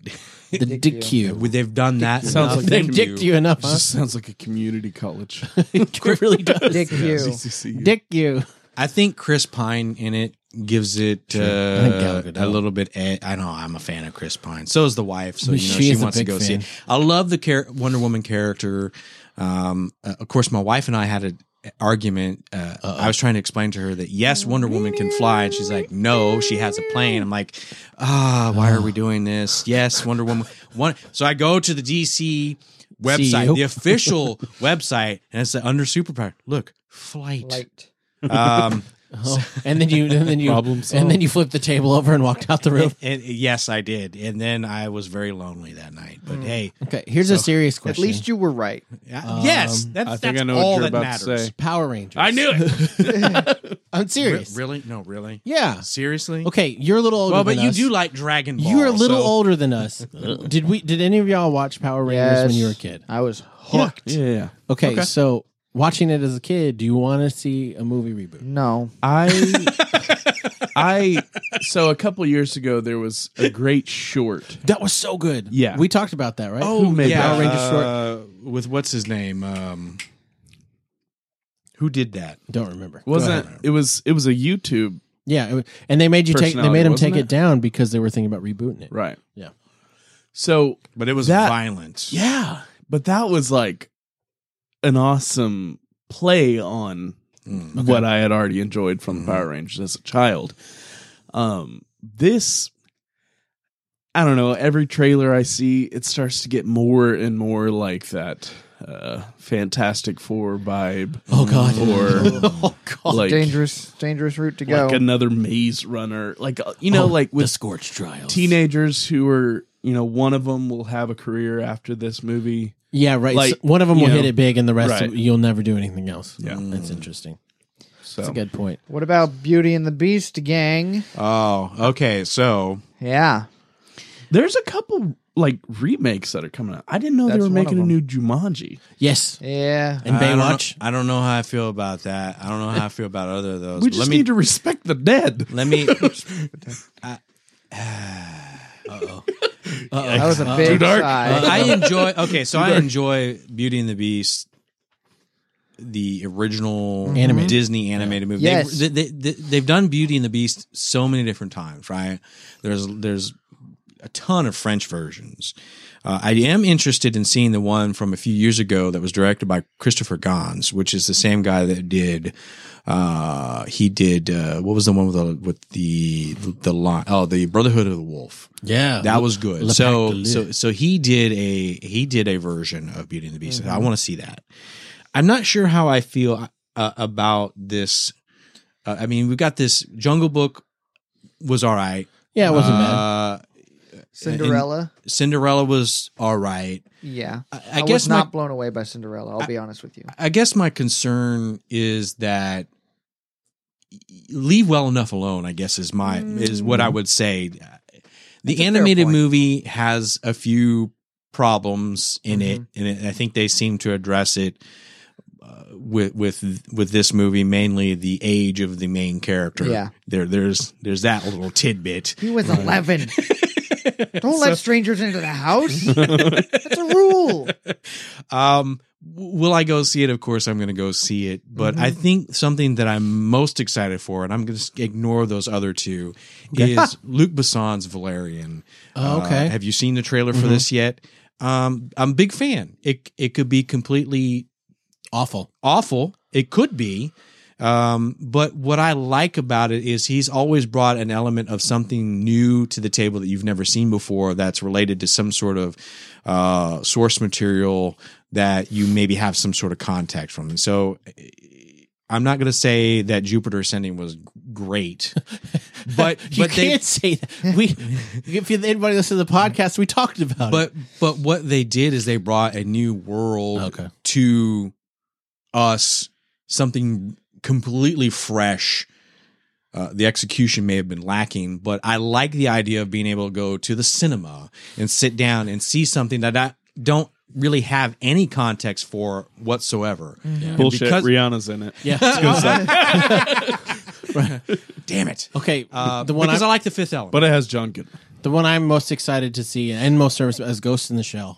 Speaker 2: the DICU.
Speaker 3: They've done that.
Speaker 4: Sounds
Speaker 3: enough.
Speaker 4: like
Speaker 2: They
Speaker 4: Thank
Speaker 2: dicked you enough, huh?
Speaker 4: This sounds like a community college.
Speaker 2: it really does.
Speaker 1: Dick you.
Speaker 4: CCCU.
Speaker 2: Dick you.
Speaker 3: I think Chris Pine in it gives it
Speaker 2: I think Gal
Speaker 3: uh,
Speaker 2: Gadot.
Speaker 3: a little bit. ed- I know I'm a fan of Chris Pine. So is the wife. So you know
Speaker 2: She
Speaker 3: she,
Speaker 2: is a
Speaker 3: wants to
Speaker 2: big
Speaker 3: go see
Speaker 2: fan.
Speaker 3: it. I love the char- Wonder Woman character. Um, uh, of course, my wife and I had an argument. Uh, I was trying to explain to her that yes, Wonder Woman can fly, and she's like, no, she has a plane. I'm like, ah, why are we doing this? Yes, Wonder Woman. One. So I go to the
Speaker 2: E
Speaker 3: DC website,
Speaker 2: CEO.
Speaker 3: the official website, and it's under superpower. Look, flight.
Speaker 1: Light.
Speaker 3: Um,
Speaker 2: Oh, and then you, and then you,
Speaker 4: Problem
Speaker 2: and
Speaker 4: solved.
Speaker 2: then you flipped the table over and walked out the room.
Speaker 3: And, yes, I did. And then I was very lonely that night. But hey,
Speaker 2: Okay, here's a serious
Speaker 1: At
Speaker 2: question.
Speaker 1: least you were right.
Speaker 3: I- yes, that's,
Speaker 4: Um, I think
Speaker 3: that's
Speaker 4: I know what
Speaker 3: all
Speaker 4: you're
Speaker 3: that
Speaker 4: about
Speaker 3: matters.
Speaker 4: to say.
Speaker 2: Power Rangers.
Speaker 4: it.
Speaker 2: I'm
Speaker 3: Re-
Speaker 2: serious.
Speaker 3: really? No, really?
Speaker 2: Yeah.
Speaker 3: Seriously?
Speaker 2: Okay, you're a little older.
Speaker 3: Well, but
Speaker 2: than
Speaker 3: you
Speaker 2: us.
Speaker 3: do like Dragon Ball.
Speaker 2: You're a little
Speaker 3: so-
Speaker 2: older than us. did we? Did any of y'all watch Power Rangers when you were a kid?
Speaker 1: I was hooked.
Speaker 4: Yeah, yeah.
Speaker 2: Okay, so watching it as a kid, do you want to see a movie reboot?
Speaker 1: No.
Speaker 4: I, I. So a couple years ago, there was a great short.
Speaker 2: That was so good.
Speaker 4: Yeah.
Speaker 2: we talked about that, right?
Speaker 4: Oh, made
Speaker 3: yeah,
Speaker 4: Power Rangers
Speaker 3: uh, with what's his name? Um, who did that?
Speaker 2: don't remember.
Speaker 4: Wasn't it was it was a YouTube
Speaker 2: Yeah, it wa- and they made you take. They made
Speaker 4: Personality,
Speaker 2: them take
Speaker 4: wasn't
Speaker 2: it?
Speaker 4: it?
Speaker 2: down because they were thinking about rebooting it.
Speaker 4: right.
Speaker 2: Yeah.
Speaker 4: So
Speaker 3: But it was
Speaker 4: That-
Speaker 3: violent.
Speaker 4: yeah, but that was like an awesome play on
Speaker 3: Mm.
Speaker 4: what I had already enjoyed from
Speaker 3: Mhm.
Speaker 2: Mm-hmm.
Speaker 4: Power Rangers as a child. Um, this, I don't know. Every trailer I see, it starts to get more and more like that uh, Fantastic Four vibe.
Speaker 2: Oh god.
Speaker 4: or
Speaker 2: oh god.
Speaker 4: like
Speaker 1: dangerous, dangerous route to go.
Speaker 4: like another Maze Runner, like uh, you know,
Speaker 2: Oh,
Speaker 4: like
Speaker 2: the
Speaker 4: with
Speaker 2: Scorch Trials.
Speaker 4: teenagers who are, you know, one of them will have a career after this movie.
Speaker 2: Yeah, right.
Speaker 4: like,
Speaker 2: So one of them will
Speaker 4: you
Speaker 2: hit
Speaker 4: know,
Speaker 2: it big, and the rest
Speaker 4: right.
Speaker 2: will- you'll never do anything else.
Speaker 4: Yeah.
Speaker 2: that's interesting.
Speaker 4: So
Speaker 2: That's a good point.
Speaker 1: what about Beauty and the Beast gang?
Speaker 3: Oh, okay. So
Speaker 1: Yeah.
Speaker 4: There's a couple like remakes that are coming out. I didn't know
Speaker 1: That's
Speaker 4: they were
Speaker 1: one
Speaker 4: making
Speaker 1: of
Speaker 4: a new Jumanji.
Speaker 2: Yes,
Speaker 1: Yeah.
Speaker 2: and
Speaker 3: I don't know-
Speaker 2: Baywatch.
Speaker 3: I don't know how I feel about that. I don't know how I feel about other of those.
Speaker 4: We
Speaker 3: but
Speaker 4: just
Speaker 3: let me
Speaker 4: need to respect the dead.
Speaker 3: let me
Speaker 1: That was a big
Speaker 4: dark.
Speaker 2: Uh,
Speaker 1: sigh.
Speaker 3: I enjoy. Okay, so I enjoy Beauty and the Beast, the original
Speaker 2: Animated.
Speaker 3: Disney animated movie.
Speaker 1: Yes.
Speaker 3: They've, they, they, they've done Beauty and the Beast so many different times, right? There's there's a ton of French versions. Uh, I am interested in seeing the one from a few years ago that was directed by Christopher Gans, which is the same guy that did. Uh, he did uh, what was the one with the with the the, lion? Oh, the Brotherhood of the Wolf.
Speaker 2: Yeah,
Speaker 3: That was good.
Speaker 2: Uh, Le Pacte
Speaker 3: so
Speaker 2: de
Speaker 3: so
Speaker 2: Lis.
Speaker 3: so he did a he did a version of Beauty and the Beast.
Speaker 2: Mm-hmm.
Speaker 3: I want to see that. I'm not sure how I feel uh, about this. Uh, I mean, we got this Jungle Book was all right.
Speaker 2: yeah, it wasn't bad.
Speaker 3: Uh,
Speaker 1: Cinderella.
Speaker 3: And Cinderella was all right.
Speaker 1: yeah,
Speaker 3: I, I
Speaker 1: I,
Speaker 3: guess
Speaker 1: was
Speaker 3: my-
Speaker 1: not blown away by Cinderella. I'll be honest with you.
Speaker 3: I guess my concern is that leave well enough alone. I guess is my is what I would say.
Speaker 1: Mm. a
Speaker 3: The
Speaker 1: fair
Speaker 3: animated
Speaker 1: point.
Speaker 3: movie has a few problems in it,
Speaker 1: Mhm.
Speaker 3: and it, I think they seem to address it uh, with with with this movie mainly the age of the main character.
Speaker 1: Yeah.
Speaker 3: there there's there's that little tidbit.
Speaker 1: He was eleven. Don't let strangers into the house. That's a rule.
Speaker 3: Um, w- will I go see it? Of course, I'm going to go see it. But
Speaker 2: Mm-hmm.
Speaker 3: I think something that I'm most excited for, and I'm going to ignore those other two, is Luc Besson's Valerian.
Speaker 2: Oh, okay. Mm-hmm.
Speaker 3: Uh, have you seen the trailer for this yet? Um, I'm a big fan. It it could be completely
Speaker 2: Awful.
Speaker 3: awful. It could be. Um, but what I like about it is he's always brought an element of something new to the table that you've never seen before that's related to some sort of uh, source material that you maybe have some sort of contact from. And so eh, I'm not going to say that Jupiter Ascending was great, but,
Speaker 2: You
Speaker 3: but they,
Speaker 2: can't say that. We, if you, anybody listens to the podcast, we talked about it.
Speaker 3: but but what they did is they brought a new world
Speaker 2: Okay.
Speaker 3: to us something completely fresh uh, the execution may have been lacking but i like the idea of being able to go to the cinema and sit down and see something that i don't really have any context for whatsoever
Speaker 4: Bullshit.
Speaker 3: because-
Speaker 4: Rihanna's in it.
Speaker 2: Yeah.
Speaker 3: damn it
Speaker 2: okay.
Speaker 3: uh,
Speaker 2: the one
Speaker 3: because
Speaker 2: I'm,
Speaker 3: i like the fifth element
Speaker 4: But it has John Goodman.
Speaker 2: the one I'm most excited to see and most nervous about is Ghost in the Shell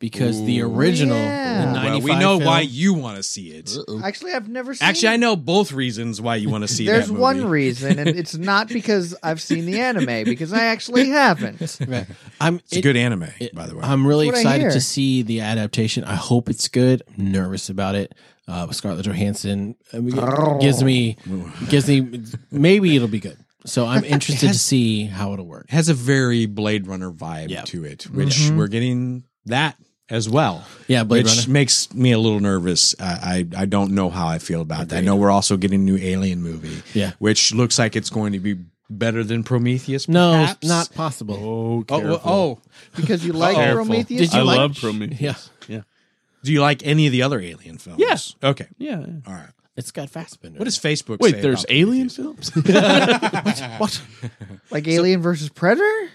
Speaker 2: because the original
Speaker 1: Yeah.
Speaker 2: the
Speaker 1: Well,
Speaker 3: well,
Speaker 2: 95
Speaker 3: we know
Speaker 2: film-
Speaker 3: why you want to see it
Speaker 1: Actually, I've never seen.
Speaker 3: actually i know both reasons why you want to see
Speaker 1: There's
Speaker 3: that movie.
Speaker 1: one reason, and it's not because I've seen the anime, because I actually haven't.
Speaker 2: Right. I'm
Speaker 3: it's
Speaker 2: it-
Speaker 3: a good anime
Speaker 2: it-
Speaker 3: by the way
Speaker 2: I'm really
Speaker 1: That's what I
Speaker 2: excited
Speaker 1: hear.
Speaker 2: to see the adaptation. I hope it's good. I'm nervous about it. Uh, with Scarlett Johansson I mean, it gives me gives me maybe it'll be good. So I'm interested to see how it'll work.
Speaker 3: has a very Blade Runner vibe
Speaker 2: Yeah.
Speaker 3: to it, which
Speaker 1: Mm-hmm.
Speaker 3: we're getting that as well.
Speaker 2: Yeah, Blade
Speaker 3: which
Speaker 2: Runner.
Speaker 3: makes me a little nervous. I I, I don't know how I feel about that. I know we're also getting a new Alien movie,
Speaker 2: Yeah.
Speaker 3: which looks like it's going to be better than Prometheus.
Speaker 2: No,
Speaker 3: perhaps?
Speaker 2: it's not possible.
Speaker 4: Oh,
Speaker 3: Oh, well, oh,
Speaker 1: Because you like
Speaker 3: Careful.
Speaker 1: Prometheus.
Speaker 2: Did you
Speaker 4: I
Speaker 1: you
Speaker 2: like-
Speaker 4: love Prometheus.
Speaker 2: Yeah,
Speaker 3: do you like any of the other Alien films?
Speaker 4: Yes.
Speaker 3: Okay.
Speaker 4: Yeah.
Speaker 3: All right.
Speaker 2: it's got Fassbender.
Speaker 3: What does Facebook? say
Speaker 4: Wait, there's
Speaker 3: about
Speaker 4: alien
Speaker 3: Prometheus?
Speaker 4: films?
Speaker 2: what
Speaker 1: like Alien versus Predator?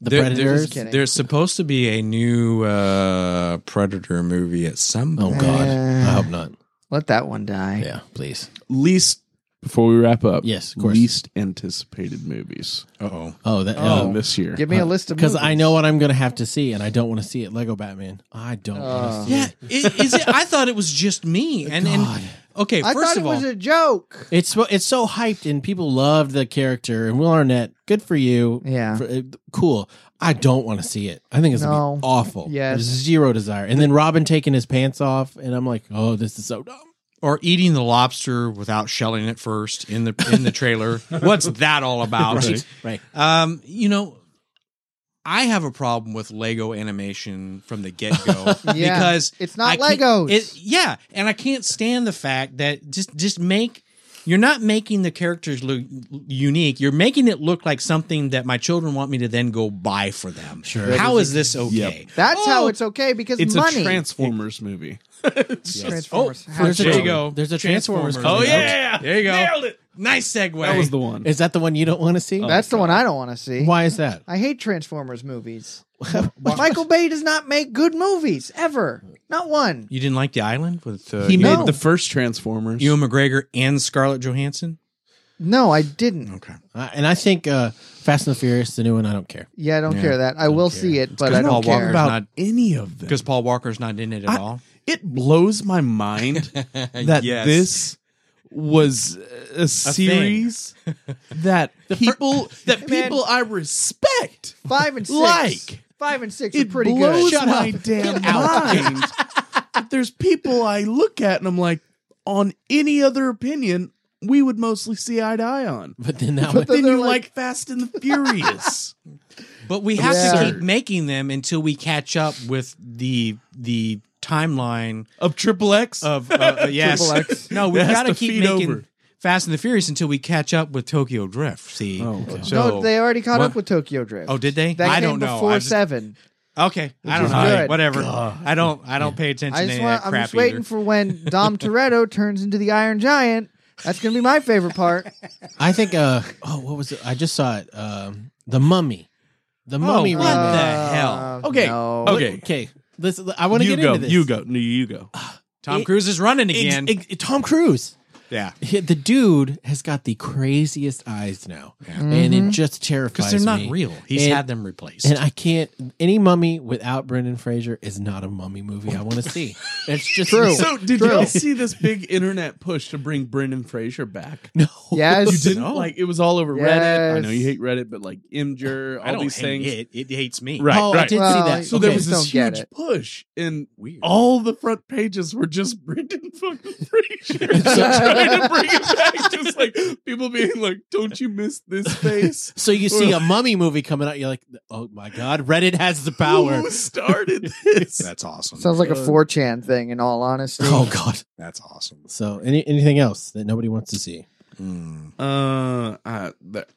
Speaker 2: the
Speaker 3: There-
Speaker 2: Predators?
Speaker 1: Just kidding.
Speaker 3: There's, there's supposed to be a new uh, Predator movie at some
Speaker 2: Oh
Speaker 3: point.
Speaker 2: God,
Speaker 1: Uh,
Speaker 2: I hope not.
Speaker 1: Let that one die.
Speaker 2: Yeah, please.
Speaker 4: least before we wrap up.
Speaker 2: Yes, of course.
Speaker 4: Least anticipated movies
Speaker 3: Uh-oh.
Speaker 2: Oh, that
Speaker 4: um,
Speaker 2: oh,
Speaker 4: this year.
Speaker 1: Give me a list of
Speaker 2: because I
Speaker 1: movies.
Speaker 2: know
Speaker 3: uh,
Speaker 2: what I'm going to have to see, and I don't want to see it. Lego Batman. I don't
Speaker 1: Oh.
Speaker 2: want to see
Speaker 3: Yeah,
Speaker 2: it.
Speaker 3: i- is it? I thought it was just me. And
Speaker 2: God.
Speaker 3: and okay,
Speaker 1: I
Speaker 3: first
Speaker 1: thought
Speaker 3: of
Speaker 1: it
Speaker 3: all,
Speaker 1: was a joke.
Speaker 2: It's so- it's so hyped, and people love the character. And Will Arnett, good for you.
Speaker 1: Yeah.
Speaker 2: For- uh, cool. I don't want to see it. I think it's gonna
Speaker 1: No.
Speaker 2: be awful.
Speaker 1: Yes.
Speaker 2: There's zero desire. And then Robin taking his pants off, and I'm like, oh, this is so dumb.
Speaker 3: or eating the lobster without shelling it first in the in the trailer. What's that all about?
Speaker 2: Right. Right.
Speaker 3: Um, you know, I have a problem with Lego animation from the get go
Speaker 1: Yeah.
Speaker 3: because
Speaker 1: It's not
Speaker 3: I can't-
Speaker 1: Legos.
Speaker 3: It, yeah, and I can't stand the fact that just just make you're not making the characters look unique. You're making it look like something that my children want me to then go buy for them.
Speaker 2: Sure.
Speaker 3: How is this okay?
Speaker 1: That's how
Speaker 3: Oh,
Speaker 1: it's okay because
Speaker 4: It's
Speaker 1: money.
Speaker 4: a Transformers movie.
Speaker 1: Transformers.
Speaker 3: Oh,
Speaker 1: How
Speaker 2: There's a-
Speaker 1: dare
Speaker 3: there
Speaker 1: you.
Speaker 3: you go.
Speaker 2: There's a Transformers
Speaker 4: Oh,
Speaker 2: coming out.
Speaker 4: yeah.
Speaker 3: There you go.
Speaker 4: Nailed it.
Speaker 3: Nice segue.
Speaker 4: That was the one.
Speaker 2: Is that the one you don't want to
Speaker 4: Oh.
Speaker 2: see?
Speaker 1: That's the one I don't want to see.
Speaker 2: Why is that?
Speaker 1: I hate Transformers movies. Michael Bay does not make good movies ever. Not one.
Speaker 3: You didn't like the island with uh,
Speaker 4: he
Speaker 1: No.
Speaker 4: made the first Transformers.
Speaker 3: Ewan McGregor and Scarlett Johansson.
Speaker 1: No, I didn't.
Speaker 3: Okay,
Speaker 2: Uh, and I think uh, Fast and the Furious, the new one, I don't care.
Speaker 1: Yeah, I don't
Speaker 3: Yeah,
Speaker 1: care that. I will see it, but I don't
Speaker 3: Paul
Speaker 1: care.
Speaker 3: Walker's
Speaker 4: about
Speaker 3: not
Speaker 4: any of them.
Speaker 3: because Paul Walker's not in it at all.
Speaker 4: It blows my mind that
Speaker 3: Yes.
Speaker 4: this was a, series that people that
Speaker 1: man.
Speaker 4: people I respect.
Speaker 1: Five and six.
Speaker 4: Like.
Speaker 1: Five and six
Speaker 4: It
Speaker 1: are pretty
Speaker 4: blows
Speaker 1: good.
Speaker 4: my damn mind. that there's people I look at and I'm like, on any other opinion, we would mostly see eye to eye on.
Speaker 2: But then that
Speaker 4: But
Speaker 2: one,
Speaker 4: then
Speaker 1: they're
Speaker 4: you
Speaker 1: like-
Speaker 4: like, Fast and the Furious.
Speaker 3: But we have
Speaker 1: Yeah.
Speaker 3: to keep making them until we catch up with the the timeline
Speaker 4: of Triple X.
Speaker 3: of uh, yes.
Speaker 1: Triple X.
Speaker 3: No, we've
Speaker 4: That has
Speaker 3: got to
Speaker 4: to
Speaker 3: keep
Speaker 4: feed
Speaker 3: making.
Speaker 4: over.
Speaker 3: Fast and the Furious until we catch up with Tokyo Drift. See,
Speaker 4: Oh, okay.
Speaker 3: so
Speaker 1: no, they already caught
Speaker 3: What?
Speaker 1: up with Tokyo Drift.
Speaker 3: Oh, did they?
Speaker 1: That
Speaker 3: I
Speaker 1: came
Speaker 3: don't know.
Speaker 1: Before
Speaker 3: I was just-
Speaker 1: seven.
Speaker 3: okay, I don't
Speaker 1: is
Speaker 3: know.
Speaker 1: good.
Speaker 3: Whatever. I don't. I don't pay attention
Speaker 1: I
Speaker 3: to
Speaker 1: just
Speaker 3: any
Speaker 1: want.
Speaker 3: of that
Speaker 1: I'm
Speaker 3: crap
Speaker 1: just waiting
Speaker 3: either.
Speaker 1: for when Dom Toretto turns into the Iron Giant. That's gonna be my favorite part.
Speaker 2: I think. Uh, oh, what was it? I just saw it. Um, the Mummy. The Mummy.
Speaker 3: what
Speaker 2: remake.
Speaker 3: the-
Speaker 1: Uh,
Speaker 3: hell?
Speaker 4: Okay,
Speaker 1: no.
Speaker 4: Oh, okay.
Speaker 2: Okay. Let's, I want to
Speaker 4: you
Speaker 2: get
Speaker 4: go.
Speaker 2: into this.
Speaker 4: You go. No, you go.
Speaker 3: Tom
Speaker 2: It-
Speaker 3: Cruise is running
Speaker 2: Ex-
Speaker 3: again.
Speaker 2: ex- Tom Cruise.
Speaker 3: yeah,
Speaker 2: He- The dude has got the craziest eyes now, and it just
Speaker 3: because
Speaker 2: terrifies
Speaker 3: they're not
Speaker 2: me.
Speaker 3: real. He's
Speaker 2: And-
Speaker 3: had them replaced.
Speaker 2: And I can't. Any mummy without Brendan Fraser is not a mummy movie I want to see. It's just
Speaker 1: True.
Speaker 4: So did y'all see this big internet push to bring Brendan Fraser back?
Speaker 2: No.
Speaker 1: Yes.
Speaker 4: You didn't like it was all over Reddit. I know you
Speaker 1: Yes.
Speaker 4: hate Reddit, but like Imgur,
Speaker 3: I
Speaker 4: all
Speaker 3: don't
Speaker 4: these
Speaker 3: hate
Speaker 4: things.
Speaker 3: it. It hates me.
Speaker 4: Right,
Speaker 2: oh, I
Speaker 4: right.
Speaker 2: did
Speaker 1: Well,
Speaker 2: see that.
Speaker 4: So
Speaker 1: Okay.
Speaker 4: there was this
Speaker 1: Don't get
Speaker 4: huge
Speaker 1: it.
Speaker 4: push, and
Speaker 3: Weird.
Speaker 4: all the front pages were just Brendan fucking Fraser trying to bring it back. Just like people being like, "Don't you miss this face?"
Speaker 2: So you see a mummy movie coming out, you're like, oh my god, Reddit has the power.
Speaker 4: Who started this?
Speaker 3: That's awesome.
Speaker 1: Sounds like a
Speaker 4: Uh,
Speaker 1: 4chan thing. In all honesty,
Speaker 2: oh god.
Speaker 3: That's awesome.
Speaker 2: So any anything else that nobody wants to see?
Speaker 3: Mm.
Speaker 4: uh, uh that,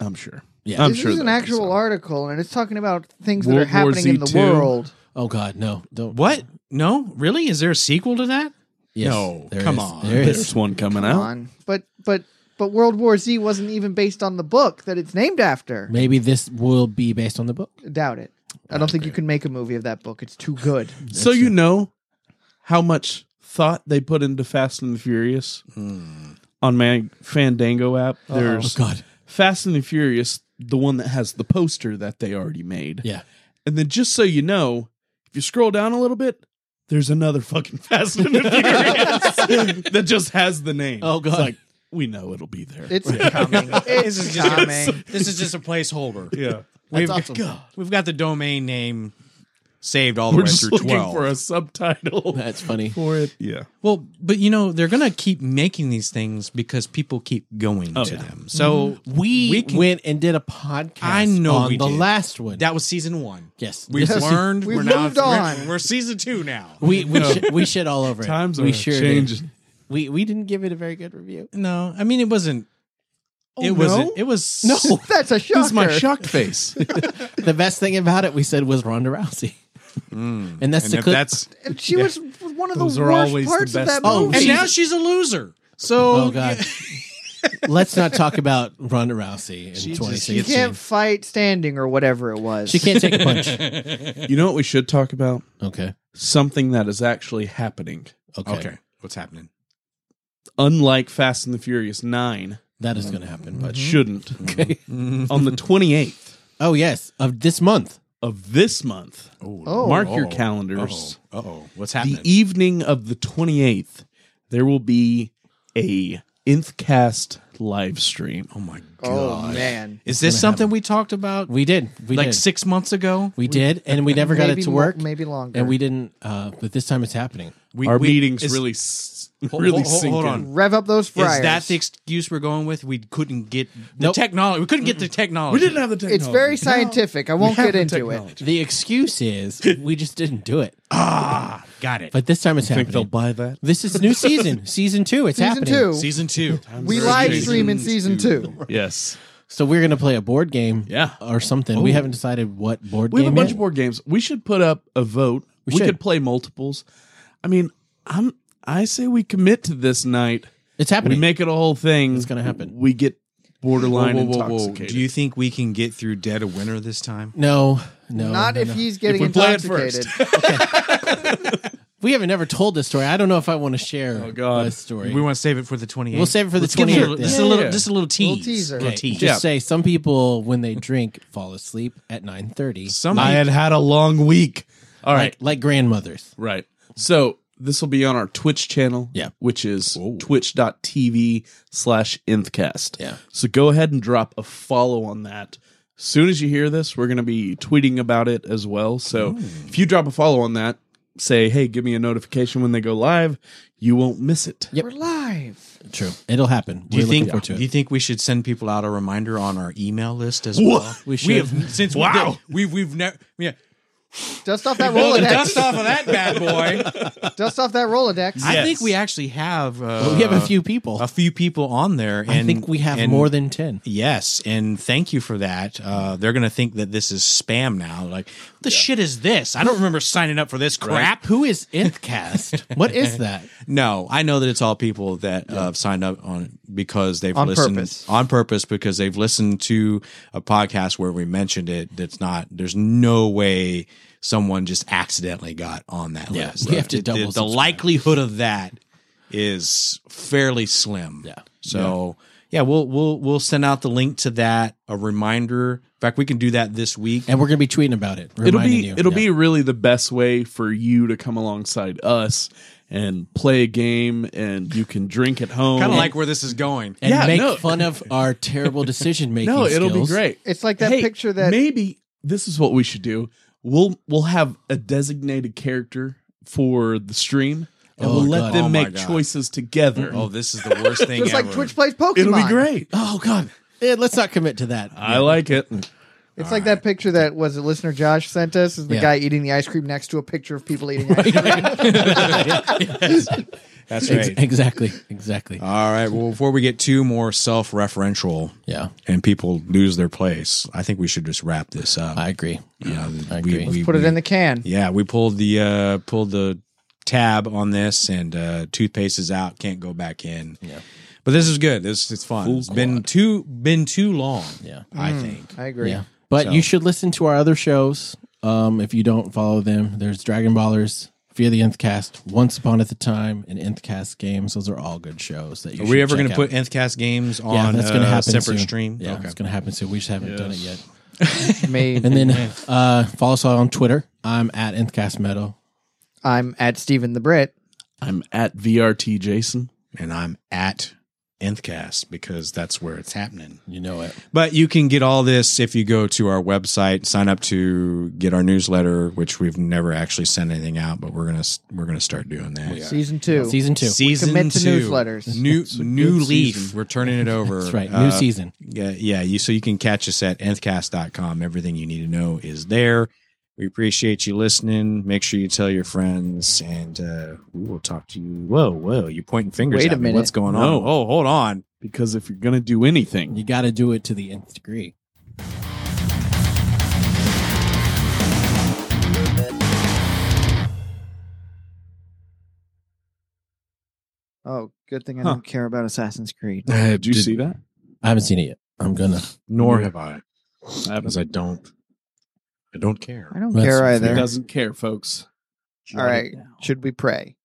Speaker 4: I'm sure.
Speaker 2: Yeah.
Speaker 4: I'm
Speaker 1: this
Speaker 4: sure
Speaker 1: is an
Speaker 4: that-
Speaker 1: actual article, and it's talking about things that
Speaker 4: World
Speaker 1: are
Speaker 4: War
Speaker 1: happening in the
Speaker 4: Z2.
Speaker 1: world.
Speaker 2: Oh god, no, don't.
Speaker 3: What? No, really? Is there a sequel to that?
Speaker 2: Yes,
Speaker 3: No,
Speaker 2: there
Speaker 3: come
Speaker 2: is.
Speaker 3: on.
Speaker 2: There
Speaker 4: There's
Speaker 2: is.
Speaker 4: one coming out.
Speaker 1: on. But but but World War Z wasn't even based on the book that it's named after.
Speaker 2: Maybe this will be based on the book.
Speaker 1: Doubt it. I don't think you can make a movie of that book. It's too good.
Speaker 4: So you know how much thought they put into Fast and the Furious on my Fandango app.
Speaker 2: Oh
Speaker 4: There's
Speaker 2: god.
Speaker 4: Fast and the Furious, the one that has the poster that they already made.
Speaker 2: Yeah.
Speaker 4: And then just so you know, if you scroll down a little bit, there's another fucking Fast and the Furious that just has the name.
Speaker 2: Oh, God.
Speaker 4: It's like we know it'll be there.
Speaker 1: It's coming.
Speaker 3: This is
Speaker 1: It's
Speaker 3: just-
Speaker 1: coming.
Speaker 3: This is just a placeholder.
Speaker 4: yeah.
Speaker 3: We've,
Speaker 2: awesome.
Speaker 3: God. we've got the domain name saved all the
Speaker 4: We're
Speaker 3: way
Speaker 4: just
Speaker 3: through
Speaker 4: looking
Speaker 3: 12.
Speaker 4: for a subtitle
Speaker 2: That's funny.
Speaker 4: for it. Yeah.
Speaker 3: Well, but you know, they're going to keep making these things because people keep going
Speaker 4: Oh,
Speaker 3: to
Speaker 4: yeah.
Speaker 3: them. So
Speaker 1: Mm-hmm.
Speaker 2: We,
Speaker 3: We can-
Speaker 2: went and did a podcast.
Speaker 3: I know
Speaker 2: on
Speaker 3: we
Speaker 2: the
Speaker 3: did.
Speaker 2: last one.
Speaker 3: that was season one.
Speaker 2: yes,
Speaker 3: We've
Speaker 2: this is-
Speaker 3: learned.
Speaker 1: We've
Speaker 3: are now,
Speaker 1: moved on.
Speaker 3: We're, we're season two now.
Speaker 2: We we sh- we shit all over it.
Speaker 4: Times
Speaker 2: we
Speaker 4: are
Speaker 2: sure did.
Speaker 4: changing.
Speaker 2: We we didn't give it a very good review.
Speaker 3: No, I mean, it wasn't. it
Speaker 1: Oh,
Speaker 4: no?
Speaker 3: wasn't. It was.
Speaker 2: No.
Speaker 1: That's a shocker.
Speaker 4: This is my shocked face.
Speaker 2: The best thing about it, we said, was Ronda Rousey, and
Speaker 3: Mm.
Speaker 2: that's
Speaker 3: And
Speaker 2: the
Speaker 3: if
Speaker 2: clip.
Speaker 3: that's.
Speaker 1: And she was one of the worst
Speaker 4: Those are always the
Speaker 1: parts of that
Speaker 4: best ones.
Speaker 1: movie.
Speaker 3: And
Speaker 2: She's-
Speaker 3: now she's a loser. So.
Speaker 2: oh god. Let's not talk about Ronda Rousey in
Speaker 3: just-
Speaker 1: you
Speaker 2: 2016.
Speaker 1: can't fight standing or whatever it was.
Speaker 2: she can't take a punch.
Speaker 4: you know what we should talk about?
Speaker 2: Okay.
Speaker 4: Something that is actually happening.
Speaker 2: Okay.
Speaker 3: Okay. What's happening?
Speaker 4: Unlike Fast and the Furious 9,
Speaker 2: That is going to happen.
Speaker 4: that
Speaker 2: But
Speaker 4: shouldn't.
Speaker 2: okay.
Speaker 4: On the 28th
Speaker 2: Oh yes, of this month.
Speaker 4: of this month,
Speaker 1: Oh.
Speaker 4: mark your calendars.
Speaker 3: Uh oh. What's
Speaker 4: The
Speaker 3: happening?
Speaker 4: evening of the 28th, there will be a Inthcast live stream.
Speaker 3: oh my
Speaker 1: oh
Speaker 3: god.
Speaker 1: man.
Speaker 3: Is this something we talked about
Speaker 2: We did. We
Speaker 3: like
Speaker 2: did.
Speaker 3: six months ago?
Speaker 2: we did, and we never got it
Speaker 1: Maybe
Speaker 2: to
Speaker 1: mo-
Speaker 2: work.
Speaker 1: maybe longer.
Speaker 2: and we didn't. Uh, but this time it's happening.
Speaker 3: We,
Speaker 4: Our
Speaker 3: we-
Speaker 4: meetings
Speaker 3: is-
Speaker 4: really, s-
Speaker 3: Hold-
Speaker 4: really
Speaker 3: hold- hold-
Speaker 4: sink
Speaker 3: hold
Speaker 4: in.
Speaker 3: on.
Speaker 1: rev up those
Speaker 3: Is
Speaker 1: fryers.
Speaker 3: that the excuse we're going with? We couldn't get the
Speaker 2: Nope.
Speaker 3: technology. We couldn't get the technology.
Speaker 4: We didn't have the technology.
Speaker 1: It's very scientific. I won't get into it.
Speaker 2: The excuse is we just didn't do it.
Speaker 3: Ah, got it.
Speaker 2: But this time it's
Speaker 4: Think they'll
Speaker 2: happening.
Speaker 4: buy that?
Speaker 2: This is new season, season two. It's
Speaker 1: Season
Speaker 2: happening.
Speaker 1: two.
Speaker 3: season two.
Speaker 1: we
Speaker 4: Season
Speaker 1: live
Speaker 4: two.
Speaker 1: stream in season two.
Speaker 4: Yes.
Speaker 2: So we're gonna play a board game,
Speaker 4: Yeah.
Speaker 2: or something. We haven't decided what board
Speaker 4: We
Speaker 2: game.
Speaker 4: have a bunch
Speaker 2: yet.
Speaker 4: of board games. We should put up a vote. We,
Speaker 2: should.
Speaker 4: could play multiples. I mean, I'm I say we commit to this night.
Speaker 2: It's
Speaker 4: We
Speaker 2: happening.
Speaker 4: make it a whole thing. It's
Speaker 2: gonna happen.
Speaker 4: We get borderline intoxicated.
Speaker 3: Do you think we can get through dead a winner this time?
Speaker 2: no, no,
Speaker 1: Not
Speaker 2: no,
Speaker 1: if
Speaker 2: no.
Speaker 1: he's getting
Speaker 4: we play it
Speaker 1: intoxicated.
Speaker 2: We haven't ever told this story. I don't know if I want to share. Oh
Speaker 4: God.
Speaker 2: this story.
Speaker 3: We want to save it for the 28th.
Speaker 2: We'll save it for the
Speaker 3: Let's give
Speaker 2: 28th,
Speaker 3: a little-
Speaker 2: then.
Speaker 3: Just a little,
Speaker 4: Yeah.
Speaker 3: just a little tease.
Speaker 1: teaser.
Speaker 3: Little
Speaker 2: Okay,
Speaker 3: tease.
Speaker 2: Just say some people when they drink fall asleep at nine thirty.
Speaker 3: Some
Speaker 4: I had had a long week. All right,
Speaker 2: like, like grandmothers.
Speaker 4: right. So this will be on our Twitch channel.
Speaker 2: Yeah.
Speaker 4: which is twitch.tv slash nthcast.
Speaker 2: Yeah.
Speaker 4: So go ahead and drop a follow on that. Soon as you hear this, we're going to be tweeting about it as well. So if you drop a follow on that, say, hey, give me a notification when they go live, you won't miss it.
Speaker 1: We're live.
Speaker 2: True, it'll happen.
Speaker 3: do you
Speaker 2: We're looking
Speaker 3: think?
Speaker 2: forward to
Speaker 3: Do
Speaker 2: it.
Speaker 3: you think we should send people out a reminder on our email list as well?
Speaker 2: We should.
Speaker 3: have since wow. We have we've, we've never yeah.
Speaker 1: Dust off that
Speaker 3: Blow the
Speaker 1: Rolodex.
Speaker 3: dust off of that bad boy.
Speaker 1: Dust off that Rolodex.
Speaker 3: I
Speaker 4: Yes.
Speaker 3: think we actually have uh,
Speaker 2: we have a few people.
Speaker 3: a few people on there. And,
Speaker 2: I think we have
Speaker 3: and-
Speaker 2: more than ten.
Speaker 3: Yes, and thank you for that. Uh, they're going to think that this is spam now. Like, what the shit is this? I don't remember signing up for this crap.
Speaker 2: Who is Nthcast? what is that?
Speaker 3: No, I know that it's all people that uh, have signed up on because they've
Speaker 1: On
Speaker 3: listened
Speaker 1: purpose.
Speaker 3: on purpose because they've listened to a podcast where we mentioned it. That's not. There's no way someone just accidentally got on that
Speaker 2: Yeah,
Speaker 3: list.
Speaker 2: we have to
Speaker 3: The-
Speaker 2: double
Speaker 3: the,
Speaker 2: subscribe.
Speaker 3: likelihood of that is fairly slim.
Speaker 2: Yeah.
Speaker 3: So yeah. we'll we'll we'll send out the link to that. A reminder. In fact, we can do that this week.
Speaker 2: And we're gonna be tweeting about it.
Speaker 4: it'll
Speaker 2: reminding
Speaker 4: be
Speaker 2: you.
Speaker 4: it'll
Speaker 2: Yeah.
Speaker 4: be really the best way for you to come alongside us and play a game and you can drink at home
Speaker 3: Kind of like where this is going.
Speaker 2: and
Speaker 4: Yeah,
Speaker 2: make
Speaker 4: no.
Speaker 2: fun of our terrible decision making.
Speaker 4: no it'll be great
Speaker 1: It's like that
Speaker 4: Hey,
Speaker 1: picture that
Speaker 4: maybe this is what we should do we'll we'll have a designated character for the stream and
Speaker 2: Oh,
Speaker 4: we'll let
Speaker 2: God.
Speaker 4: them
Speaker 3: Oh, my
Speaker 4: make
Speaker 3: God.
Speaker 4: choices together
Speaker 3: Oh, this is the worst thing
Speaker 1: it's
Speaker 3: ever.
Speaker 1: like Twitch plays Pokemon.
Speaker 4: it'll be great
Speaker 2: Oh god, Eh, let's not commit to that.
Speaker 4: i like it
Speaker 1: It's like that picture that was a listener Josh sent us is the
Speaker 2: Yeah.
Speaker 1: guy eating the ice cream next to a picture of people eating ice cream.
Speaker 3: That's
Speaker 2: Ex-
Speaker 3: right.
Speaker 2: exactly, exactly.
Speaker 3: All right. Well, before we get too more self-referential
Speaker 2: yeah,
Speaker 3: and people lose their place, I think we should just wrap this up.
Speaker 2: I agree.
Speaker 3: yeah,
Speaker 2: I
Speaker 3: we,
Speaker 2: agree.
Speaker 3: we-
Speaker 1: Put it in the can.
Speaker 3: Yeah, we pulled the uh, pulled the tab on this, and uh, toothpaste is out. Can't go back in. Yeah. But this is good. This it's fun. It's been too been too long.
Speaker 2: Yeah.
Speaker 3: I think.
Speaker 1: Hmm. I agree.
Speaker 2: Yeah. But
Speaker 3: So-
Speaker 2: you should listen to our other shows. Um, if you don't follow them, there's Dragon Ballers, Fear the Nth Cast, Once Upon at the Time, and Nth Cast Games. Those are all good shows that you
Speaker 3: Are
Speaker 2: should
Speaker 3: we ever
Speaker 2: check
Speaker 3: going to
Speaker 2: out.
Speaker 3: put nth cast games on
Speaker 2: yeah, that's gonna
Speaker 3: uh,
Speaker 2: happen
Speaker 3: separate
Speaker 2: soon.
Speaker 3: stream?
Speaker 2: Yeah,
Speaker 3: Okay.
Speaker 2: it's gonna happen soon. We just haven't done it yet.
Speaker 1: Maybe.
Speaker 2: And then uh, follow us on Twitter. I'm at Nthcast Metal.
Speaker 1: I'm at Stephen the Brit.
Speaker 4: i'm at vrt jason
Speaker 3: And I'm at nth cast because that's where it's happening.
Speaker 2: You know it.
Speaker 3: But you can get all this if you go to our website, sign up to get our newsletter, which we've never actually sent anything out, but we're gonna we're gonna start doing that.
Speaker 1: Season two.
Speaker 2: Season two.
Speaker 3: Season
Speaker 1: Commit to
Speaker 3: two,
Speaker 1: newsletters.
Speaker 3: new new leaf.
Speaker 4: season.
Speaker 3: We're turning it over.
Speaker 2: That's right. New
Speaker 3: Uh,
Speaker 2: season.
Speaker 3: Yeah, yeah. You so you can catch us at nthcast.com. Everything you need to know is there. We appreciate you listening. Make sure you tell your friends, and uh, we will talk to you. Whoa, whoa! You're pointing fingers.
Speaker 1: Wait
Speaker 3: at
Speaker 1: a
Speaker 3: me.
Speaker 1: minute.
Speaker 3: What's going
Speaker 4: No.
Speaker 3: on? Oh, hold on.
Speaker 4: because if you're gonna do anything
Speaker 2: You got to do it to the nth degree.
Speaker 1: Oh, good thing I
Speaker 4: Huh.
Speaker 1: don't care about Assassin's Creed.
Speaker 4: did you see that
Speaker 2: I haven't seen it yet. I'm gonna.
Speaker 3: Uh, Nor have I,
Speaker 4: I haven't.
Speaker 3: because I don't. I don't care.
Speaker 1: I don't
Speaker 2: That's-
Speaker 1: care
Speaker 4: he
Speaker 1: either.
Speaker 4: doesn't care folks
Speaker 1: All right. Should we pray?